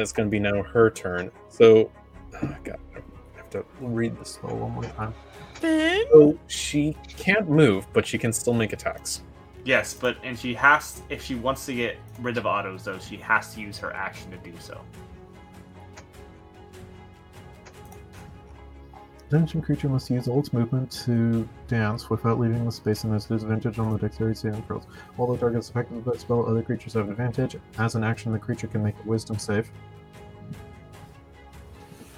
it's going to be now her turn. So, oh, God, I have to read this one more time. Ben? So she can't move, but she can still make attacks. Yes, but and she has if she wants to get rid of autos though, she has to use her action to do so. Dungeon creature must use all its movement to dance without leaving the space and has disadvantage on the dexterity saving throws. While the target is affected by the spell, other creatures have advantage. As an action, the creature can make a wisdom save.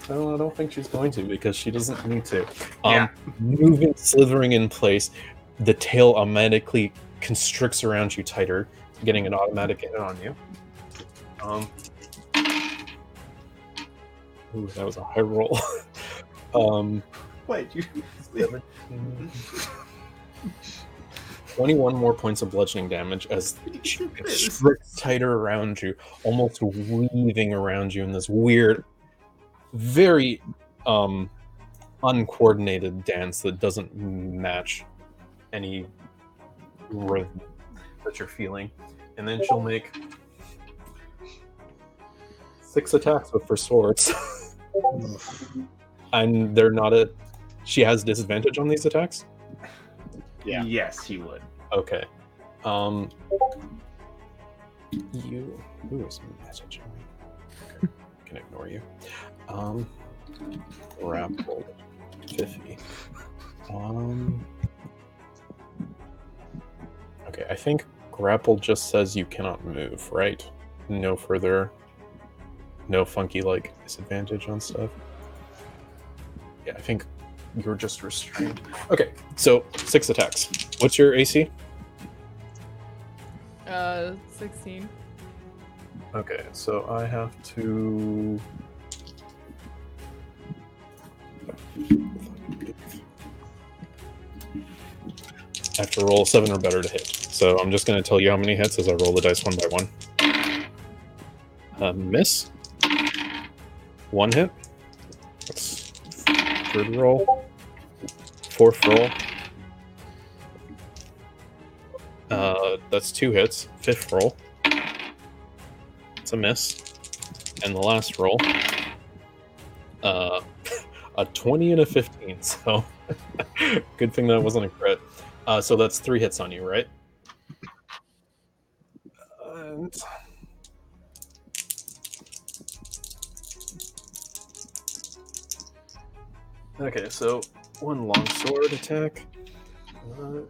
Well, I don't think she's going to because she doesn't need to. Yeah. Um, moving, slithering in place, the tail automatically constricts around you tighter, getting an automatic hit on you. Um, ooh, that was a high roll. um, Wait, you. 21 more points of bludgeoning damage as she constricts tighter around you, almost weaving around you in this weird, very um, uncoordinated dance that doesn't match any rhythm that you're feeling. And then she'll make six attacks with her swords, and they're not a. She has disadvantage on these attacks. Yeah. Yes, she would. Okay. Um. You. Who is messaging me? Okay. Can ignore you. Um. Grapple. Fifty. Um. Okay, I think grapple just says you cannot move, right? No further. No funky like disadvantage on stuff. Yeah, I think you're just restrained. Okay, so six attacks. What's your AC? Uh, 16. Okay, so I have to. I have to roll seven or better to hit. So I'm just going to tell you how many hits as I roll the dice one by one. Uh, miss. One hit. That's third roll. Fourth roll. Uh, that's two hits. Fifth roll. It's a miss. And the last roll. Uh, a 20 and a 15. So good thing that wasn't a crit. Uh, so that's three hits on you, right? And- Okay, so one longsword attack. Uh,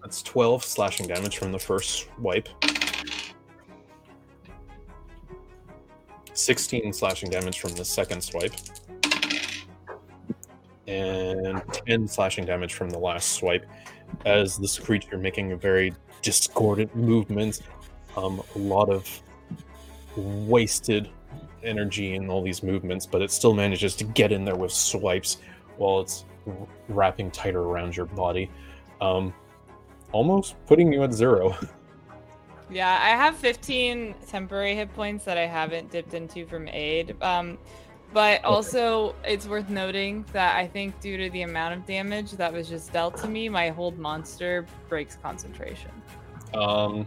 that's 12 slashing damage from the first wipe. 16 slashing damage from the second swipe. And 10 slashing damage from the last swipe as this creature making a very discordant movement. Um, a lot of wasted energy in all these movements, but it still manages to get in there with swipes while it's w- wrapping tighter around your body. Um, almost putting you at zero. Yeah, I have 15 temporary hit points that I haven't dipped into from aid. Um, but also, it's worth noting that I think due to the amount of damage that was just dealt to me, my hold monster breaks concentration. Um,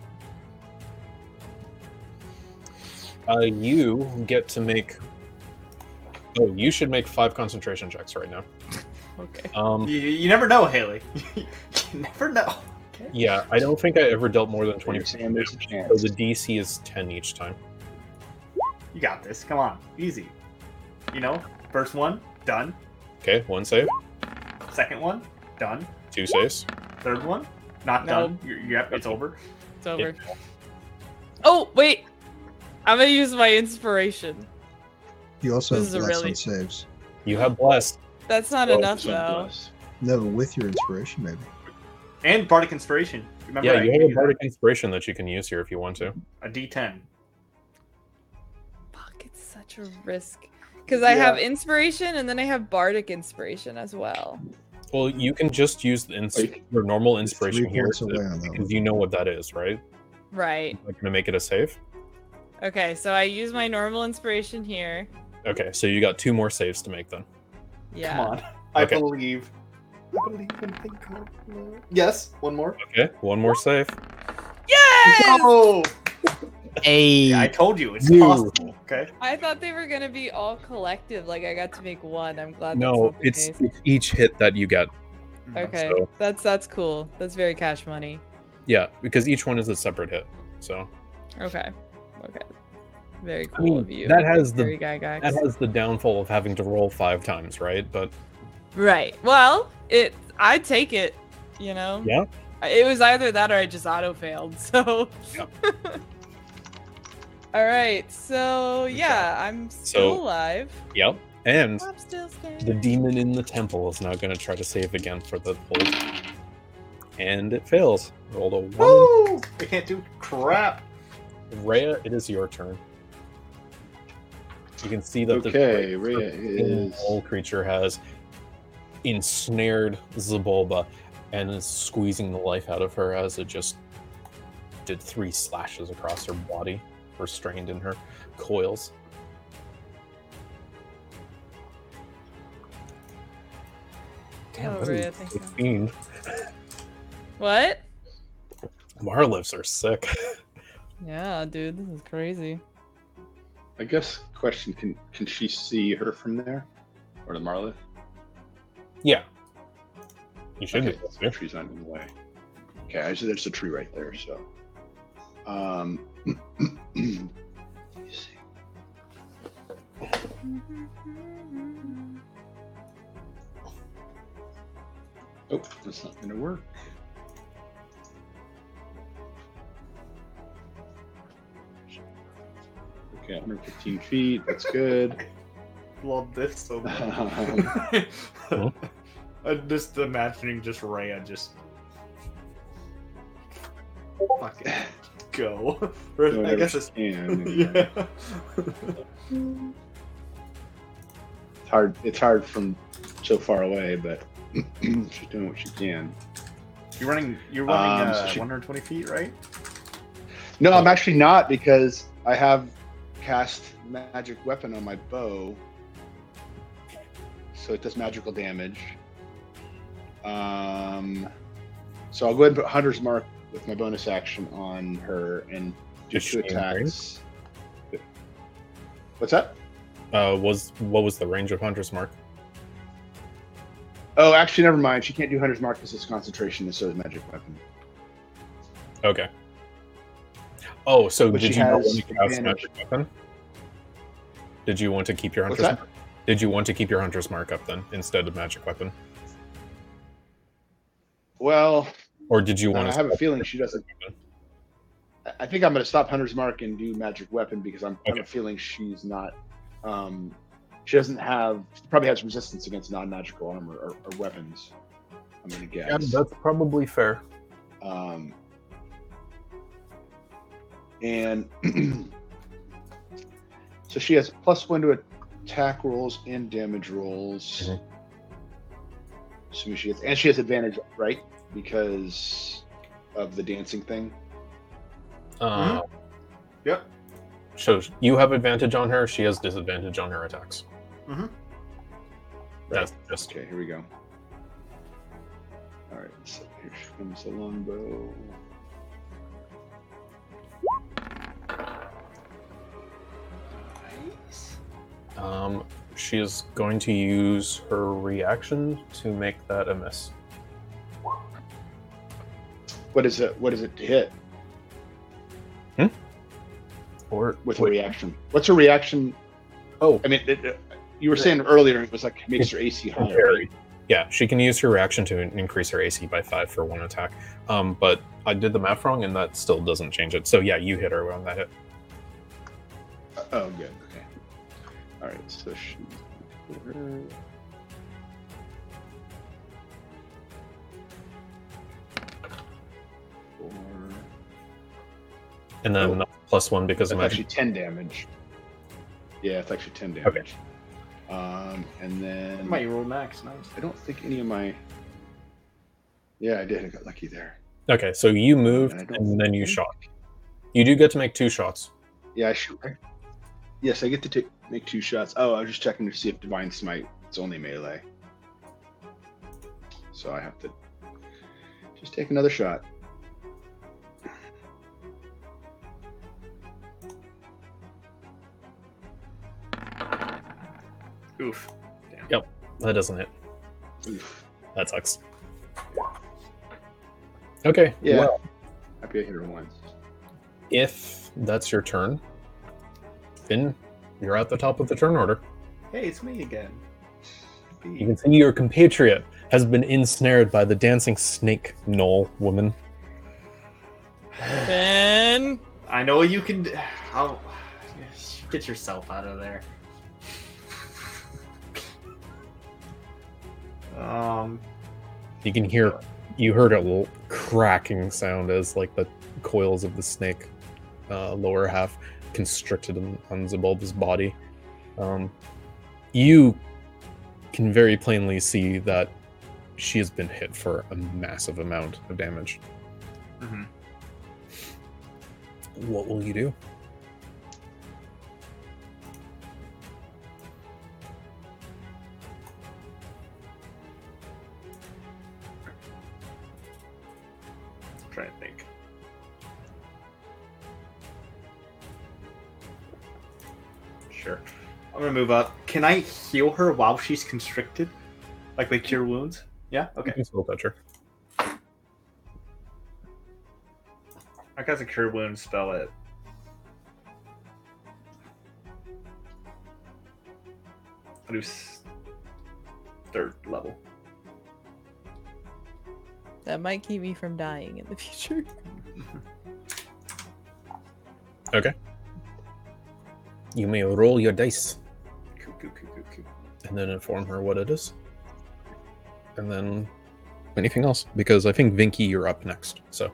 uh, you get to make. Oh, you should make five concentration checks right now. Okay. Um, You, you never know, Haley. you never know. yeah, I don't think I ever dealt more than twenty. You're So saying there's a chance. the DC is ten each time. You got this. Come on, easy. You know, first one done. Okay, one save, Second one done. two saves. Third one not No. done. you yep, it's over. It's over. Oh, wait. I'm going to use my inspiration. You also This have is a bless really- on saves. You have blessed. That's not Oh, enough, so though. bless. No, with your inspiration, maybe. And bardic inspiration. Remember, Yeah, I you have gave a that. bardic inspiration that you can use here if you want to. a D10. such a risk because I have Yeah. inspiration and then I have bardic inspiration as well. Well, you can just use the ins- your normal inspiration three here points away on to- that one. because you know what that is, right? Right. Like, gonna make it a save. Okay, so I use my normal inspiration here. Okay, so you got two more saves to make then. Yeah. Come on. I Okay. believe. I believe in things. Yes, one more. Okay, one more save. Yes! Oh, Hey, I told you it's You. possible. Okay. I thought they were gonna be all collective. Like I got to make one. I'm glad. that's No, not the it's case. it's each hit that you get. okay. so- That's that's cool. That's very cash money. Yeah, because each one is a separate hit. So Okay. Okay. Very I cool mean, of you. that has the very guy guy. that has the downfall of having to roll five times, right? But Right. Well, it. I take it. You know. yeah, I- It was either that or I just auto failed. So. All right. So yeah, I'm still So- alive. yep. And I'm still scared. the demon in the temple is now going to try to save again for the hold, and it fails. Rolled a Mm-hmm. one. Woo! I can't do crap. Rhea, it is your turn. You can see that Okay, the Rhea is- whole creature has ensnared Zabulba and is squeezing the life out of her as it just did three slashes across her body, restrained in her coils. Damn, Oh, that Rhea, is thanks, a man. fiend. What? Marlips are sick. Yeah, dude, this is crazy. I guess question can can she see her from there, or the Marla? yeah. You should Okay, be. able the to. tree's not in the way. Okay, I see there's a tree right there. So, um, let's see. oh, that's not gonna work. Okay, 115 feet. That's good. Love this so much. much. I'm just imagining just Raya just fucking go. Doing I guess whatever it's she can, and, uh, yeah. It's hard. It's hard from so far away, but she's doing what she can. You're running. You're running Um, so uh, she- 120 feet, right? No, I'm actually not because I have cast magic weapon on my bow, so it does magical damage. Um, so I'll go ahead and put Hunter's Mark with my bonus action on her and do Is two she in range? attacks. What's that? Uh, was what was the range of Hunter's Mark? Oh, actually, never mind. She can't do Hunter's Mark because it's concentration, and so is magic weapon. Okay. Oh, so But did she you not has want to cast advantage. magic weapon? Did you want to keep your What's hunter's? that? Mark? Did you want to keep your hunter's mark up then instead of magic weapon, Well, or did Uh, you I want to? have a feeling she doesn't. I- I think I'm going to stop Hunter's Mark and do Magic Weapon because I'm I have a Okay. feeling she's not. Um, she doesn't have. She probably has resistance against non-magical armor or, or weapons. I'm going to guess. probably fair. Um, and so she has plus one to attack rolls and damage rolls. Mhm. So she gets, and she has advantage, right? Because of the dancing thing. Uh, Yep. So you have advantage on her. She has disadvantage on her attacks. Mhm. That's just Okay, here we go. All right, so here she comes the longbow. Um, she is going to use her reaction to make that a miss. What is it? What is it to hit Or with a reaction? What's her reaction? oh, I mean, it, it- you were saying earlier it was like makes her AC higher. right? oh, Yeah, she can use her reaction to in- increase her AC by five for one attack. Um, but I did the math wrong, and that still doesn't change it. So yeah, you hit her on that hit. Uh, Oh, good. Okay. All right. So she. Four. And then Oh. plus one because That's of magic. actually ten damage. Yeah, it's actually ten damage. Um, and then Might roll max, nice. I don't think any of my. Yeah, I did. I got lucky there. Okay, so you moved I don't and then you think- shot. You do get to make two shots. Yeah, I shoot. right? Yes, I get to take make two shots. Oh, I was just checking to see if divine smite. It's only melee, so I have to just take another shot. Oof. That doesn't hit. Oof. That sucks. Okay. Yeah, Well, happy I hit her once. if that's your turn, Finn, you're at the top of the turn order. Hey, it's me again. You can see your compatriot has been ensnared by the dancing snake knoll woman. Finn. I know you can. d- I'll get yourself out of there. Um, You can hear, you heard a little cracking sound as like the coils of the snake uh, lower half constricted on, on Zabulba's body. Um, you can very plainly see that she has been hit for a massive amount of damage. mm-hmm. Mhm. What will you do? trying to think. Sure. I'm gonna move up. Can I heal her while she's constricted? Like they cure wounds? Yeah? Okay. You still touch her. I got a cure wound spell it. I do s- third level. That might keep me from dying in the future. You may roll your dice Coo, coo, coo, coo, coo. and then inform her what it is. And then anything else, because I think Vinky, you're up next. So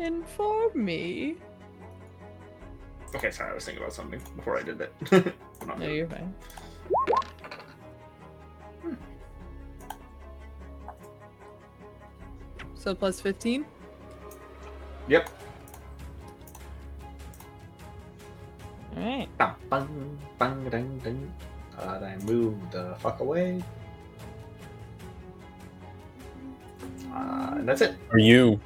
Inform me. Okay, sorry, I was thinking about something before I did that. I'm not No, doing you're fine. Hmm. So plus 15? it. Yep. Alright. Bang, bang, bang, dang, dang. Uh, then I move the fuck away. Uh, and that's it. are you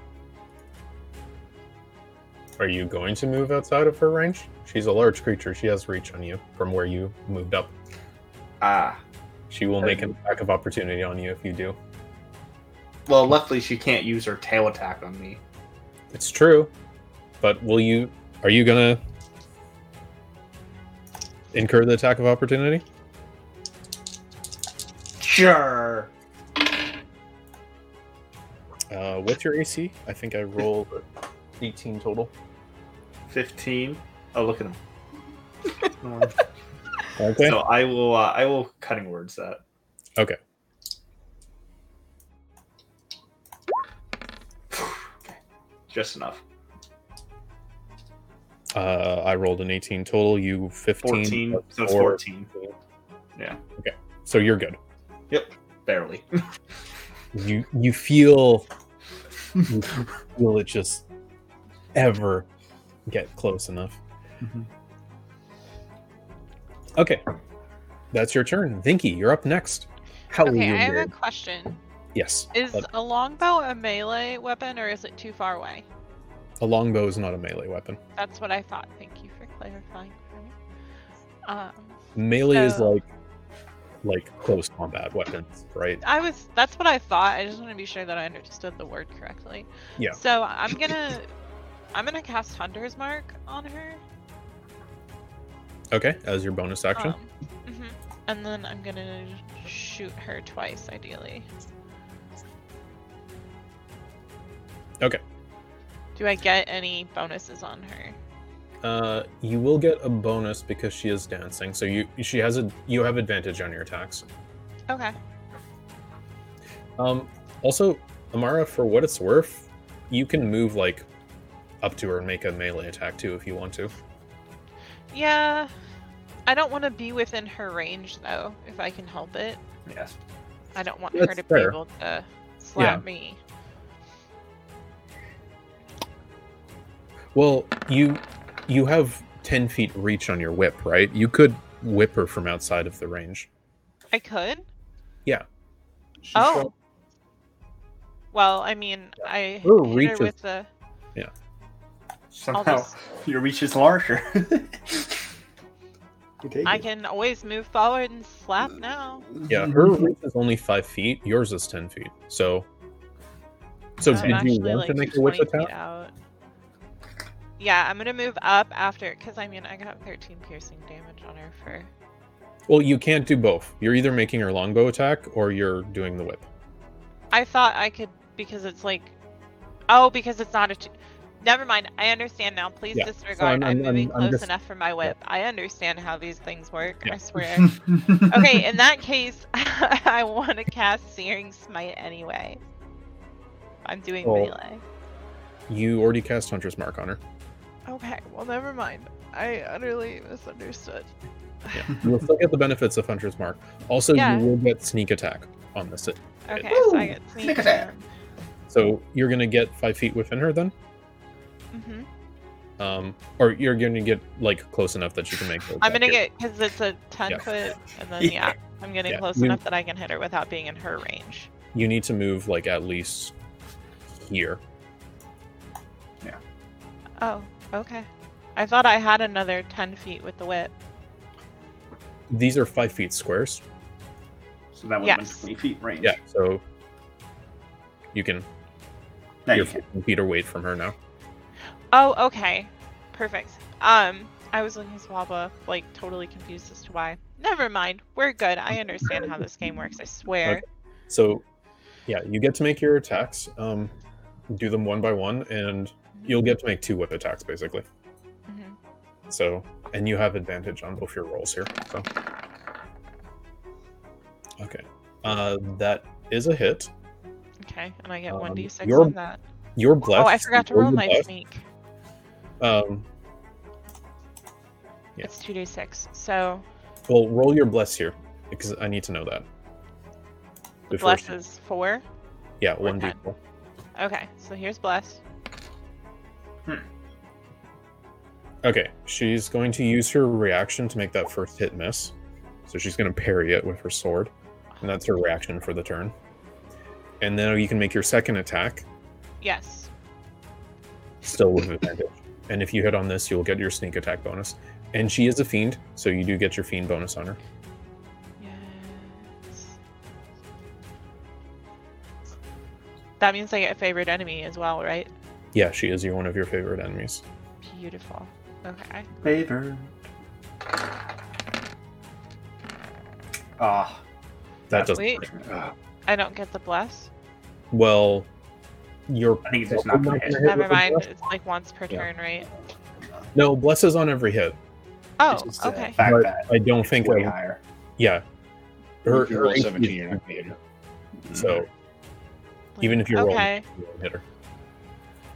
Are you going to move outside of her range? She's a large creature. She has reach on you from where you moved up. Ah. She will make an attack of opportunity on you if you do. Well, luckily she can't use her tail attack on me. It's true. But will you are you gonna incur the attack of opportunity? Sure. Uh, what's your AC? I think I rolled 18 total. 15. Oh, look at him. Um, Okay. So I will. Uh, I will cutting words that. Okay. okay. Just enough. Uh, I rolled an 18 total. You 15. 14. plus So it's four. 14. So you're good. Barely. You you feel you feel it just ever get close enough. Mhm. Okay, that's your turn, Vinky. You're up next. How will okay, you I have a roll? question. Yes, Is Uh, a longbow a melee weapon or is it too far away? a longbow is not a melee weapon. That's what I thought. Thank you for clarifying for me. Um, Melee is So- like like close combat weapons, right? I was that's what I thought. I just want to be sure that I understood the word correctly. Yeah. So I'm gonna I'm gonna cast Hunter's Mark on her. Okay, as your bonus action. Um, mhm. And then I'm gonna shoot her twice, ideally. Okay. Do I get any bonuses on her? Uh, you will get a bonus because she is dancing. So you she has a you have advantage on your attacks. Okay. Um, also, Amara, for what it's worth, you can move like up to her and make a melee attack too if you want to. Yeah, I don't want to be within her range though, if I can help it. Yes. I don't want her That's to be fair. able to slap me. Well, you you have ten feet reach on your whip, right? You could whip her from outside of the range. I could. She's Oh. got- Well, I mean, I Her hit reach her is- with the. I'll Somehow just, your reach is larger. You take I it. can always move forward and slap now. Yeah, her reach is only five feet. Yours is ten feet. So, so I'm did actually, you want to like, make a whip 20 feet attack? out. Yeah, I'm gonna move up after, cause I mean, I got 13 piercing damage on her for. Well, you can't do both. You're either making her longbow attack or you're doing the whip. I thought I could because it's like, oh, because it's not a. T- Never mind. I understand now. Please Yeah, so I'm- disregard. I'm, I'm- moving I'm- I'm close just- enough for my whip. I understand how these things work. Yeah. I swear. okay, in that case, I want to cast Searing Smite anyway. I'm doing Well- melee. You already cast Hunter's Mark on her. Okay, well, never mind. I utterly misunderstood. You'll still get the benefits of Hunter's Mark. Also, Yeah. you will get sneak attack on this. Okay, so I Woo! get Look sneak at that. attack. So you're gonna get five feet within her then, Mhm. um, or you're gonna get like close enough that you can make. the I'm attack here. gonna get because it's a 10 Yeah. foot, and then Yeah. yeah, I'm getting Yeah, close you- enough that I can hit her without being in her range. You need to move like at least here. Oh, okay. I thought I had another 10 feet with the whip. These are five feet squares. So that would have Yes. been 20 feet range. Yeah, so you can Now you you're can. 15 feet away from her now. Oh, okay. Perfect. Um, I was looking at Swaba, like totally confused as to why. Never mind. We're good. I understand how this game works. I swear. Okay. So, yeah, you get to make your attacks. Um, do them one by one, and Mm-hmm. you'll get to make two whip attacks basically. Mhm. So, and you have advantage on both your rolls here. So, okay, uh, that is a hit. Okay. And I get Um, 1d6 you're on that. You're blessed. Oh, I forgot to You're roll my blessed. sneak. Um, Yeah. It's 2d6. So, well, roll your bless here because I need to know that. the Before- bless is 4. Yeah, one d Okay. Okay. So here's bless. Okay, she's going to use her reaction to make that first hit miss. So she's going to parry it with her sword, and that's her reaction for the turn. And then you can make your second attack, Yes. still with advantage. And if you hit on this, you'll get your sneak attack bonus. And she is a fiend, so you do get your fiend bonus on her. Yes. That means I get a favorite enemy as well, right? Yeah, she is your one of your favorite enemies. Beautiful. Okay. Favor. Ah. That doesn't. Wait, ah, I don't get the bless. Well, your I think it's Oh, just not gonna hit. Never mind. It's like once per Yeah. turn, right? No, blesses on every hit. Oh, just the okay. fact But that I don't it's think. way I- higher. yeah. If you roll 17, you're not gonna hit her. So even if you roll, okay. you won't hit her.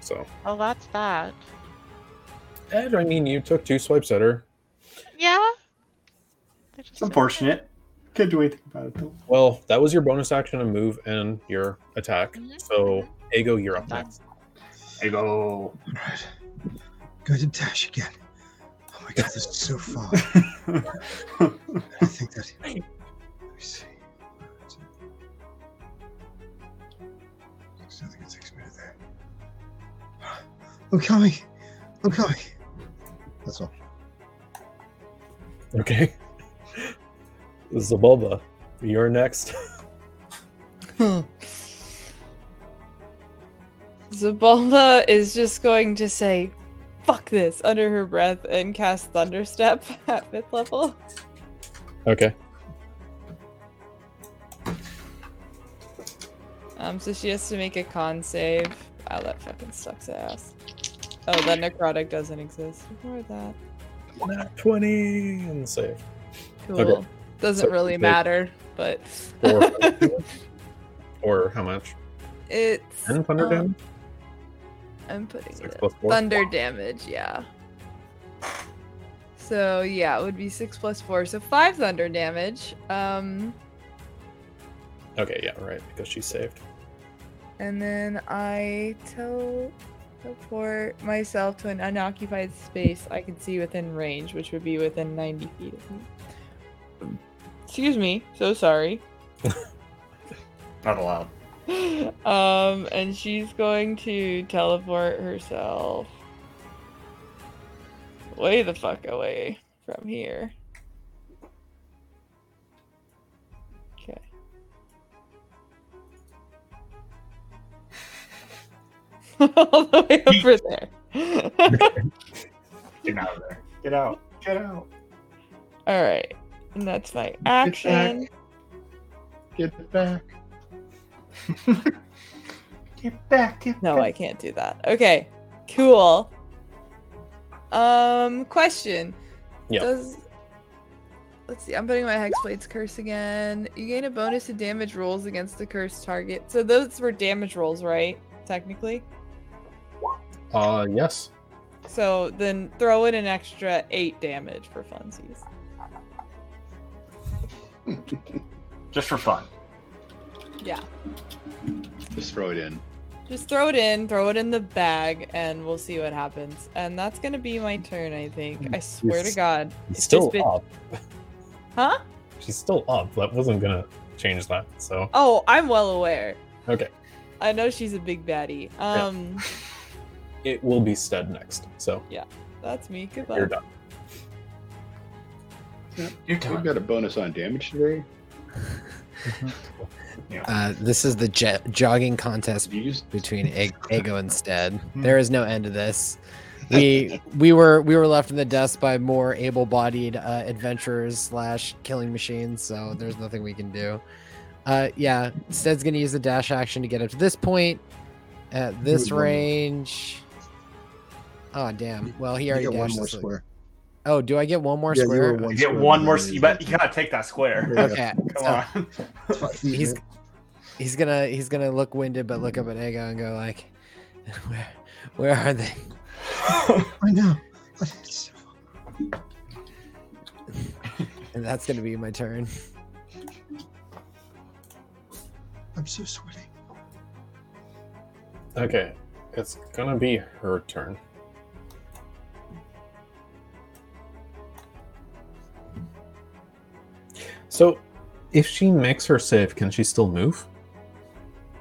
So, Well, that's that. Ed, I mean, you took two swipes at her. Yeah. They just It's don't- unfortunate. Can't do anything about it though. Well, that was your bonus action to move and your attack. Mhm, So, Ego, you're up Done. next. There you go. Right. Go to dash again. Oh my god, this is so far. I think that. Let me see. I think it takes me to there. I'm coming. I'm coming. That's all. Okay. Zabulba, you're next. Zabalda is just going to say, fuck this, under her breath and cast Thunderstep at fifth level. Okay. Um, so she has to make a con save. Wow, that fucking sucks ass. Oh, that necrotic doesn't exist. Ignore that. Nat 20 and save. Cool. Okay. Doesn't So really they- matter, but Or, or how much? it's 10 thunder um, damage? I'm putting 6 it plus 4? thunder damage. Yeah. So yeah, it would be six plus four, so five thunder damage. Um, Okay, yeah, right, because she saved. and then I tel- teleport myself to an unoccupied space I can see within range, which would be within ninety feet. of me. Excuse me, so sorry. Not allowed. um, and she's going to teleport herself way the fuck away from here. Okay. All the way over there. Get out of there. Get out. Get out. All right, and that's my action. Get back. Get back. Get No, I can't do that. Okay, cool. Um, question. Yeah. Does let's see. I'm putting my hexblade's curse again. You gain a bonus to damage rolls against the cursed target. So those were damage rolls, right? Technically. Uh, yes. So then throw in an extra eight damage for funsies. Just for fun. Yeah. Just throw it in. Just throw it in. Throw it in the bag, and we'll see what happens. And that's gonna be my turn. I think. I swear to Yes. God. She's It's still just been- up. Huh? She's still up. That wasn't gonna change that. So Oh, I'm well aware. okay, I know she's a big baddie. Um, it will be Stead next. So that's me. you're Goodbye. done. You're We've got a bonus on damage today. Uh, this is the je- jogging contest You used between E- Ego and Stead. Hmm. There is no end to this. We we were we were left in the dust by more able-bodied uh, adventurers slash killing machines, so there's nothing we can do. Uh, yeah, Stead's gonna use the dash action to get up to this point at this Dude, one more. range. Oh damn! Well, he You already get one dashed. more this way. square. Oh, do I get one more Yeah, you square? were You one get square one better more. than You, me. bet, you gotta take that square. Yeah, Okay, Come on. it's five feet, he's man. he's gonna he's gonna look winded, but look up at Ego and go like, "Where where are they?" I know. but it's- And that's gonna be my turn. I'm so sweaty. Okay, it's gonna be her turn. So, if she makes her save, can she still move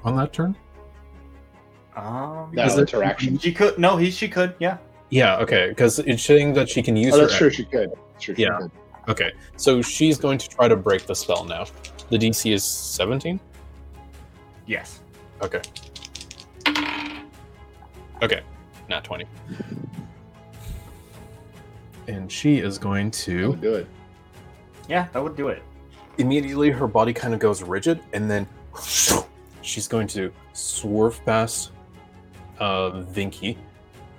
on that turn? Um, that interaction. She could. No, he. She could. Yeah. Yeah, okay, because it's saying that she can use Oh, her. that's true. She could. That's true, she Yeah. could. act- Okay, so she's going to try to break the spell now. The DC is 17? Yes. Okay. Okay, not 20. And she is going That to. would do it. Yeah, that would do it. immediately her body kind of goes rigid and then she's going to swerve past uh, Vinky,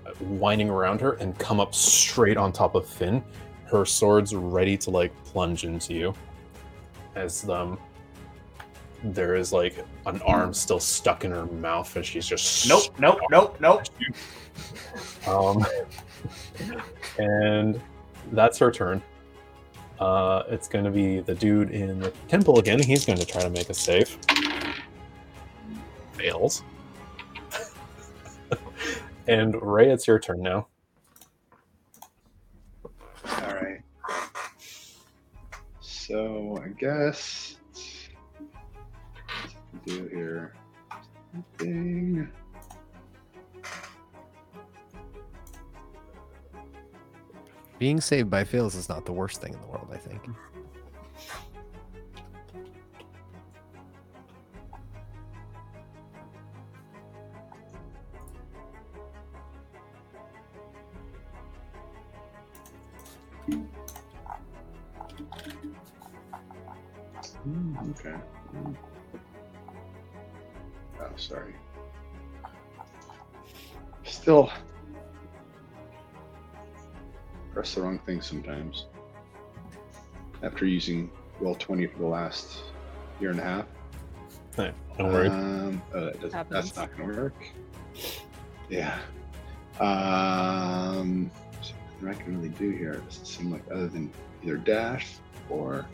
uh, winding around her and come up straight on top of Finn. Her sword's ready to like plunge into you as um, there is like an arm still stuck in her mouth and she's just Nope. Nope. Nope. Nope. um, and that's her turn. Uh, it's going to be the dude in the temple again. He's going to try to make a save. Fails. and Ray, it's your turn now. All right. So I guess what do here. Thing. Being saved by fails is not the worst thing in the world, I think. Hmm, okay. Hmm. Oh, sorry. Still press the wrong thing sometimes. After using roll twenty for the last year and a half. Don't worry. Um, uh, that doesn't- Happens. that's not going to work. Yeah. Um, nothing I can really do here. It doesn't seem like other than either dash or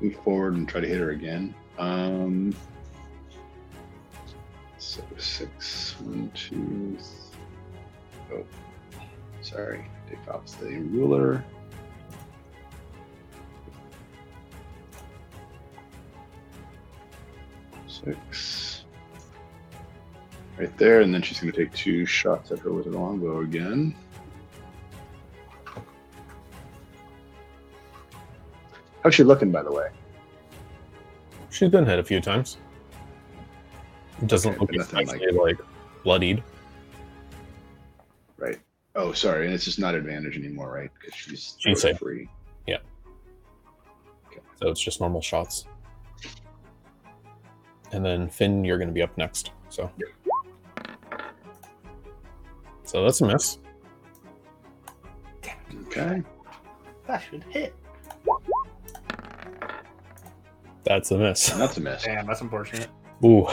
move forward and try to hit her again. Um, so six, one, two, th- oh, sorry, take off the ruler. Six, right there, and then she's going to take two shots at her with her longbow again. How's she looking, by the way? She's been hit a few times. Doesn't Okay, look but nothing like- exactly like bloodied. Right. Oh, sorry. And it's just not advantage anymore, right? Because she's She's safe. free. So it's just normal shots. And then Finn, you're going to be up next. So. So that's a miss. Okay. That should hit. That's a miss. And That's a miss. Damn, that's unfortunate. Ooh.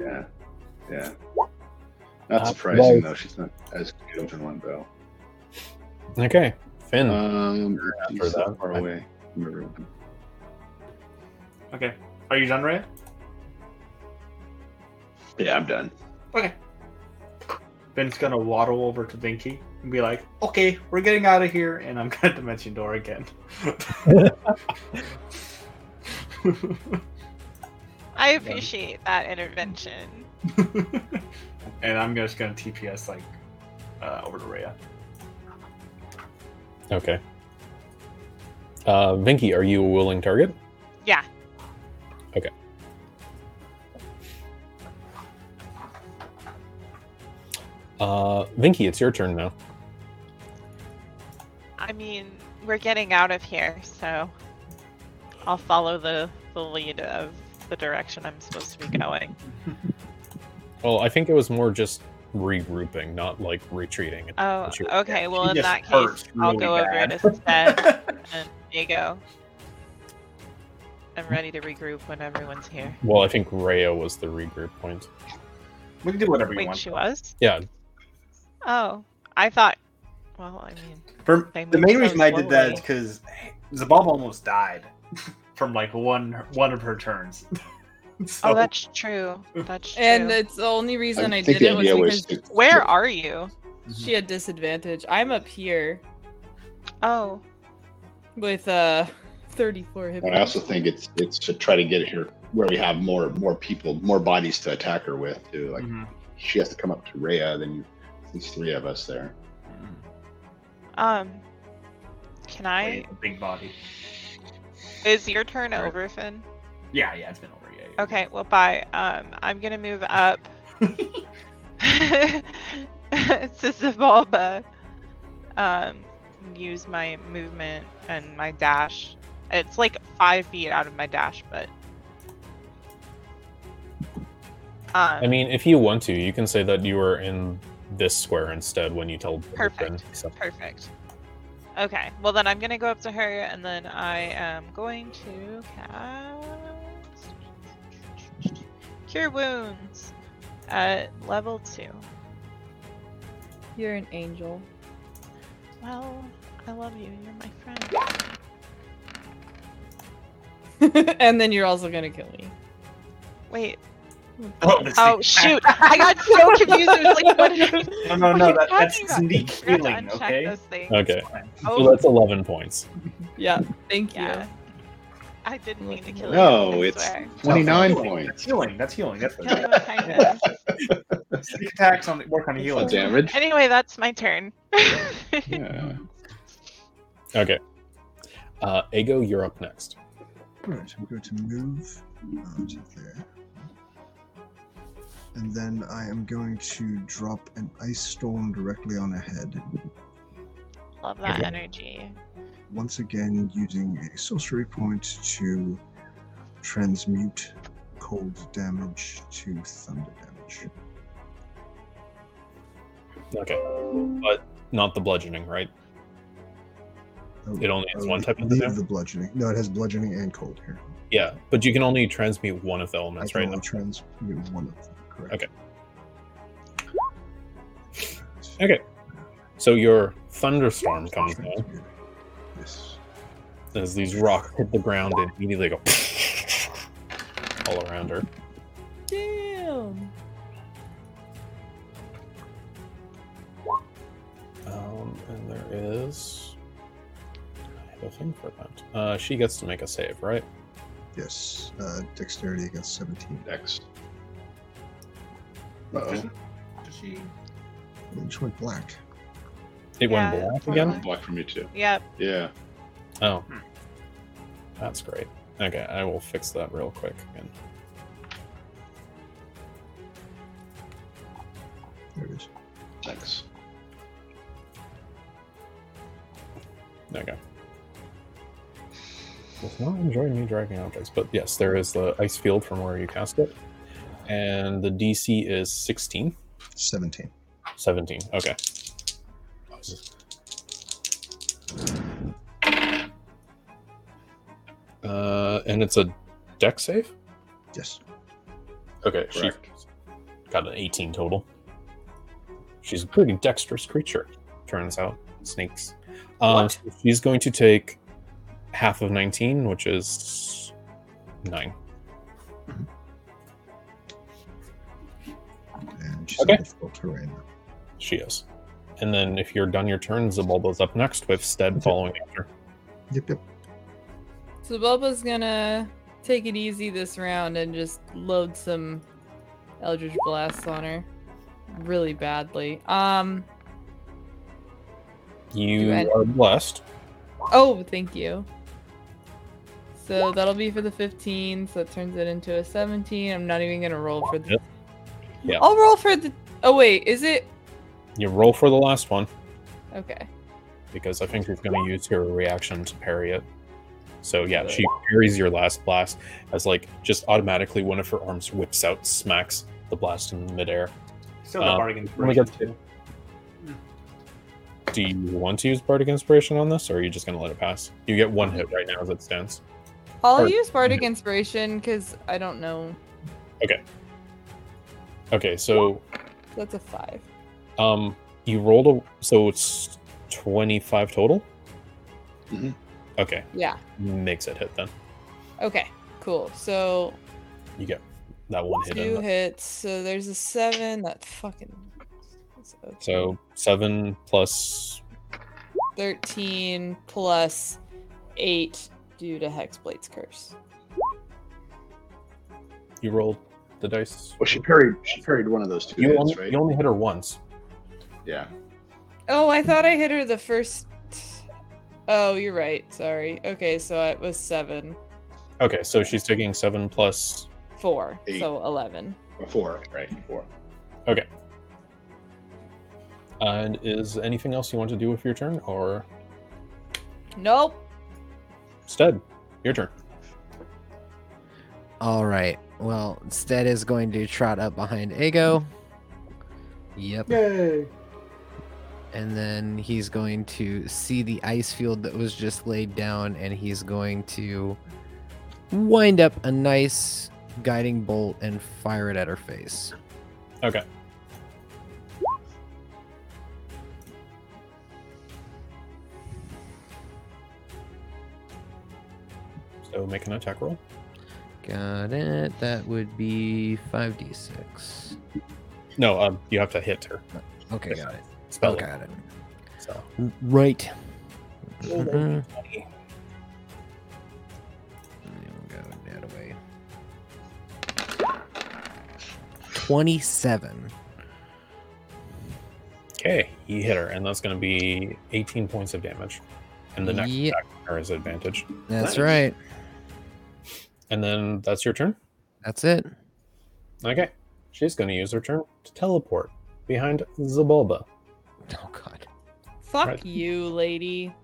Yeah. Yeah. Not Uh, surprising well- though. She's not as good with her one bow. Okay. Finn. Um, Hmm. after she's that, that far I- away from everyone. Okay. Are you done, Ray? Yeah, I'm done. Okay. Ben's gonna waddle over to Vinky and be like, okay, we're getting out of here, and I'm gonna dimension door again. I appreciate that intervention. and I'm just gonna TPS like uh, over to Rhea. Okay. Uh, Vinky, are you a willing target? Yeah. Uh, Vinky, it's your turn now. I mean, we're getting out of here, so I'll follow the, the lead of the direction I'm supposed to be going. Well, I think it was more just regrouping, not like retreating. Oh, Sure. okay. Well, in just that case, hurts I'll really go bad. over it instead. and there you go. I'm ready to regroup when everyone's here. Well, I think Rhea was the regroup point. We can do whatever you Wait, want. she was? Yeah. Oh, I thought. Well, I mean, For, They the move main so reason I did that is slowly. because Zababa almost died from like one one of her turns. so, oh, that's true. That's true. And it's the only reason I, I think did the it was idea was because to Where are you? she had disadvantage. I'm up here Oh, with uh 34 hit And I points. also think it's it's to try to get her where we have more more people, more bodies to attack her with too. Like Mhm. Mm-hmm. she has to come up to Rhea, then you there's three of us there. um, can I? Like, a big body. Is your turn Right. over, Finn? Yeah, yeah, it's been over. Yeah, yeah. Okay, well, bye. Um, I'm gonna move up to Zabalba. Um, use my movement and my dash. It's like five feet out of my dash, but. Um, I mean, if you want to, you can say that you were in this square instead when you told Perfect. So, Perfect. Okay. Well, then I'm going to go up to her, and then I am going to cast Cure Wounds at level two. You're an angel. Well, I love you. You're my friend. and then you're also gonna kill me. Wait. Oh, the Oh shoot! I got so confused. I was like, what? sneak- no, no, what no. are you That, talking that's about? sneak I forgot to healing. uncheck Okay. Those things. okay. So Oh, that's 11 points. Yeah, thank yeah. you. I didn't mean to kill you. No, I it's swear. twenty nine Healing, That's points. healing. That's healing. That's No, kind of. sneak attacks on work on healing. That's damage. Anyway, that's my turn. Yeah. Okay. Uh, Ego, you're up next. Right, I'm going to move out of there. And then I am going to drop an ice storm directly on her head. Love that Okay. energy. Once again, using a sorcery point to transmute cold damage to thunder damage. Okay. But not the bludgeoning, right? Oh, It only has oh, one type of leave damage? the bludgeoning. No, it has bludgeoning and cold here. Yeah, but you can only transmute one of the I elements, can right? only transmute one of them, correct? Okay. So you're thunderstorm comes down Yes. as these rocks hit the ground and immediately go all around her. Damn. Um, and there is. I have a thing for that. Uh, she gets to make a save, right? Yes. Uh, dexterity against 17. Dex. Does Uh-oh. she- does she? It just went black. It Yeah, went it's black again. black. Block from you too. Yep. Yeah. Oh, that's great. Okay, I will fix that real quick again. There it is. Dex. Okay. Does not enjoy me dragging objects, but yes, there is the ice field from where you cast it, and the DC is 16, 17. 17. Okay. Uh, and it's a deck save. Yes. Okay, she got an 18 total. She's a pretty dexterous creature, turns out. Snakes. Um, What? so she's going to take half of 19, which is 9. And she's Okay. in difficult terrain. She is. And then if you're done your turn, Zabulba's up next with Stead following after. Yep, yep. So Bulba's gonna take it easy this round and just load some Eldritch Blasts on her really badly. Um. You Do I- are blessed. Oh, thank you. So that'll be for the 15. So that turns it into a 17. I'm not even gonna roll for the. Yep. Yeah. I'll roll for the. Oh wait, is it? You roll for the last one Okay. because I think she's going to use her reaction to parry it. So yeah, she parries your last blast as like just automatically one of her arms whips out, smacks the blast in midair. Still got Um, bardic only got inspiration too. Do you want to use Bardic Inspiration on this, or are you just going to let it pass? You get one hit right now as it stands. I'll Or- use Bardic Inspiration because I don't know. Okay, so That's a five. um, you rolled a so it's twenty-five total. Mhm. Okay, Yeah. makes it hit then. Okay. Cool. So You get that one hit. two In. hits. So there's a seven. That fucking. so So seven plus 13 plus 8 due to Hexblade's curse. you rolled the dice. Well, she parried. She parried one of those two You hits, only, right? you only hit her once. Yeah. Oh, I thought I hit her the first. Oh, you're right. Sorry. Okay, so it was 7, Okay, so she's taking seven plus. 4, Eight. so 11. Or Four. Right. Four. And is anything else you want to do with your turn, or Nope. Stead, your turn? All right. Well, Stead is going to trot up behind Ego. Yep. Yay! And then he's going to see the ice field that was just laid down, and he's going to wind up a nice guiding bolt and fire it at her face. Okay. So make an attack roll. Got it. That would be 5d6. No, um, you have to hit her. Okay, got it. Spell it. got it. So Right. Roll that Mhm. d20. There we go, that away. 27. okay, you hit her, and that's going to be 18 points of damage. And the next Yeah. attack on her is advantage. Nice. That's right. And then that's your turn. That's it. Okay, she's going to use her turn to teleport behind Zabulba. Oh, God. Fuck Right. you, lady.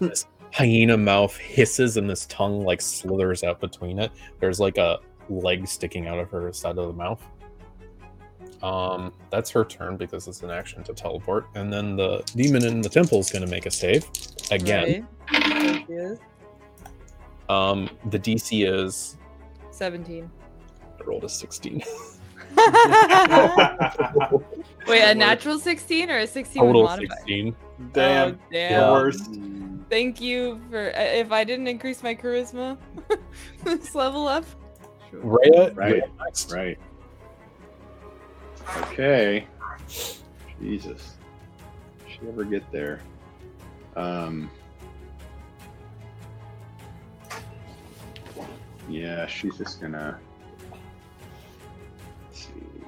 this hyena mouth hisses and this tongue like slithers out between it. There's like a leg sticking out of her side of the mouth. Um, that's her turn because it's an action to teleport. And then the demon in the temple is going to make a save again. Right? Yes. Um, the DC is 17. I rolled a 16. Wait, a natural 16 or a 16 with Total modifier? 16. Damn. Oh, damn. Yeah. Worst. Mm, Thank you for. uh, If I didn't increase my charisma this level up, Rhea, Right. you're next. Right. Okay. Jesus. She ever get there? Um. Yeah, she's just gonna. Let's see.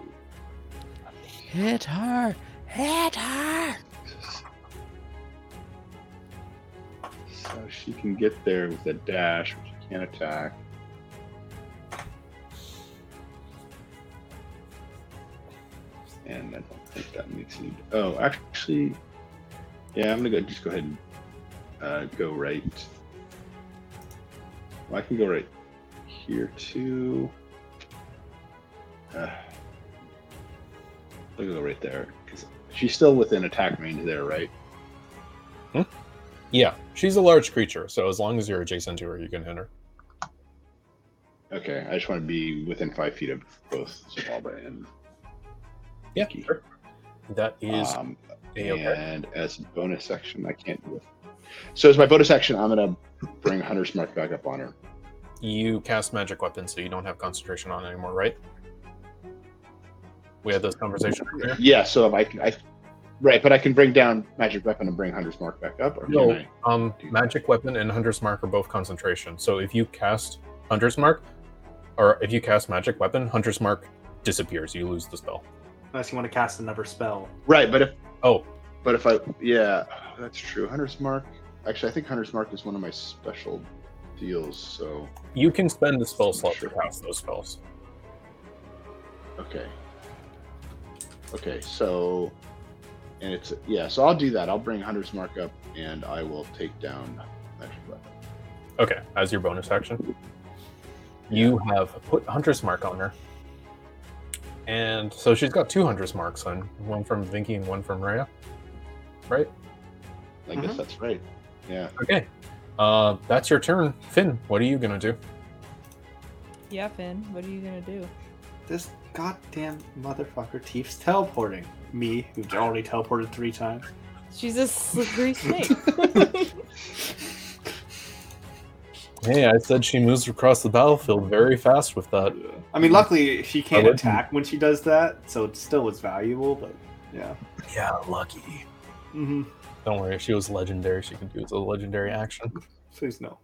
Hit her! Hit her! So she can get there with a dash, which she can't attack. And I don't think that makes any. Oh, actually, yeah, I'm gonna go. Just go ahead and uh, go right. Well, I can go right here too. Uh, I'll go right there because she's still within attack range there, right? Yeah, she's a large creature, so as long as you're adjacent to her, you can hit her. Okay, I just want to be within five feet of both Zabalba and Yeah, Nikki. sure. That is Um, a okay. and as bonus action, I can't do it. So as my bonus action, I'm gonna bring Hunter's Mark back up on her. You cast magic weapon, so you don't have concentration on it anymore, right? We had this conversation earlier. Yeah, so if I can, I right, but I can bring down magic weapon and bring Hunter's Mark back up, or No. can I? Um, magic weapon and hunter's mark are both concentration. So if you cast hunter's mark, or if you cast magic weapon, hunter's mark disappears. You lose the spell. Unless you want to cast another spell. Right, but if Oh, but if I yeah, that's true. Hunter's Mark. Actually, I think Hunter's Mark is one of my special deals. So you can spend the spell slot Sure. to cast those spells. Okay. Okay, so and it's yeah, so I'll do that. I'll bring Hunter's Mark up and I will take down Magic Weapon. Okay, as your bonus action, you have put Hunter's Mark on her. And so she's got two Hunter's Marks on one from Vinky and one from Raya. I guess that's right. Yeah. Okay, uh, that's your turn. Finn, what are you going to do? yeah, Finn. What are you gonna do? This goddamn motherfucker keeps teleporting. Me, who's already teleported three times. She's a slippery snake. Hey, I said she moves across the battlefield very fast with that. I mean, luckily she can't wouldn't. attack when she does that, so it still was valuable. But yeah. Yeah, lucky. Mm-hmm. Don't worry, if she was legendary, she could do a legendary action. Please no.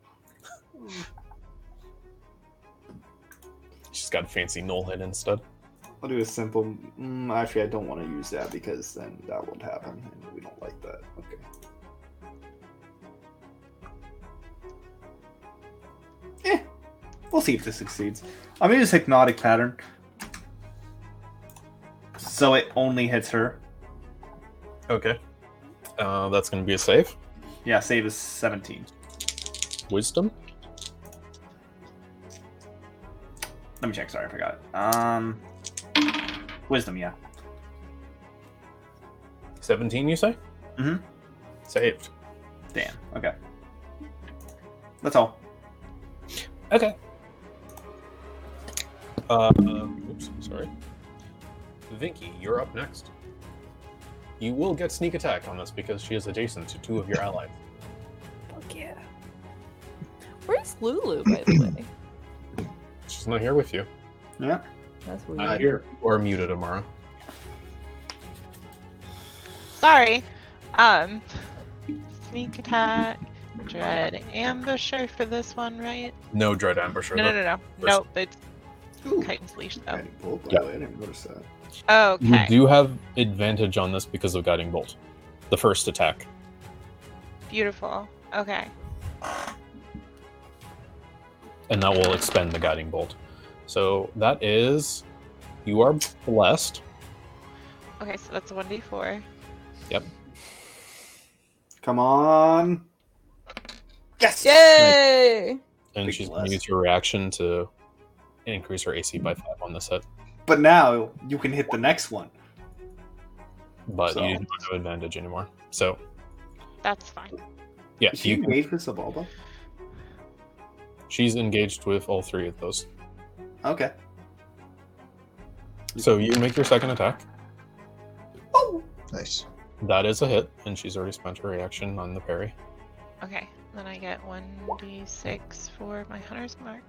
She's got fancy null hit instead. I'll do a simple. Mm, actually, I don't want to use that because then that would happen, and we don't like that. Okay. Eh, we'll see if this succeeds. I'm gonna use hypnotic pattern, so it only hits her. Okay. Uh, that's going to be a save. Yeah, save is 17. Wisdom? Let me check. Sorry, I forgot. Um, wisdom. Yeah. 17, you say? Mhm. Saved. Damn. Okay. That's all. Okay. Uh, oops, sorry. Vinky, you're up next. You will get sneak attack on this because she is adjacent to two of your allies. Fuck yeah. Where's Lulu, by the way? She's not here with you. Yeah. That's weird. Not here. Or muted, Amara. Sorry. Um, sneak attack, dread ambusher for this one, right? No dread ambusher. No, no, though. no, no. Nope, it's Titan's Leash I though. Oh, didn't pull it, by Yeah. the way. I didn't notice that. Okay. You do have advantage on this because of Guiding Bolt. The first attack. Beautiful. Okay. And that will expend the Guiding Bolt. So that is. You are blessed. Okay, so that's a 1d4. Come on. Yes. Yay! And Big she's going bless. to use her reaction to increase her AC by five on this hit. But now you can hit the next one. but So- you don't have advantage anymore. So That's fine. yeah, Is she you, engaged with Sabalba? she's engaged with all three of those. Okay. So you make your second attack. Nice. That is a hit, and she's already spent her reaction on the parry. Okay, then I get 1d6 for my hunter's mark.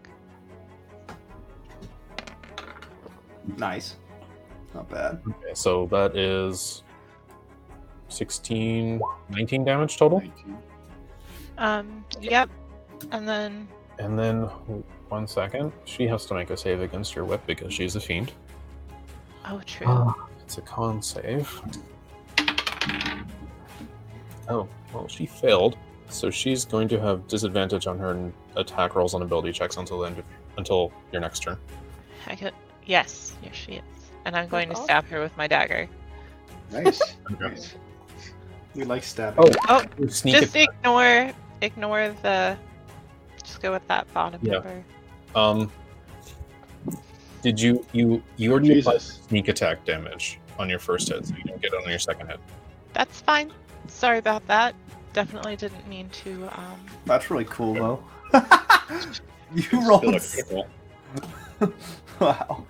Nice. Not bad. Okay, so that is 16, 19 damage total. 19. Um, yep. And then, And then, one second, she has to make a save against your whip because she's a fiend. oh, true. Ah, it's a con save. Oh, well, she failed, so she's going to have disadvantage on her attack rolls and ability checks until the end of, until your next turn. I could, yes, yes, she is. And I'm going to awesome. stab her with my dagger. Nice. nice. We like stabbing. Oh, Oh, sneak just ignore, ignore the. Just go with that bottom Yeah. number. Um, did you you you already applied Jesus. sneak attack damage on your first hit, so you don't get it on your second hit. That's fine. Sorry about that. Definitely didn't mean to. Um, That's really cool, though. you rolled. Still a critical. wow.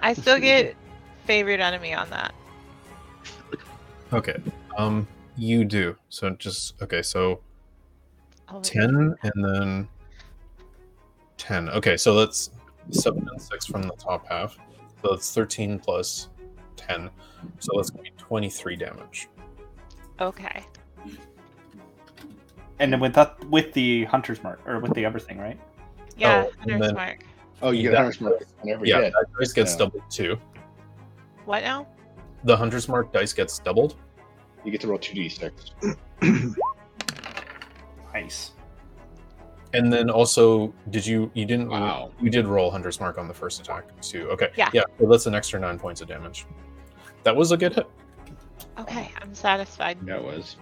I still get favored enemy on that. Okay. Um, you do. So just okay. So I'll- ten and then ten. Okay, so that's seven and six from the top half. So that's thirteen plus ten. So that's gonna be twenty-three damage. Okay. And then with that, with the hunter's mark or with the other thing, right? Yeah, Oh, and Hunter's then- Mark. Oh, you get a hunter's mark on every yeah, hit. that dice gets Oh, Yeah. doubled too. What now? The hunter's mark dice gets doubled. You get to roll two d six. Nice. And then also, did you you didn't Wow. you did roll hunter's mark on the first attack too? Okay, Yeah. yeah. So that's an extra nine points of damage. That was a good hit. Okay, I'm satisfied. That was.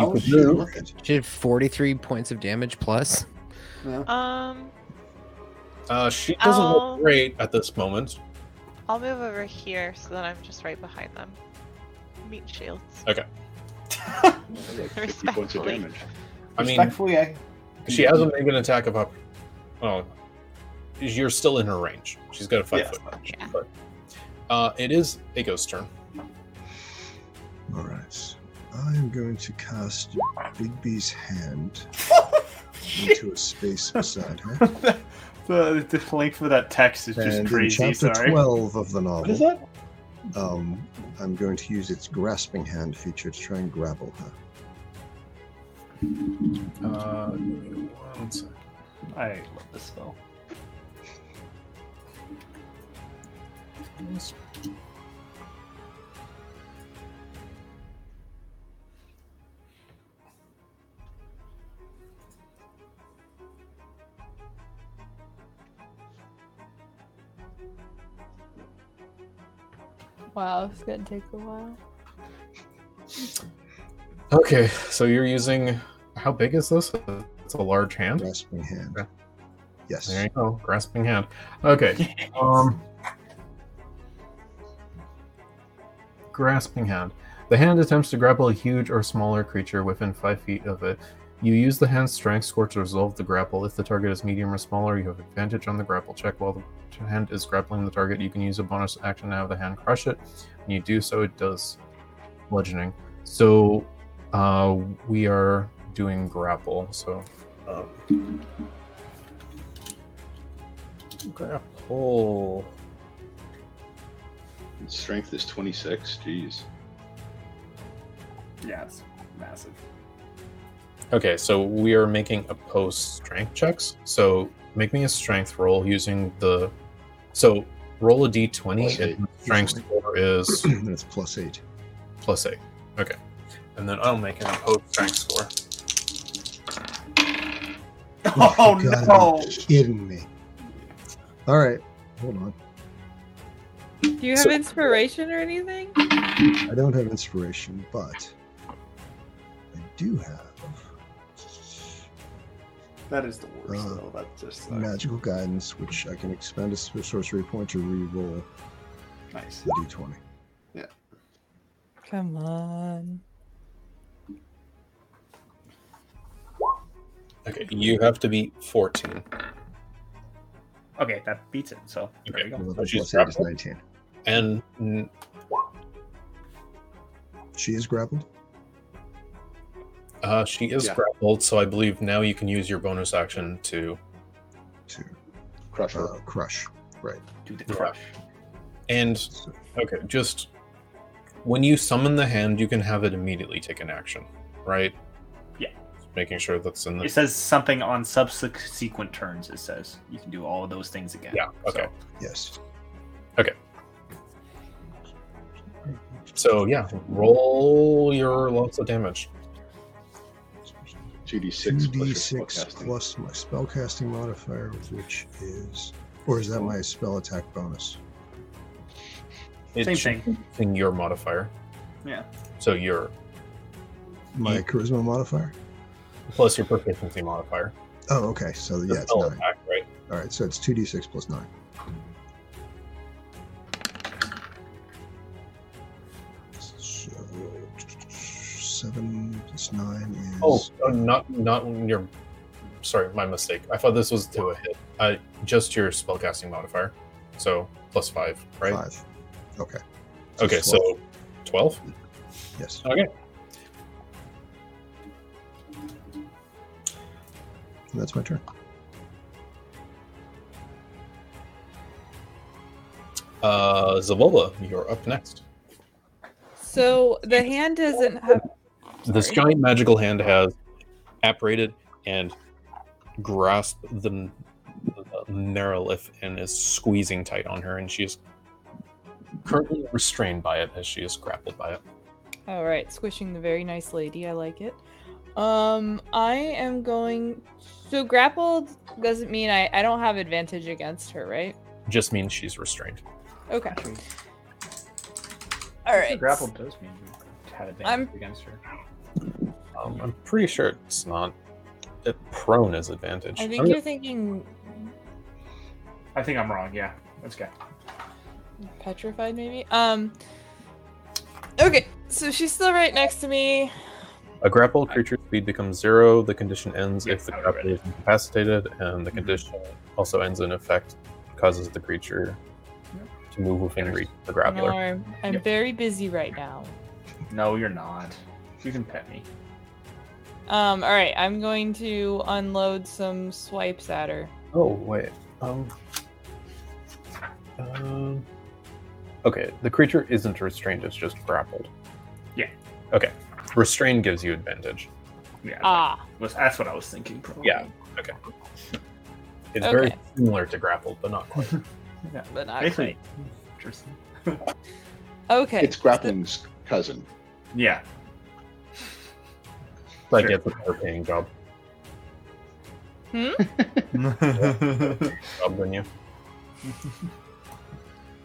Oh, How could is she move. looking? She did 43 points of damage plus. Yeah. Um, Uh, she doesn't Oh. look great at this moment. I'll move over here so that I'm just right behind them. Meat shields. Like Fifty points of Respectfully. damage. I mean, Respectfully, I. she hasn't made an attack of up. Oh, you're still in her range. She's got a five Yeah. foot range. Yeah. But uh, it is Ako's turn. All right. I am going to cast Bigby's hand into a space beside her. the, the length of that text is just and in crazy. chapter sorry. 12 of the novel, What is that? um, I'm going to use its grasping hand feature to try and grapple her. Uh, one second. I love this spell. Wow, it's gonna take a while. Okay, so you're using. How big is this? It's a large hand. Grasping hand. Okay. Yes. There you go, grasping hand. Okay. Um, grasping hand. The hand attempts to grapple a huge or smaller creature within five feet of it. You use the hand's strength score to resolve the grapple. If the target is medium or smaller, you have advantage on the grapple check. While the hand is grappling the target, you can use a bonus action to have the hand crush it. When you do so, it does bludgeoning. So uh, we are doing grapple. So grapple. Strength is twenty six. Jeez. Yeah, it's massive. Okay, so we are making opposed strength checks. So make me a strength roll using the. So roll a d20, Plus eight. and the strength score is and it's plus eight. plus eight. Okay. And then I'll make an opposed strength score. Oh, you gotta no! be Kidding me. All right. Hold on. Do you have So- inspiration or anything? I don't have inspiration, but I do have That is the worst, Uh, though. That just sucks. magical guidance, which I can expend a sor- sorcery point to re-roll Nice. the d20. Come on. Okay, you have to beat 14. Okay, that beats it. So there Okay. you go. Eleven So she's plus eight is grappled. nineteen. And mm, She is grappled. uh, she is Yeah. grappled, so I believe now you can use your bonus action to. to Crush her. uh, crush. Do the Yeah. crush. And So, Okay, just when you summon the hand, you can have it immediately take an action, right? Yeah. Just making sure that's in It the. says something on subsequent turns. It says you can do all of those things again. Yeah, okay. yes. So, yeah, roll your lots of damage. 2d6 plus your 2d6 spellcasting. plus my spellcasting modifier, which is. Or is that my spell attack bonus? It Same should thing. be In your modifier. Yeah. So your My Yeah. charisma modifier? plus your proficiency modifier. Oh, okay. So The yeah, it's spell 9. attack, right? All right, so it's 2d6 plus 9. So 7 plus 9 is. Oh, oh, not not your. Sorry, my mistake. I thought this was to a hit. Uh, just your spellcasting modifier. So plus five, right? Five. Okay. okay, so twelve. Yes. Okay. And that's my turn. Uh, Zavolba, you're up next. So the hand doesn't have. This Sorry. giant magical hand has apparated and grasped the, the Merilith and is squeezing tight on her, and she is currently restrained by it as she is grappled by it. All right, squishing the very nice lady. I like it. Um, I am going. So grappled doesn't mean I I don't have advantage against her, right? Just means she's restrained. Okay. All right. grapple Grappled. does mean you have advantage I'm- against her. Um, I'm pretty sure it's not. It prone is advantage. I I'm think gonna- you're thinking I think I'm wrong. Yeah, let's go. petrified, maybe. Um. Okay, so she's still right next to me. a grappled creature's speed becomes zero. The condition ends Yeah, if the I grapple read it. is incapacitated, and the Mm-hmm. Mhm. condition also ends in effect, causes the creature to move within reach of the No, grappler. I'm, I'm Yep. very busy right now. No, you're not. You can pet me. Um. All right, I'm going to unload some swipes at her. Oh wait. Um. Um. Okay, the creature isn't restrained; it's just grappled. Yeah. Okay. Restrained gives you advantage. Yeah, Ah. was- that's what I was thinking. Probably. Yeah. It's very Okay. similar to grappled, but not quite. Mhm. yeah. But not Basically, interesting. quite. Okay. It's grappling's cousin. Yeah, Like Sure. it's a better paying job, job than you.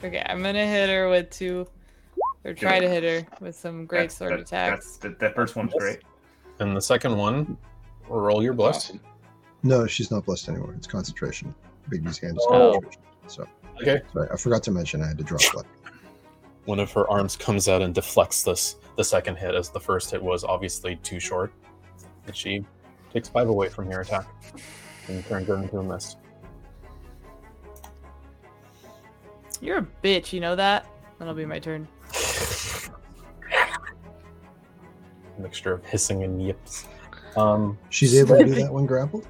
Okay, I'm gonna hit her with two, or try to hit her with some great That's- sword that- attacks. That's, that, that first one's great. And the second one, roll your bless. Awesome. No, she's not blessed anymore. It's concentration. Biggie's hand is Oh. concentration. So Okay. sorry, I forgot to mention I had to drop that. One of her arms comes out and deflects this the second hit, as the first hit was obviously too short. And she takes five away from your attack and turns it into a mist. You're a bitch, you know that. That'll be my turn. mixture of hissing and yips. Um, She's able to do that when grappled.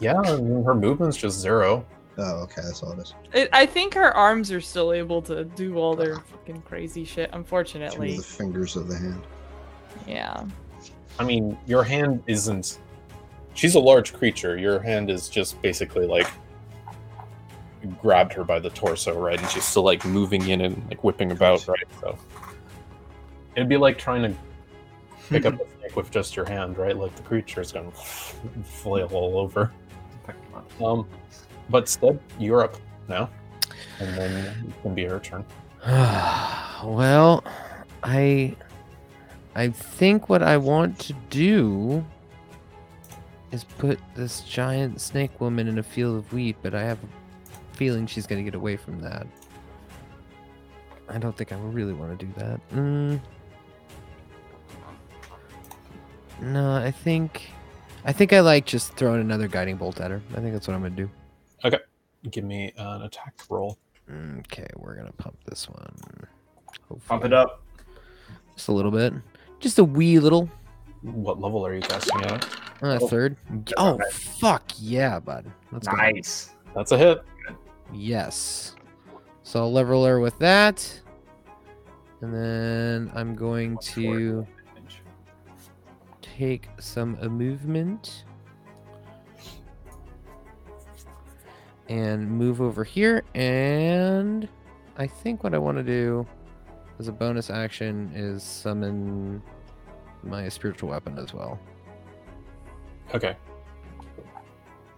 yeah, I mean, her movement's just zero. Oh, okay, that's all it is. It, I think her arms are still able to do all their fucking crazy shit. Two of Unfortunately, the fingers of the hand. yeah. I mean, your hand isn't. She's a large creature. Your hand is just basically like you grabbed her by the torso, right? And she's still like moving in and like whipping about, right? So it'd be like trying to pick up a snake with just your hand, right? Like the creature's gonna flail all over. Um, but Steb, you're up now, and then it can be her turn. well, I I think what I want to do is put this giant snake woman in a field of wheat, but I have a feeling she's going to get away from that. I don't think I really want to do that. Mm. No, I think I think I like just throwing another guiding bolt at her. I think that's what I'm going to do. give me an attack roll. Okay, we're gonna pump this one. Hopefully. Pump it up. Just a little bit. Just a wee little. What level are you casting at? Uh, Oh. Third. Oh fuck yeah, bud. Let's go. Nice. That's a hit. Yes. So I'll level her with that. And then I'm going to take some uh, movement. And move over here. And I think what I want to do as a bonus action is summon my spiritual weapon as well. Okay.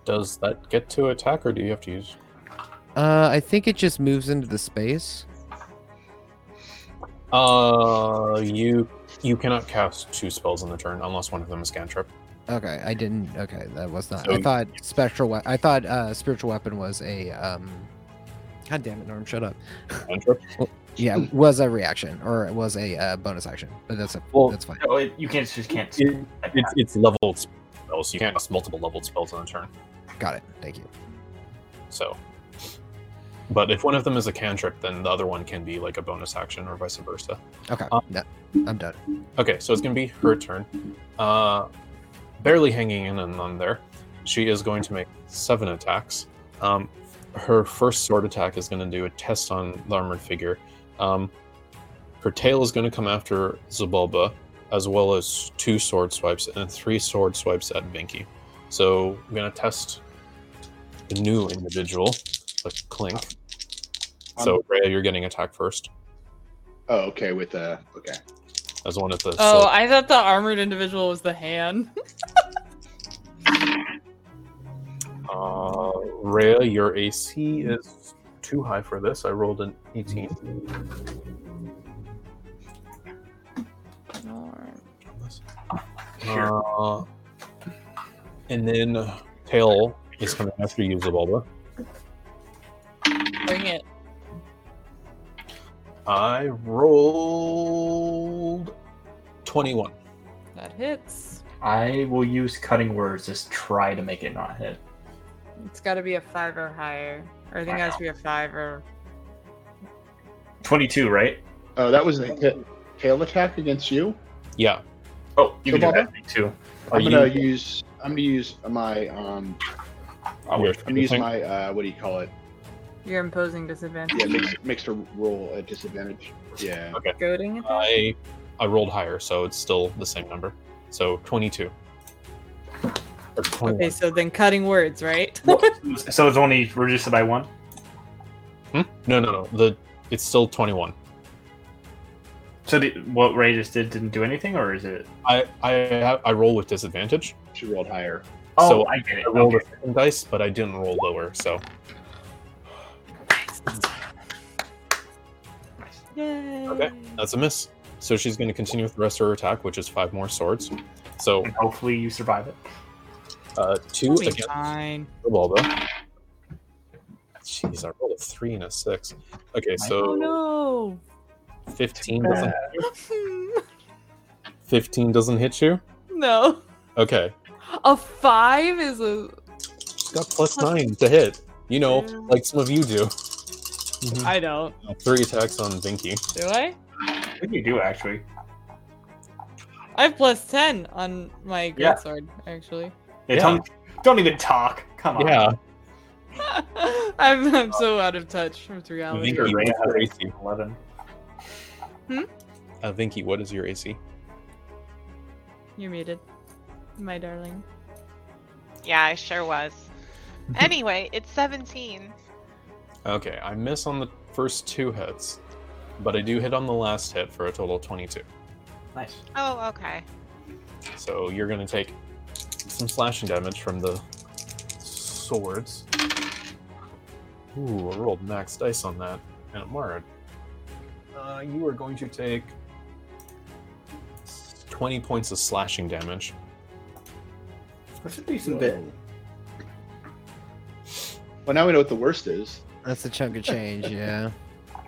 Does that get to attack, or do you have to use? Uh, I think it just moves into the space. Uh, you you cannot cast two spells in the turn unless one of them is cantrip. Okay, I didn't. Okay, that was not. I So- thought spectral. We- I thought uh, spiritual weapon was a. Um, God damn it, Norm! Shut up. Cantrip. Yeah, was a reaction or it was a uh, bonus action, but that's a, Well, that's fine. No, it, you can't just can't. It, it's, it's leveled spells. You can't cast multiple leveled spells in a turn. Got it. Thank you. So, but if one of them is a cantrip, then the other one can be like a bonus action or vice versa. Okay, Uh, no, I'm done. Okay, so it's gonna be her turn. Uh, barely hanging in and on there. She is going to make seven attacks. Um, her first sword attack is gonna do a test on the armored figure. Um, her tail is gonna come after Zabulba, as well as two sword swipes and three sword swipes at Vinky. So I'm gonna test the new individual, the Clink. So Rhea, you're getting attack first, Oh, okay. With the okay. as one of the. Oh, so- I thought the armored individual was the hand. Uh, Rhea, your AC is too high for this. I rolled an 18. Uh, and then Tail is coming after you, Zabalba. Bring it. I rolled 21. That hits. I will use cutting words. Just try to make it not hit. It's got to be a five or higher. Or I think it has to be a five or. Twenty-two, right? Oh, that was a hit. tail attack against you. Yeah. Oh, you So can do Baba? that thing too. Are I'm you? gonna use. I'm gonna use my um. Oh, I'm gonna use my uh. What do you call it? You're imposing disadvantage. Yeah, mixed mixed a roll at disadvantage. Yeah. Goading attack? I, I rolled higher, so it's still the same number. So 22. Or 21. Okay, so then cutting words, right? so it's only reduced by one. Hmm? No, no, no. The It's still 21. So did, what Ray just did didn't do anything, or is it? I, I, I roll with disadvantage. She rolled higher. Oh, So I get it. I rolled Okay. a second dice, but I didn't roll lower, so Yay. Okay. that's a miss. So she's going to continue with the rest of her attack, which is five more swords. So And hopefully you survive it. uh, two It'll be against fine. Rebalba. Jeez, I rolled a three and a six. Okay, Oh so no. fifteen doesn't Mhm. fifteen doesn't hit you. no. Okay, A five is a. it's got plus nine to hit. You know, Yeah. like some of you do. Hmm. I don't. Three attacks on Vinky. Do I? I think you do actually. I have plus ten on my Yeah. greatsword, actually. Yeah, Yeah. Don't, don't even talk. Come on. Yeah, I'm, I'm so out of touch with reality. Vinky, Ray what's your has AC? Eleven. Uh, Vinky, what is your AC? You're muted, my darling. Yeah, I sure was. Anyway, it's 17. Okay, I miss on the first two hits, but I do hit on the last hit for a total of 22. Nice. Oh, okay. So you're going to take some slashing damage from the swords. Ooh, I rolled max dice on that, and it marred. Uh, you are going to take 20 points of slashing damage. That's a decent bit. Well, now we know what the worst is. That's a chunk of change. Yeah.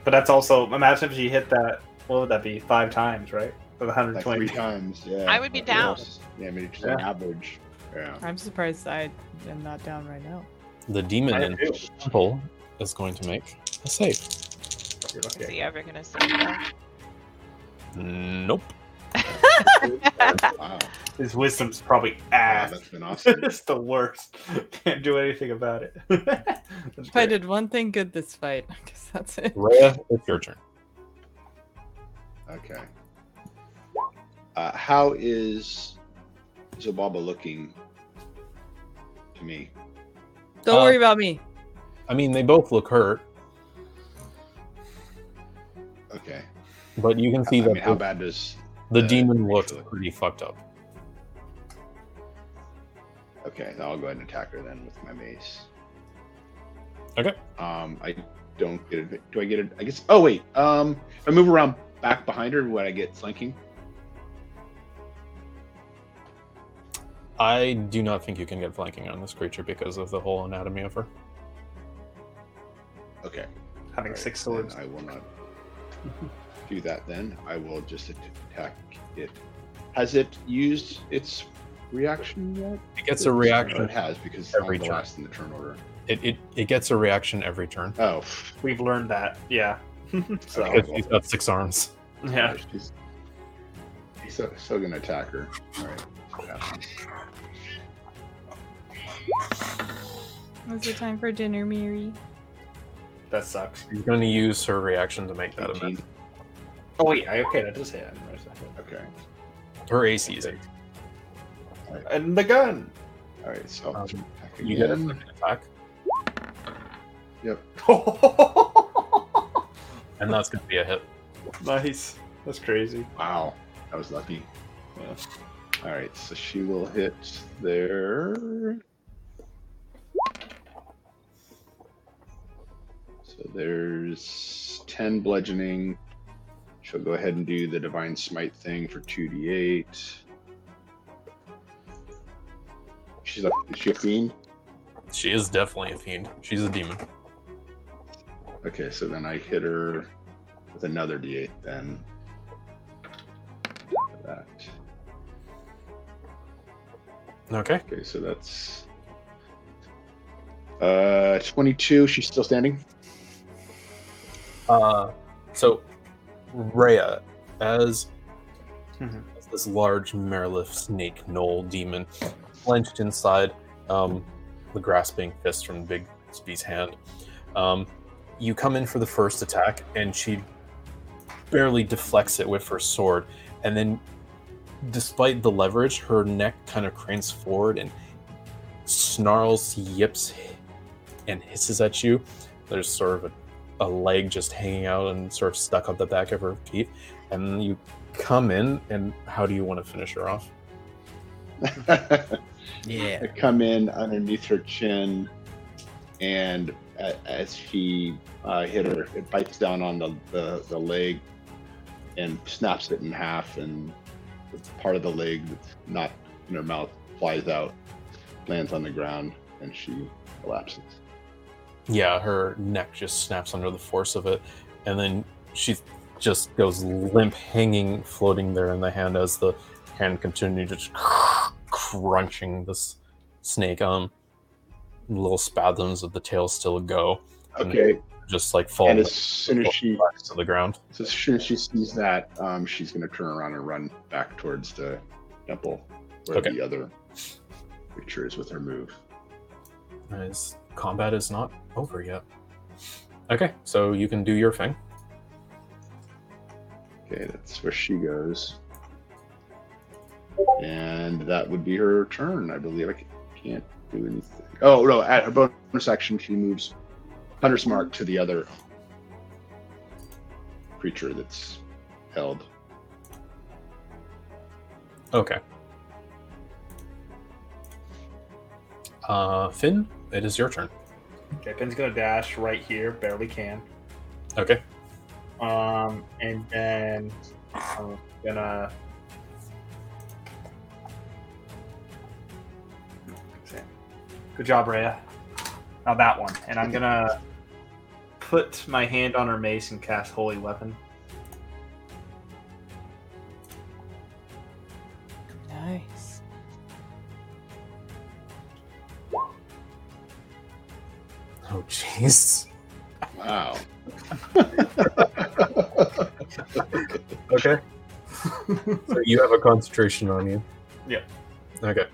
But that's also imagine if you hit that. What would that be? Five times, right? With Like three 120. times. Yeah. I would be Like, down. yes. Yeah, I mean, it's just an average. Yeah. I'm surprised I am not down right now. The demon I in do. the temple is going to make a save. Is he ever gonna say that? Nope. Wow. His wisdom's probably Wow, ass. that's been awesome. it's the worst. Can't do anything about it. That's If I great. Uh, did one thing good this fight, I guess that's it. Rhea, it's your turn. Okay. Uh, how is Zobaba looking to me? Don't Uh, worry about me. I mean, they both look hurt, Okay. but you can I see that mean, how the- bad does? the uh, demon looks actually? pretty fucked up. Okay, then I'll go ahead and attack her then with my mace. Okay. Um, I don't get it. Do I get it? I guess. Oh wait. Um, if I move around back behind her, would I get slinking? I do not think you can get flanking on this creature because of the whole anatomy of her. Okay. having Alright, six then swords. I will not do that then. I will just at- attack it. Has it used its reaction yet? It gets a No, reaction. It has because it's Every not the turn. last in the turn order. It, it, it gets a reaction every turn. Oh, We've learned that. Yeah. so Okay. Because he's got six arms. yeah. She's, he's so, still gonna attack her. All right. Yeah. Was it time for dinner, Miri? That sucks. She's going to use her reaction to make that a 18. miss. Oh wait, I, okay, that does hit. I didn't realize that hit. Okay. Her AC is eight. And the gun. All right. So Um, attack You get a again. second attack, and that's going to be a hit. nice. That's crazy. Wow, that was lucky. Yeah. All right, so she will hit there. So there's 10 bludgeoning. She'll go ahead and do the Divine Smite thing for 2d8. She's a, is she a fiend? She is definitely a fiend. She's a demon. Okay, so then I hit her with another d8 then. For that. Okay. Okay, so that's uh 22. She's still standing. Uh, so, Rhea, as, Mhm. as this large Merilith snake knoll demon clenched inside um, the grasping fist from Big Spee's hand, um, you come in for the first attack, and she barely deflects it with her sword. And then, despite the leverage, her neck kind of cranes forward and snarls, yips, and hisses at you. There's sort of a a leg just hanging out and sort of stuck up the back of her feet. And you come in, and how do you want to finish her off? I Yeah. come in underneath her chin, and a- as she uh, hit her, it bites down on the, the, the leg and snaps it in half, and the part of the leg that's not in her mouth flies out, lands on the ground, and she collapses. Yeah, her neck just snaps under the force of it, and then she just goes limp, hanging, floating there in the hand as the hand continues just crunching this snake. Um, little spasms of the tail still go, Okay, just like fall and as soon as she to the ground. So as soon as she sees that, um, she's going to turn around and run back towards the temple where Okay. the other creature is with her move. As combat is not over yet. Okay, so you can do your thing. Okay, that's where she goes. And that would be her turn, I believe. I ca- can't do anything. Oh, no, at her bonus action, she moves Hunter's Mark to the other creature that's held. Okay. Uh, Finn, it is your turn. Okay, Pin's gonna dash right here, barely can. Okay. Um, and then I'm gonna. Good job, Rhea. Now that one, and I'm gonna put my hand on her mace and cast Holy Weapon. Nice. Oh, jeez. Wow. Okay. so you have a concentration on you. Yeah. Okay.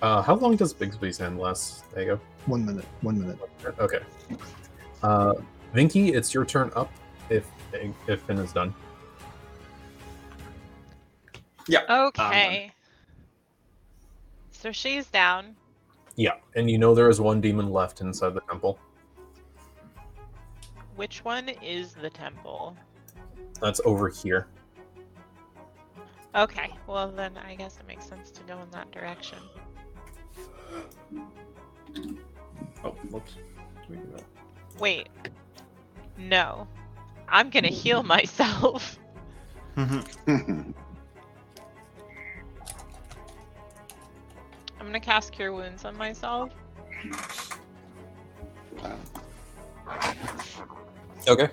Uh, how long does Bigsby's hand last? There you One minute. One minute. go. Okay. Uh, Vinky, it's your turn up. If if Finn is done. Okay. so she's down. Yeah, and you know there is one demon left inside the temple. Which one is the temple? That's over here. Okay. Well, then I guess it makes sense to go in that direction. Oh, whoops. There you go. Wait. No. I'm going to heal myself. Mm-hmm. I'm going to cast Cure Wounds on myself. Okay.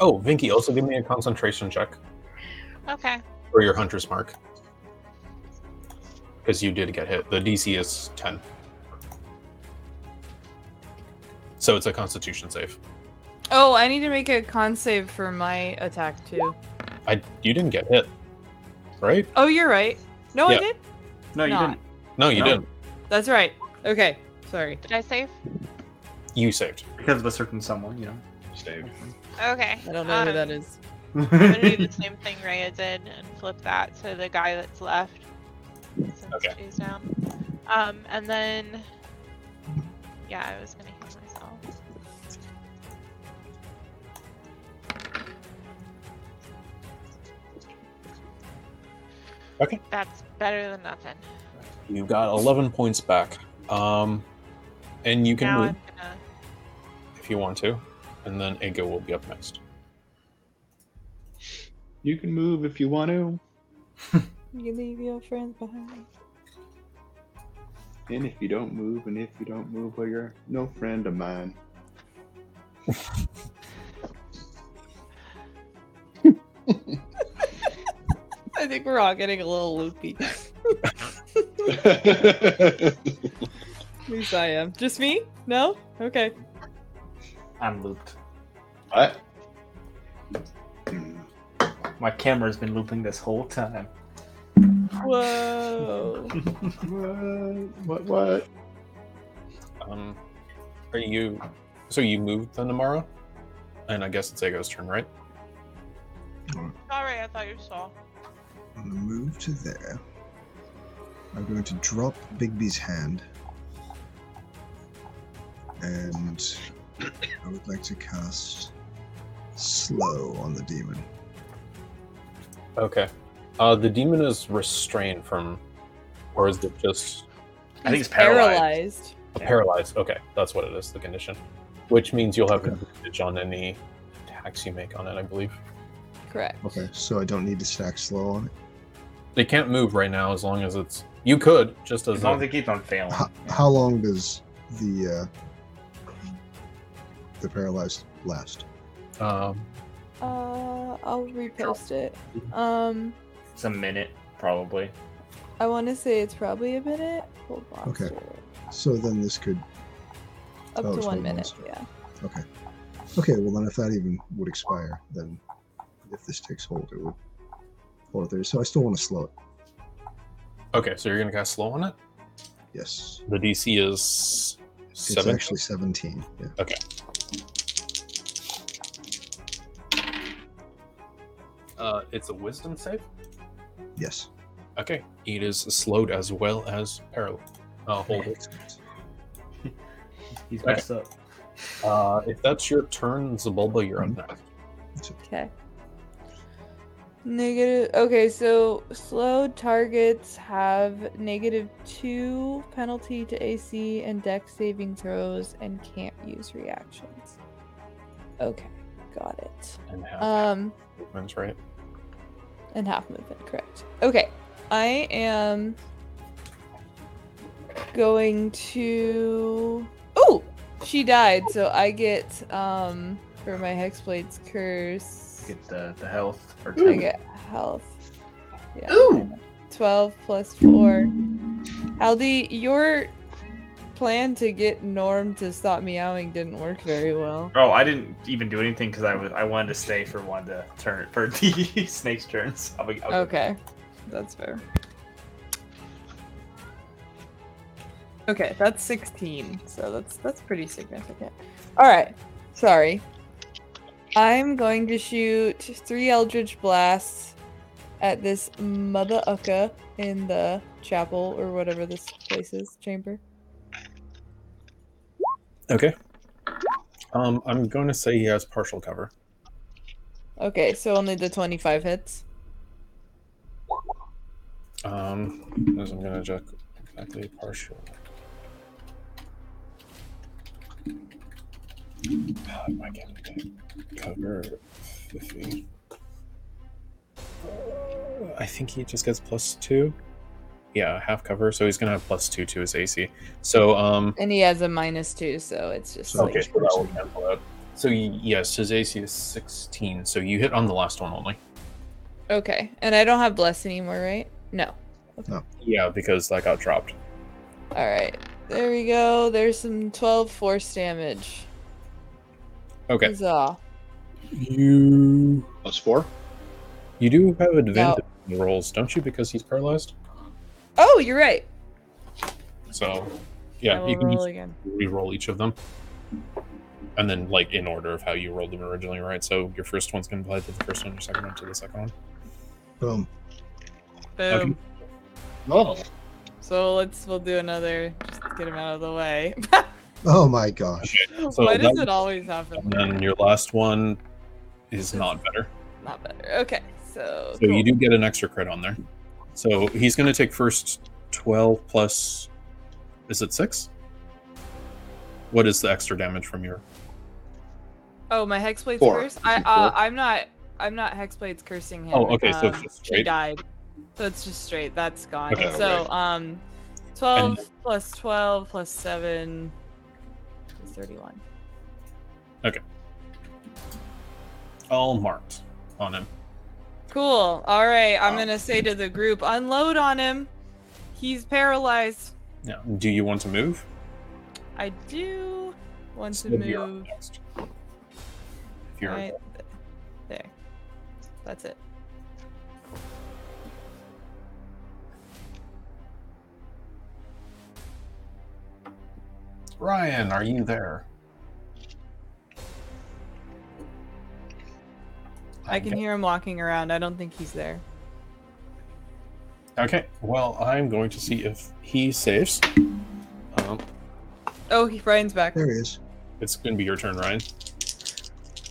Oh, Vinky, also give me a concentration check Okay. for your hunter's mark. Because you did get hit. The DC is 10. So it's a constitution save. Oh, I need to make a con save for my attack too. I you didn't get hit. Right? Oh, you're right. No, Yeah. I did. No, you Not. didn't. No, you No. didn't. That's right. Okay, sorry. Did I save? You saved. Because of a certain someone, you know. Save. Okay. I don't know who um, that is. I'm gonna do the same thing Raya did and flip that to the guy that's left. Since Okay. she's down. Um, and then yeah, I was gonna heal myself. Okay. That's better than nothing. You got 11 points back. Um, and you can now move I'm gonna if you want to. And then Ego will be up next. You can move if you want to. You leave your friends behind. And if you don't move, and if you don't move, well, you're no friend of mine. I think we're all getting a little loopy. At least I am. Just me? No? Okay. I'm looped. what? My camera's been looping this whole time. Whoa. What? What? What? Um, are you. So you moved then, Amara? And I guess it's Ego's turn, right? sorry, I thought you saw. I'm gonna move to there. I'm going to drop Bigby's hand. And I would like to cast slow on the demon. Okay. Uh, the demon is restrained from. Or is it just I think He's it's paralyzed. Yeah. paralyzed? Okay, that's what it is, the condition. Which means you'll have advantage on any attacks you make on it, I believe. Correct. Okay, so I don't need to stack slow on it. They can't move right now as long as it's. You could, just as, As long as a- it keeps on failing. How, how long does the uh, the paralyzed last? um, Uh, I'll repost it. Um, It's a minute, probably. I want to say it's probably a minute. Hold on. Okay. So then this could. Up Oh, to it's one one minute. monster. Yeah. Okay, well then if that even would expire, then if this takes hold, it would hold there. So I still want to slow it. Okay, so you're gonna cast slow on it. Yes. The DC is It's seven. actually 17. Yeah. uh, it's a Wisdom save. Yes. Okay, it is slowed as well as parallel. Uh, hold it. He's Okay. messed up. Uh, if that's your turn, Zabulba, you're up next. Okay. Negative. Okay, so slowed targets have negative two penalty to AC and deck saving throws and can't use reactions. Okay, got it. And half Um, movements, right? and half movement, correct. Okay, I am going to. Oh, she died, so I get um for my hexblade's curse. Get the, the health. Or I ten. get health. Yeah. Ooh. Twelve plus four. Aldi, your plan to get Norm to stop meowing didn't work very well. Bro, Oh, I didn't even do anything because I was I wanted to stay for one to turn for the snake's turns. I'll be, I'll Okay, that's fair. Okay, that's 16. So that's that's pretty significant. All right. Sorry. I'm going to shoot three Eldritch Blasts at this mother ucka in the chapel or whatever this place is, chamber. Okay. Um, I'm going to say he has partial cover. Okay, so only the 25 hits. Um, as I'm going to check exactly partial. God, Why can't Uh, I take cover 50? I think he just gets plus two. Yeah, half cover, so he's gonna have plus two to his AC. So, um, And he has a minus two, so it's just So- like. Okay, so that will cancel out. So y- yes, his AC is 16. So you hit on the last one only. Okay, and I don't have Bless anymore, right? No. Yeah, because that got dropped. All right. There we go. There's some 12 force damage. Okay. Huzzah. You Plus four. you do have advantage in rolls, don't you? Because he's paralyzed. Oh, you're right. So I yeah, will you can roll just again. re-roll each of them, and then like in order of how you rolled them originally, right? So your first one's gonna apply to the first one, your second one to the second one. Boom. Boom. Okay. Oh, So let's we'll do another. Just get him out of the way. Oh my gosh. So Why does that- it always happen? And then your last one is not better. Not better. Okay, so. So you do get an extra crit on there. So he's going to take first 12 plus. Is it six? What is the extra damage from your. Oh, my hexblade's Four. curse. I uh, I'm not. I'm not hexblade's cursing him. Oh, okay, so um, just he straight? died. So it's just straight. That's gone. Okay. so um, twelve plus twelve plus seven is thirty-one. All marked on him. Cool. All right. I'm Wow. gonna say to the group, unload on him. He's paralyzed. Yeah. Do you want to move? I do want to Then you're up move. next. If you're right th- there. That's it. Ryan, are you there? I can hear him walking around. I don't think he's there. Okay. Well, I'm going to see if he saves. Um, Oh, he, Brian's back. There he is. it's going to be your turn, Ryan.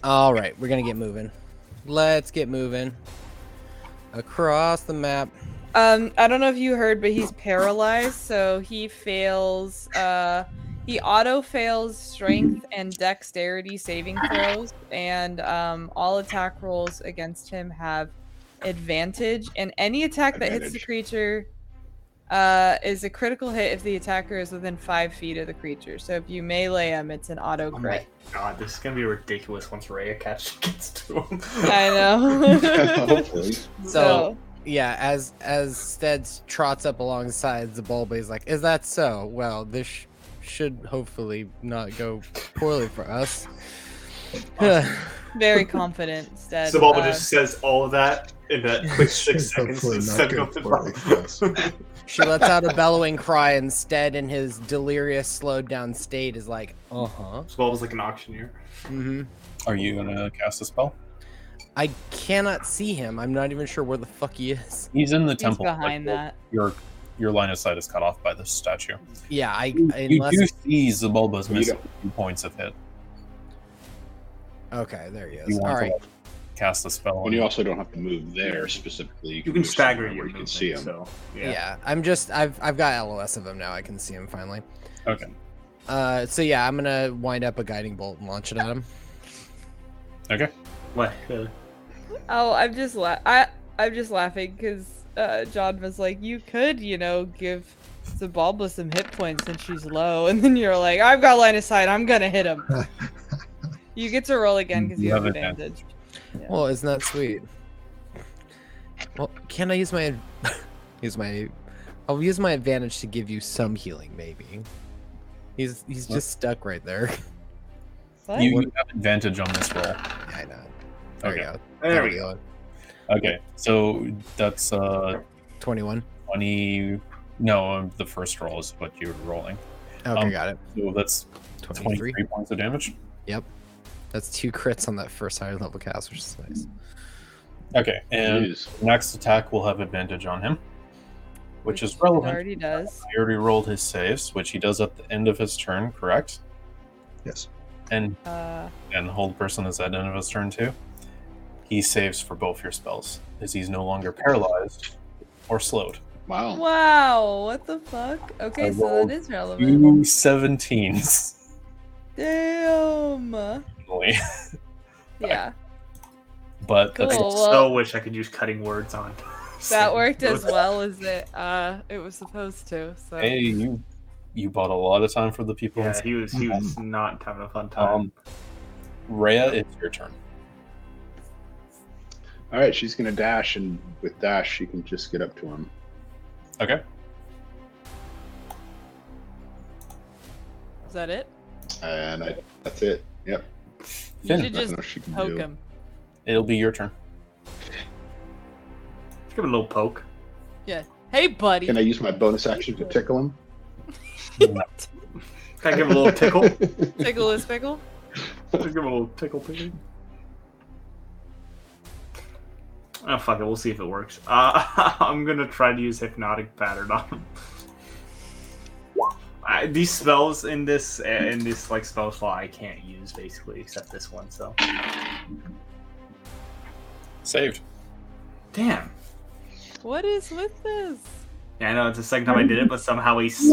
All right, we're gonna get moving. Let's get moving across the map. Um, I don't know if you heard, but he's paralyzed, so he fails. Uh, he auto fails strength and dexterity saving throws, and um, all attack rolls against him have advantage. And any attack that hits the Advantage. creature uh, is a critical hit if the attacker is within five feet of the creature. So if you melee him, it's an auto Oh crit. my god, this is gonna be ridiculous once Raya catch gets to him. I know. hopefully. So yeah, as as Steads trots up alongside Zabulba, he's like, "Is that so? Well, this sh- should hopefully not go poorly for us." very confident instead. Zabalba Uh, just says all of that in that quick six seconds Hopefully of not setting good up the for it, yes. bomb. she lets out a bellowing cry, and Stead, in his delirious, slowed down state, is like, "Uh huh." Zabalba's like an auctioneer. Mm-hmm. hmm Are you going to cast a spell? I cannot see him. I'm not even sure where the fuck he is. He's in the he's temple. like, behind your- that. Your your line of sight is cut off by this statue. Yeah, I you unless do see Zabulba's You missing two points of hit. okay, there he is. You All want to right, like, cast the spell. on And you him. also don't have to move there specifically. You can move stagger somewhere your where movement, see him. so yeah. yeah. I'm just I've I've got LOS of him now. I can see him finally. Okay. Uh, so yeah, I'm gonna wind up a guiding bolt and launch it at him. Okay. What? Uh, Oh, I'm just la- I I'm just laughing because uh, John was like, "You could, you know, give Zabalba some hit points since she's low," and then you're like, "I've got line of sight. I'm gonna hit him." you get to roll again because You you have have advantage. Well, isn't that sweet? Well, can I use my use my? I'll use my advantage to give you some healing, maybe. He's he's just stuck right there. What? You have advantage on this roll. Yeah, I know. There we Okay. go. There we go. go. Okay, so that's uh Twenty-one. 20. No, um, the first roll is what you were rolling. Okay, Um, got it. So that's 23, Twenty-three. points of damage. That's two crits on that first higher level cast, which is nice. Okay, and Jeez. next attack will have advantage on him, which is he relevant. already does. He already rolled his saves, which he does at the end of his turn, correct? Yes. And Uh, and the hold person is at the end of his turn too. He saves for both your spells, as he's no longer paralyzed or slowed. Wow. wow, what the fuck? Okay, I so rolled that is relevant. Two 17s. Damn. Yeah, But cool. that's Well, so wish I could use cutting words on. that worked as well as it uh it was supposed to. So hey, you you bought a lot of time for the people. Yeah, inside. he was he was not having a fun time. Um, Rhea, it's your turn. All right, she's gonna dash, and with dash, she can just get up to him. Okay. is that it? And I, that's it. Yep. You Finn, should just Nothing else she can poke do. him. it'll be your turn. Let's give it a little poke. Hey, buddy. Can I use my bonus action to tickle him? Can I give him a little tickle? Let's Tickle is pickle. give him a little tickle, tickle. Oh fuck it, we'll see if it works. Uh, I'm gonna try to use hypnotic pattern on him. I, these spells in this eh, in this like spell slot I can't use basically except this one. So Saved. damn. What is with this? Yeah, I know it's the second time I did it, but somehow he s-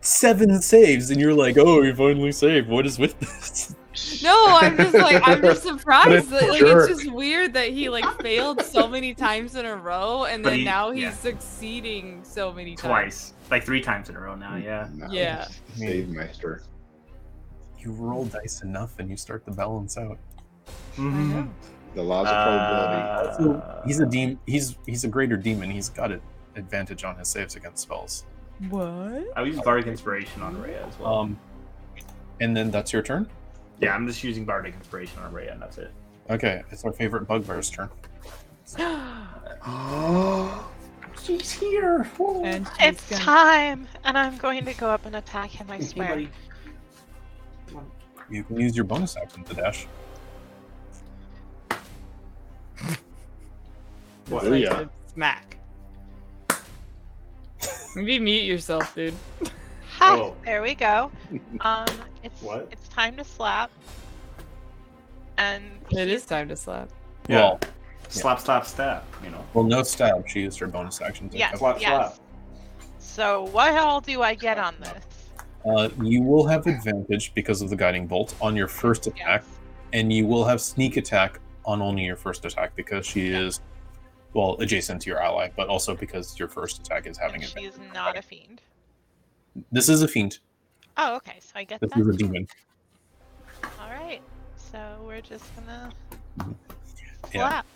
Seven saves, and you're like, oh, you finally saved. What is with this? No, I'm just like I'm just surprised that like jerk. it's just weird that he like failed so many times in a row and But then he- now he's yeah. succeeding so many times. twice, like three times in a row now. Yeah. Yeah. Save Meister. You roll dice enough, and you start to balance out. know. The laws of Uh, probability. Also, he's a demon. He's he's a greater demon. He's got an advantage on his saves against spells. What? I use bardic inspiration on Rhea as well. Um, and then that's your turn. yeah, I'm just using bardic inspiration on Rhea, and that's it. Okay, it's our favorite bugbear's turn. She's here. Whoa. and she's It's gonna- time, and I'm going to go up and attack him. I Hey, swear. buddy. You can use your bonus action to dash. What? Oh, yeah. smack. Maybe mute yourself, dude. Ha! Oh. There we go. Um, it's What? it's time to slap. And It he's- is time to slap. Yeah. Well, Slap, slap, stab. You know. well, no stab. She used her bonus action. To Yes, Slap, yes. So what all do I get on Slap. this? Uh, you will have advantage because of the guiding bolt on your first attack, Yes. and you will have sneak attack on only your first attack because she is, well, adjacent to your ally, but also because your first attack is having And advantage. she's not a fiend. This is a fiend. Oh, okay. So I get This that. is a demon. All right. So we're just gonna Mm-hmm. Yeah. slap.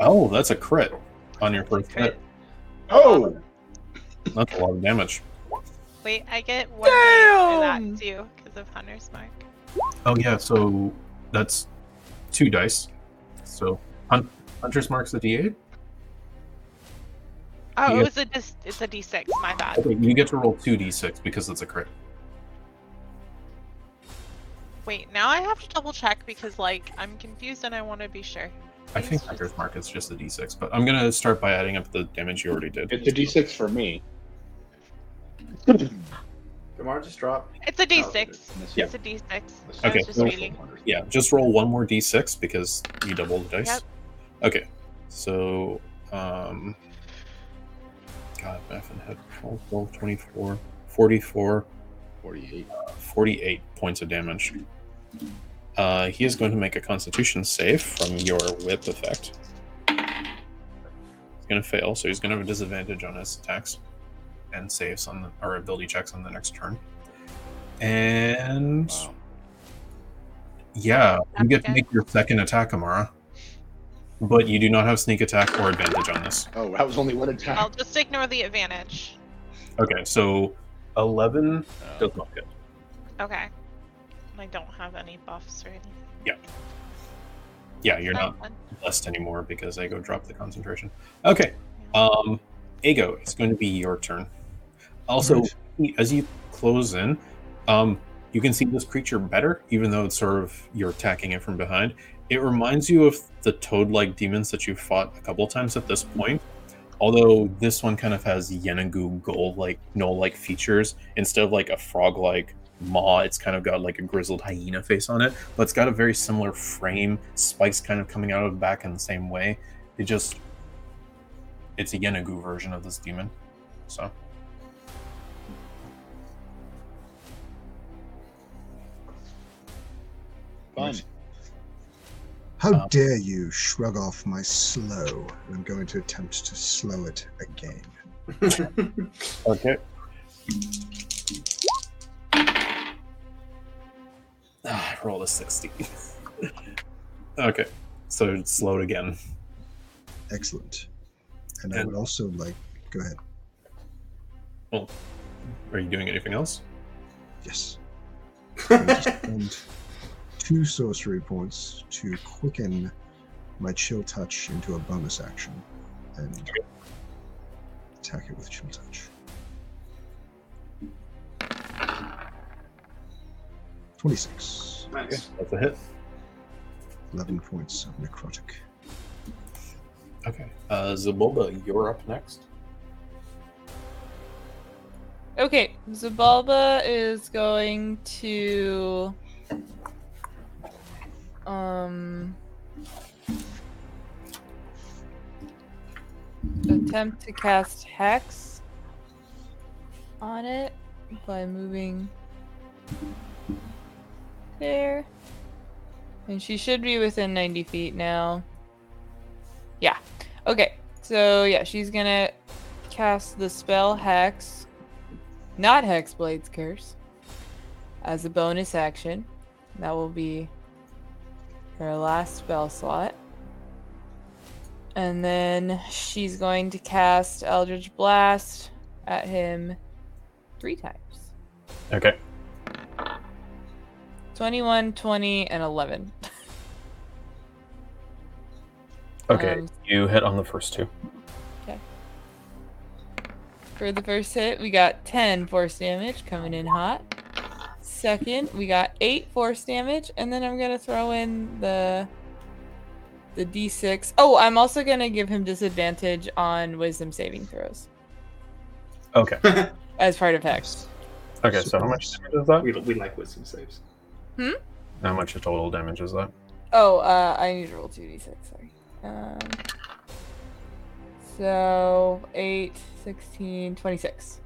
Oh, that's a crit on your first hit. Crit. Oh, That's a lot of damage. Wait, I get one die for Damn! that too because of Hunter's Mark. Oh yeah, so that's two dice. So hun- hunter's marks a d8. Oh, Yeah. it was a dis- it's a d6. My bad. Okay, you get to roll two d6 because it's a crit. Wait, now I have to double check because like I'm confused and I want to be sure. I think hunter's mark is just a d6, but I'm gonna start by adding up the damage you already did. it's a d6 for me. Damar just dropped. It's a d6. Oh, Yeah. It's a d6. I Okay, was just no- reading. Yeah, just roll one more d6 because you double the dice. Yep. Okay, so um, God, math and head 12, 12, 24, 44, 48. 48 points of damage. Uh, he is going to make a constitution save from your whip effect. He's going to fail, so he's going to have a disadvantage on his attacks and saves on the, or ability checks on the next turn. And Wow. yeah, you Up get to again? make your second attack, Amara. but you do not have sneak attack or advantage on this. Oh, that was only one I'll attack. just ignore the advantage. Okay, so 11 does not hit. Okay. And I don't have any buffs or anything. Yeah, you're That's not fine. blessed anymore because I go drop the concentration. Okay, um, Ego, it's going to be your turn. Also, Right. as you close in, um, you can see this creature better, even though it's sort of you're attacking it from behind. It reminds you of the toad-like demons that you fought a couple times at this point, although this one kind of has Yenagu gold-like, gnoll-like features instead of like a frog-like maw. It's kind of got like a grizzled hyena face on it, but it's got a very similar frame, spikes kind of coming out of the back in the same way. It just, it's a Yenagu version of this demon. So. Fun. How Um, dare you shrug off my slow? I'm going to attempt to slow it again. Okay. Ah, I rolled a 60. okay, so it's slowed again. Excellent. And I And- would also like. Go ahead. Are you doing anything else? Yes. I'm gonna spend two sorcery points to quicken my chill touch into a bonus action and attack it with chill touch. 26. Nice. That's a hit. 11 points of necrotic. Okay. Uh, Zaboba, you're up next. Okay, Zabalba is going to um attempt to cast hex on it by moving there. And she should be within 90 feet now. Yeah. Okay. So, yeah, she's going to cast the spell hex not Hexblade's Curse, as a bonus action. That will be her last spell slot. And then she's going to cast Eldritch Blast at him three times Okay. 21, 20, and 11. Okay, Um, you hit on the first two. For the first hit, we got 10 force damage coming in hot. Second, we got 8 force damage, and then I'm gonna throw in the the d6. Oh, I'm also gonna give him disadvantage on wisdom saving throws Okay. as part of hex. Okay, so how much damage is that? We, we like wisdom saves. How much total damage is that? Oh, uh, I need to roll 2d6, sorry. Um, so 8, 16, 26.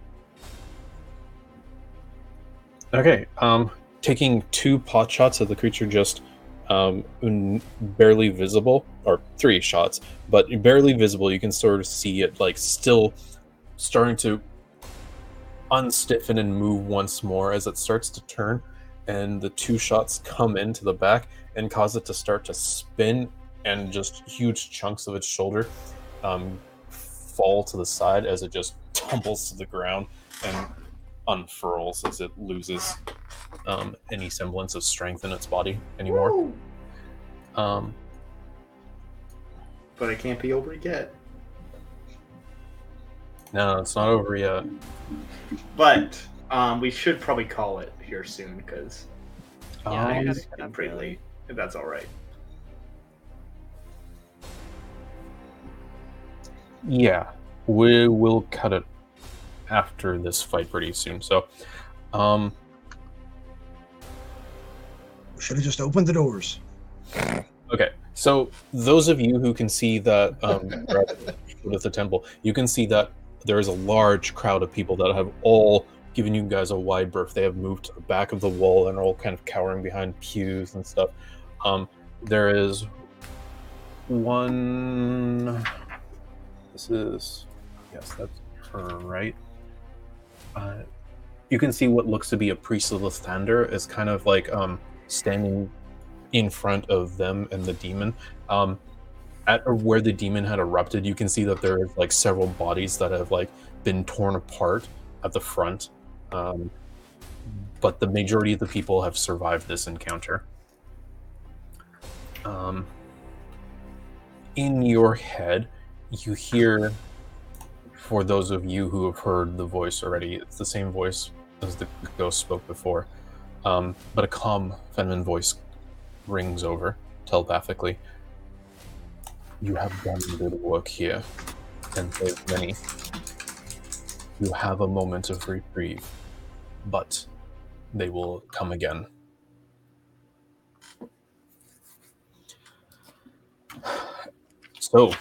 Okay. Um, taking two pot shots at the creature just um, n- barely visible, or three shots, but barely visible. You can sort of see it like still starting to unstiffen and move once more as it starts to turn. And the two shots come into the back and cause it to start to spin, and just huge chunks of its shoulder um, fall to the side as it just tumbles to the ground and unfurls as it loses um, any semblance of strength in its body anymore. Um, But it can't be over yet. no, it's not over yet. But um, we should probably call it here soon because Yeah, Oh, I Um, gotta it's get getting up pretty early. late. If that's all right. yeah, we will cut it after this fight pretty soon. So, um, Should have just opened the doors. Okay, so those of you who can see that um, are at the foot of the temple, you can see that there is a large crowd of people that have all given you guys a wide berth. They have moved to the back of the wall and are all kind of cowering behind pews and stuff. Um, there is one. This is yes, that's her right. Uh, you can see what looks to be a priest of the thunder is kind of like um, standing in front of them and the demon. Um, at or where the demon had erupted, you can see that there are like several bodies that have like been torn apart at the front. Um, but the majority of the people have survived this encounter. Um, in your head, you hear, for those of you who have heard the voice already, it's the same voice as the ghost spoke before, um, but a calm feminine voice rings over telepathically. You have done good work here and saved many. You have a moment of reprieve, but they will come again. So,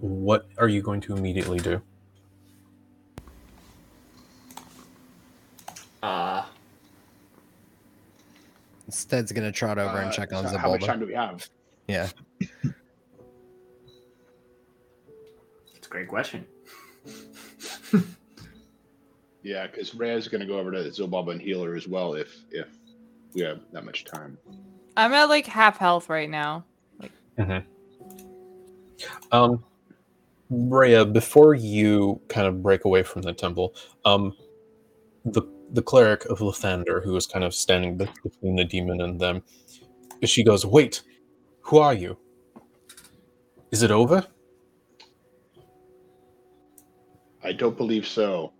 what are you going to immediately do? Uh, Stead's gonna trot over and Uh, check on so How much Zabulba. time do we have? yeah. it's a great question. Yeah, because Rhea's going to go over to Zobaba and heal her as well if if we have that much time. I'm at like half health right now. Um, Rhea, before you kind of break away from the temple, um, the the cleric of Lathander, who is kind of standing be- between the demon and them, she goes, "Wait, who are you? Is it over?" I don't believe so.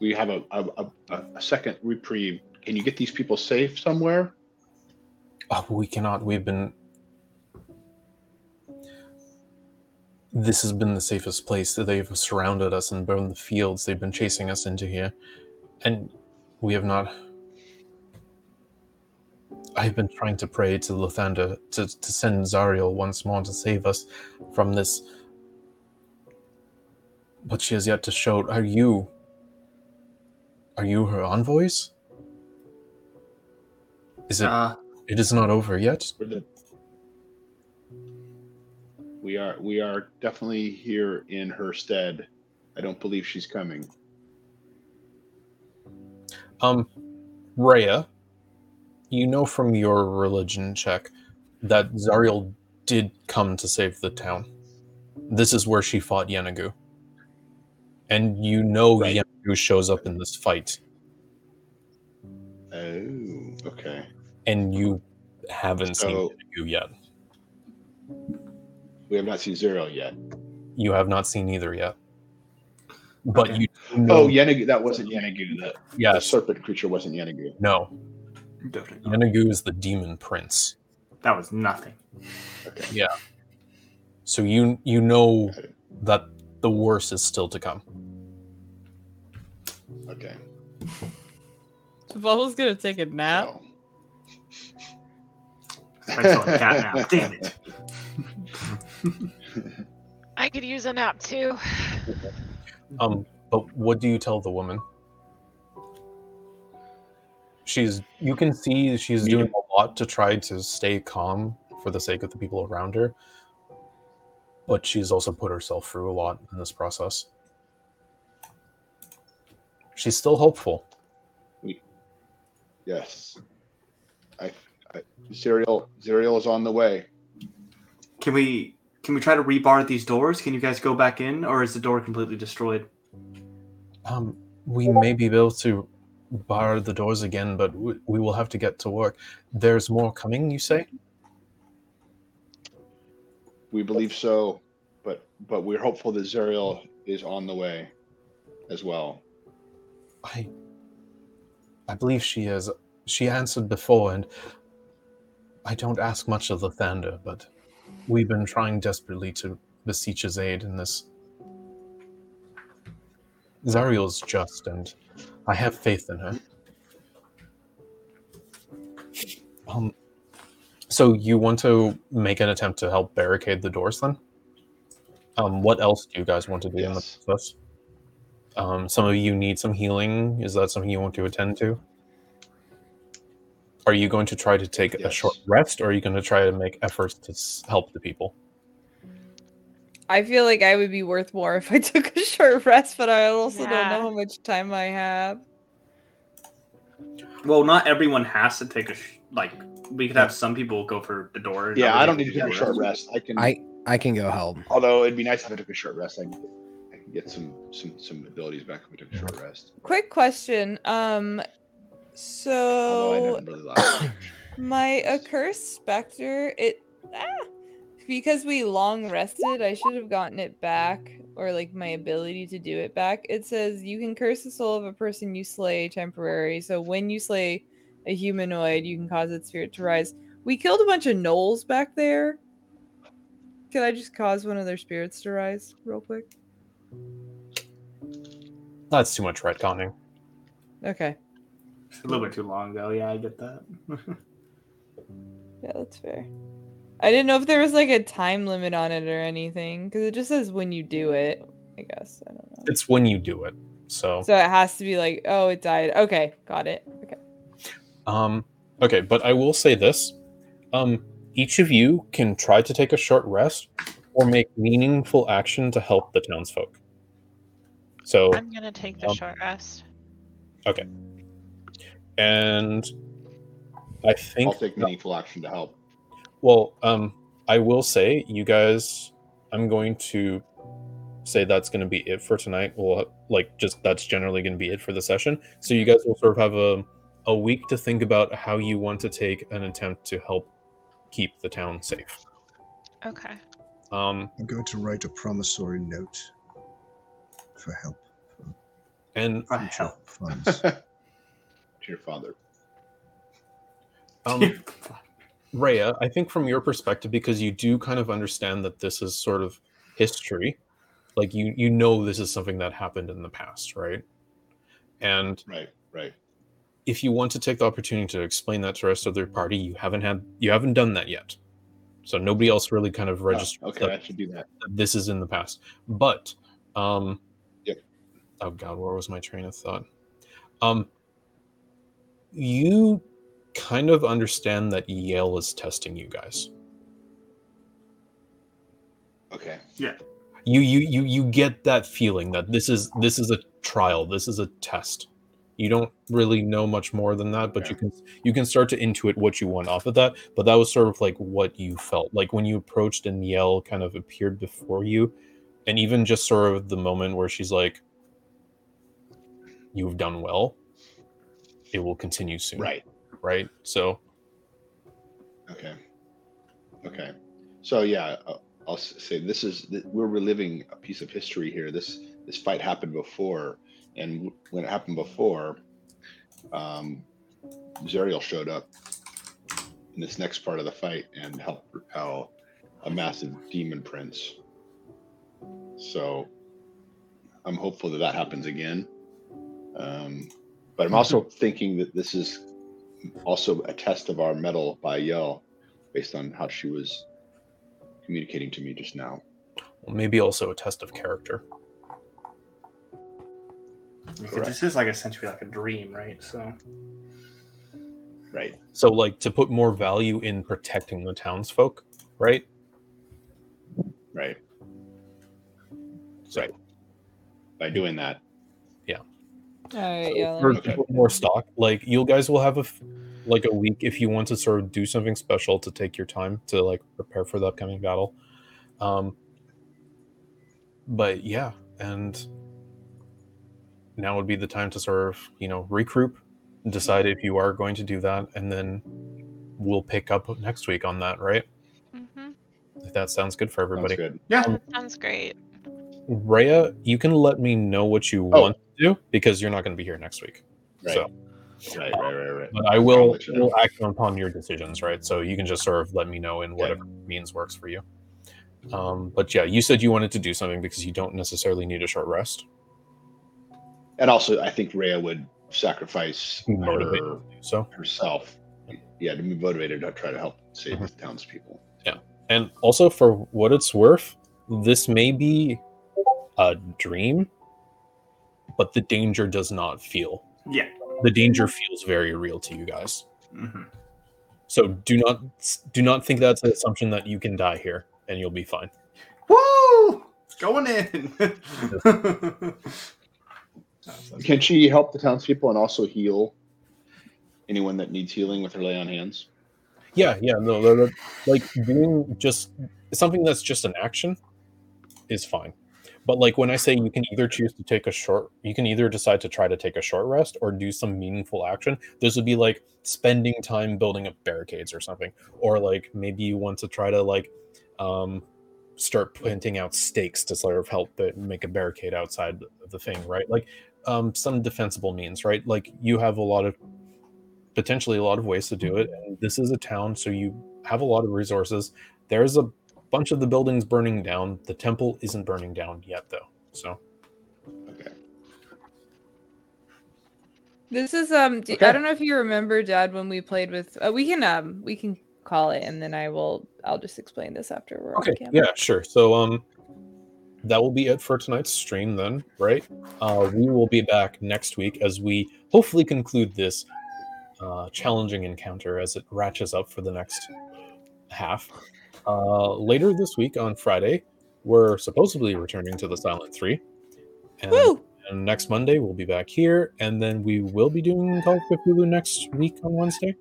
We have a, a, a, a- a second reprieve. Can you get these people safe somewhere? Oh, we cannot. We've been. This has been the safest place. They've surrounded us and burned the fields. They've been chasing us into here. And we have not. I've been trying to pray to Lathander to, to send Zariel once more to save us from this. But she has yet to show. Are you. Are you her envoys? Is it. Uh, It is not over yet. We're the- We are we are definitely here in her stead. I don't believe she's coming. Um, Rhea, you know from your religion check that Zariel did come to save the town. This is where she fought Yenagu. And you know Right. Yenagu shows up in this fight, Oh, okay. and you haven't So- seen Yenagu yet. We have not seen Zero yet. You have not seen either yet. But Okay. you do know, Oh, Yenagu. That wasn't Yenagu. The, the yes, serpent creature wasn't Yenagu. no. don't know. Yenagu is the demon prince. that was nothing. So you you know Got it. that the worst is still to come. Okay. Bubble's gonna take a nap. so- I saw a cat now. Damn it. I could use a nap too. Um, but what do you tell the woman? She's you can see she's doing a lot to try to stay calm for the sake of the people around her. But she's also put herself through a lot in this process. She's still hopeful. Yes. I, I Zerial Zerial is on the way. Can we can we try to rebar these doors? Can you guys go back in, or is the door completely destroyed? Um, we may be able to bar the doors again, but we, we will have to get to work. There's more coming, you say? We believe so, but but we're hopeful that Zerial is on the way as well. I I believe she is. She answered before, and I don't ask much of the Thunder, but we've been trying desperately to beseech his aid in this. Zariel's just, and I have faith in her. Um, so you want to make an attempt to help barricade the doors, then? Um, what else do you guys want to do in the Yes. process? Um, some of you need some healing. Is that something you want to attend to? Are you going to try to take a Yes. short rest, or are you going to try to make efforts to s- help the people? I feel like I would be worth more if I took a short rest, but I also Yeah. don't know how much time I have. Well, not everyone has to take a sh- like. We could have some people go for the door. and Yeah, others I don't go need to for take a the short door. rest. I can I I can go help. Although it'd be nice if I took a short rest. I, I can get some some some abilities back if I took a short rest. Quick question. Um, Although I so never really lost. my accursed specter, it ah, because we long rested, I should have gotten it back or like my ability to do it back. It says you can curse the soul of a person you slay temporary. So when you slay a humanoid, you can cause its spirit to rise. We killed a bunch of gnolls back there. Could I just cause one of their spirits to rise real quick? That's too much retconning. Okay. It's a little bit too long ago. Yeah, I get that. Yeah, that's fair. I didn't know if there was like a time limit on it or anything because it just says when you do it. I guess I don't know. It's when you do it. So, So it has to be like, oh, it died. Okay, got it. Okay. um, okay, but I will say this: um, each of you can try to take a short rest or make meaningful action to help the townsfolk. So, I'm gonna take the Um, short rest. and I I'll think take meaningful action to help. Well, um, I will say, you guys, I'm going to say that's going to be it for tonight. Well, like, just that's generally going to be it for the session. So you guys will sort of have a a week to think about how you want to take an attempt to help keep the town safe. Okay. Um, I'm going to write a promissory note for help, and For future help. funds. to your father. um, Rhea, I think from your perspective, because you do kind of understand that this is sort of history, like you you know this is something that happened in the past, right? And Right, right. if you want to take the opportunity to explain that to the rest of Mm-hmm. their party, you haven't had you haven't done that yet. So nobody else really kind of Oh, registered okay, I that should do that. this is in the past. But um Yep. oh god, where was my train of thought? Um you kind of understand that Yale is testing you guys. Okay. You you you you get that feeling that this is this is a trial, this is a test. You don't really know much more than that, but you can you can start to intuit what you want off of that. But that was sort of like what you felt like when you approached and Yell kind of appeared before you, and even just sort of the moment where she's like, "You've done well. It will continue soon." Right. Right. So Okay. Okay. So yeah, I'll- I'll s- say this is th- we're reliving a piece of history here. This this fight happened before, and w- when it happened before, um, Zerial showed up in this next part of the fight and helped repel a massive demon prince. So I'm hopeful that that happens again. Um, but I'm also thinking that this is also a test of our metal by Yell, based on how she was communicating to me just now. maybe also a test of character. Correct. This is like essentially like a dream, right? So Right. So like to put more value in protecting the townsfolk, right? Right. So By doing that. All right, yeah. for, Okay. for more stock. Like you guys will have a f- like a week if you want to sort of do something special to take your time to like prepare for the upcoming battle. Um, but yeah, and now would be the time to sort of you know regroup, decide if you are going to do that, and then we'll pick up next week on that, right? Mm-hmm. If that sounds good for everybody. Sounds good. Sounds great. Rhea, you can let me know what you Oh. want to do because you're not going to be here next week. Right. So. Right. Right. Right. Right. But I I'll will let you know. will act upon your decisions, right? So you can just sort of let me know in whatever means works for you. Um, but yeah, you said you wanted to do something because you don't necessarily need a short rest. And also, I think Rhea would sacrifice Motivate. her, So, herself. Yeah, to be motivated to try to help save Mm-hmm. the townspeople. and also for what it's worth, this may be a dream, but the danger does not feel. yeah. The danger feels very real to you guys. hmm Mm-hmm. So do not do not think that's an assumption that you can die here and you'll be fine. Woo! Going in. Can she help the townspeople and also heal anyone that needs healing with her lay on hands? Yeah, yeah, no, no, no, like doing just something that's just an action is fine. But like when I say you can either choose to take a short, you can either decide to try to take a short rest or do some meaningful action. This would be like spending time building up barricades or something, or like maybe you want to try to like um, start planting out stakes to sort of help it make a barricade outside of the thing, right? Like um, some defensible means, right? Like you have a lot of potentially a lot of ways to do it, and this is a town, so you have a lot of resources. There's a bunch of the buildings burning down. The temple isn't burning down yet, though. So Okay. This is um. d I Okay. don't know if you remember, Dad, when we played with. Uh, we can um. We can call it, and then I will. I'll just explain this after we're Okay. on camera. Yeah, sure. So um that will be it for tonight's stream then, right? Uh we will be back next week as we hopefully conclude this uh challenging encounter as it ratchets up for the next half. Uh later this week on Friday, we're supposedly returning to the Silent 3. And, Woo! and next Monday we'll be back here and then we will be doing Call of Cthulhu next week on Wednesday.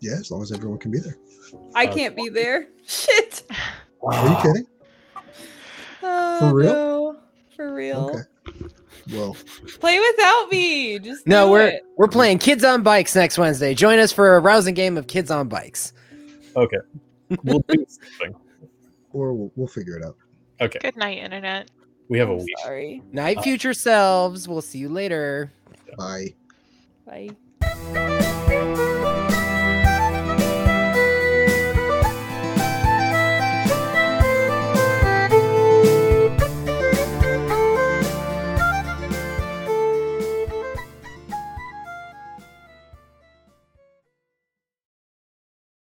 Yeah, as long as everyone can be there. I Uh, can't be there. Shit. Are you kidding? Oh, real? no. For real. Okay. Well, Play without me. Just No, do we're it. we're playing Kids on Bikes next Wednesday. Join us for a rousing game of Kids on Bikes. Okay. We'll do something. or we'll, we'll figure it out. Okay. Good night, internet. We have a I'm week. Sorry. Night Uh, future selves. We'll see you later. Bye. Bye. Bye.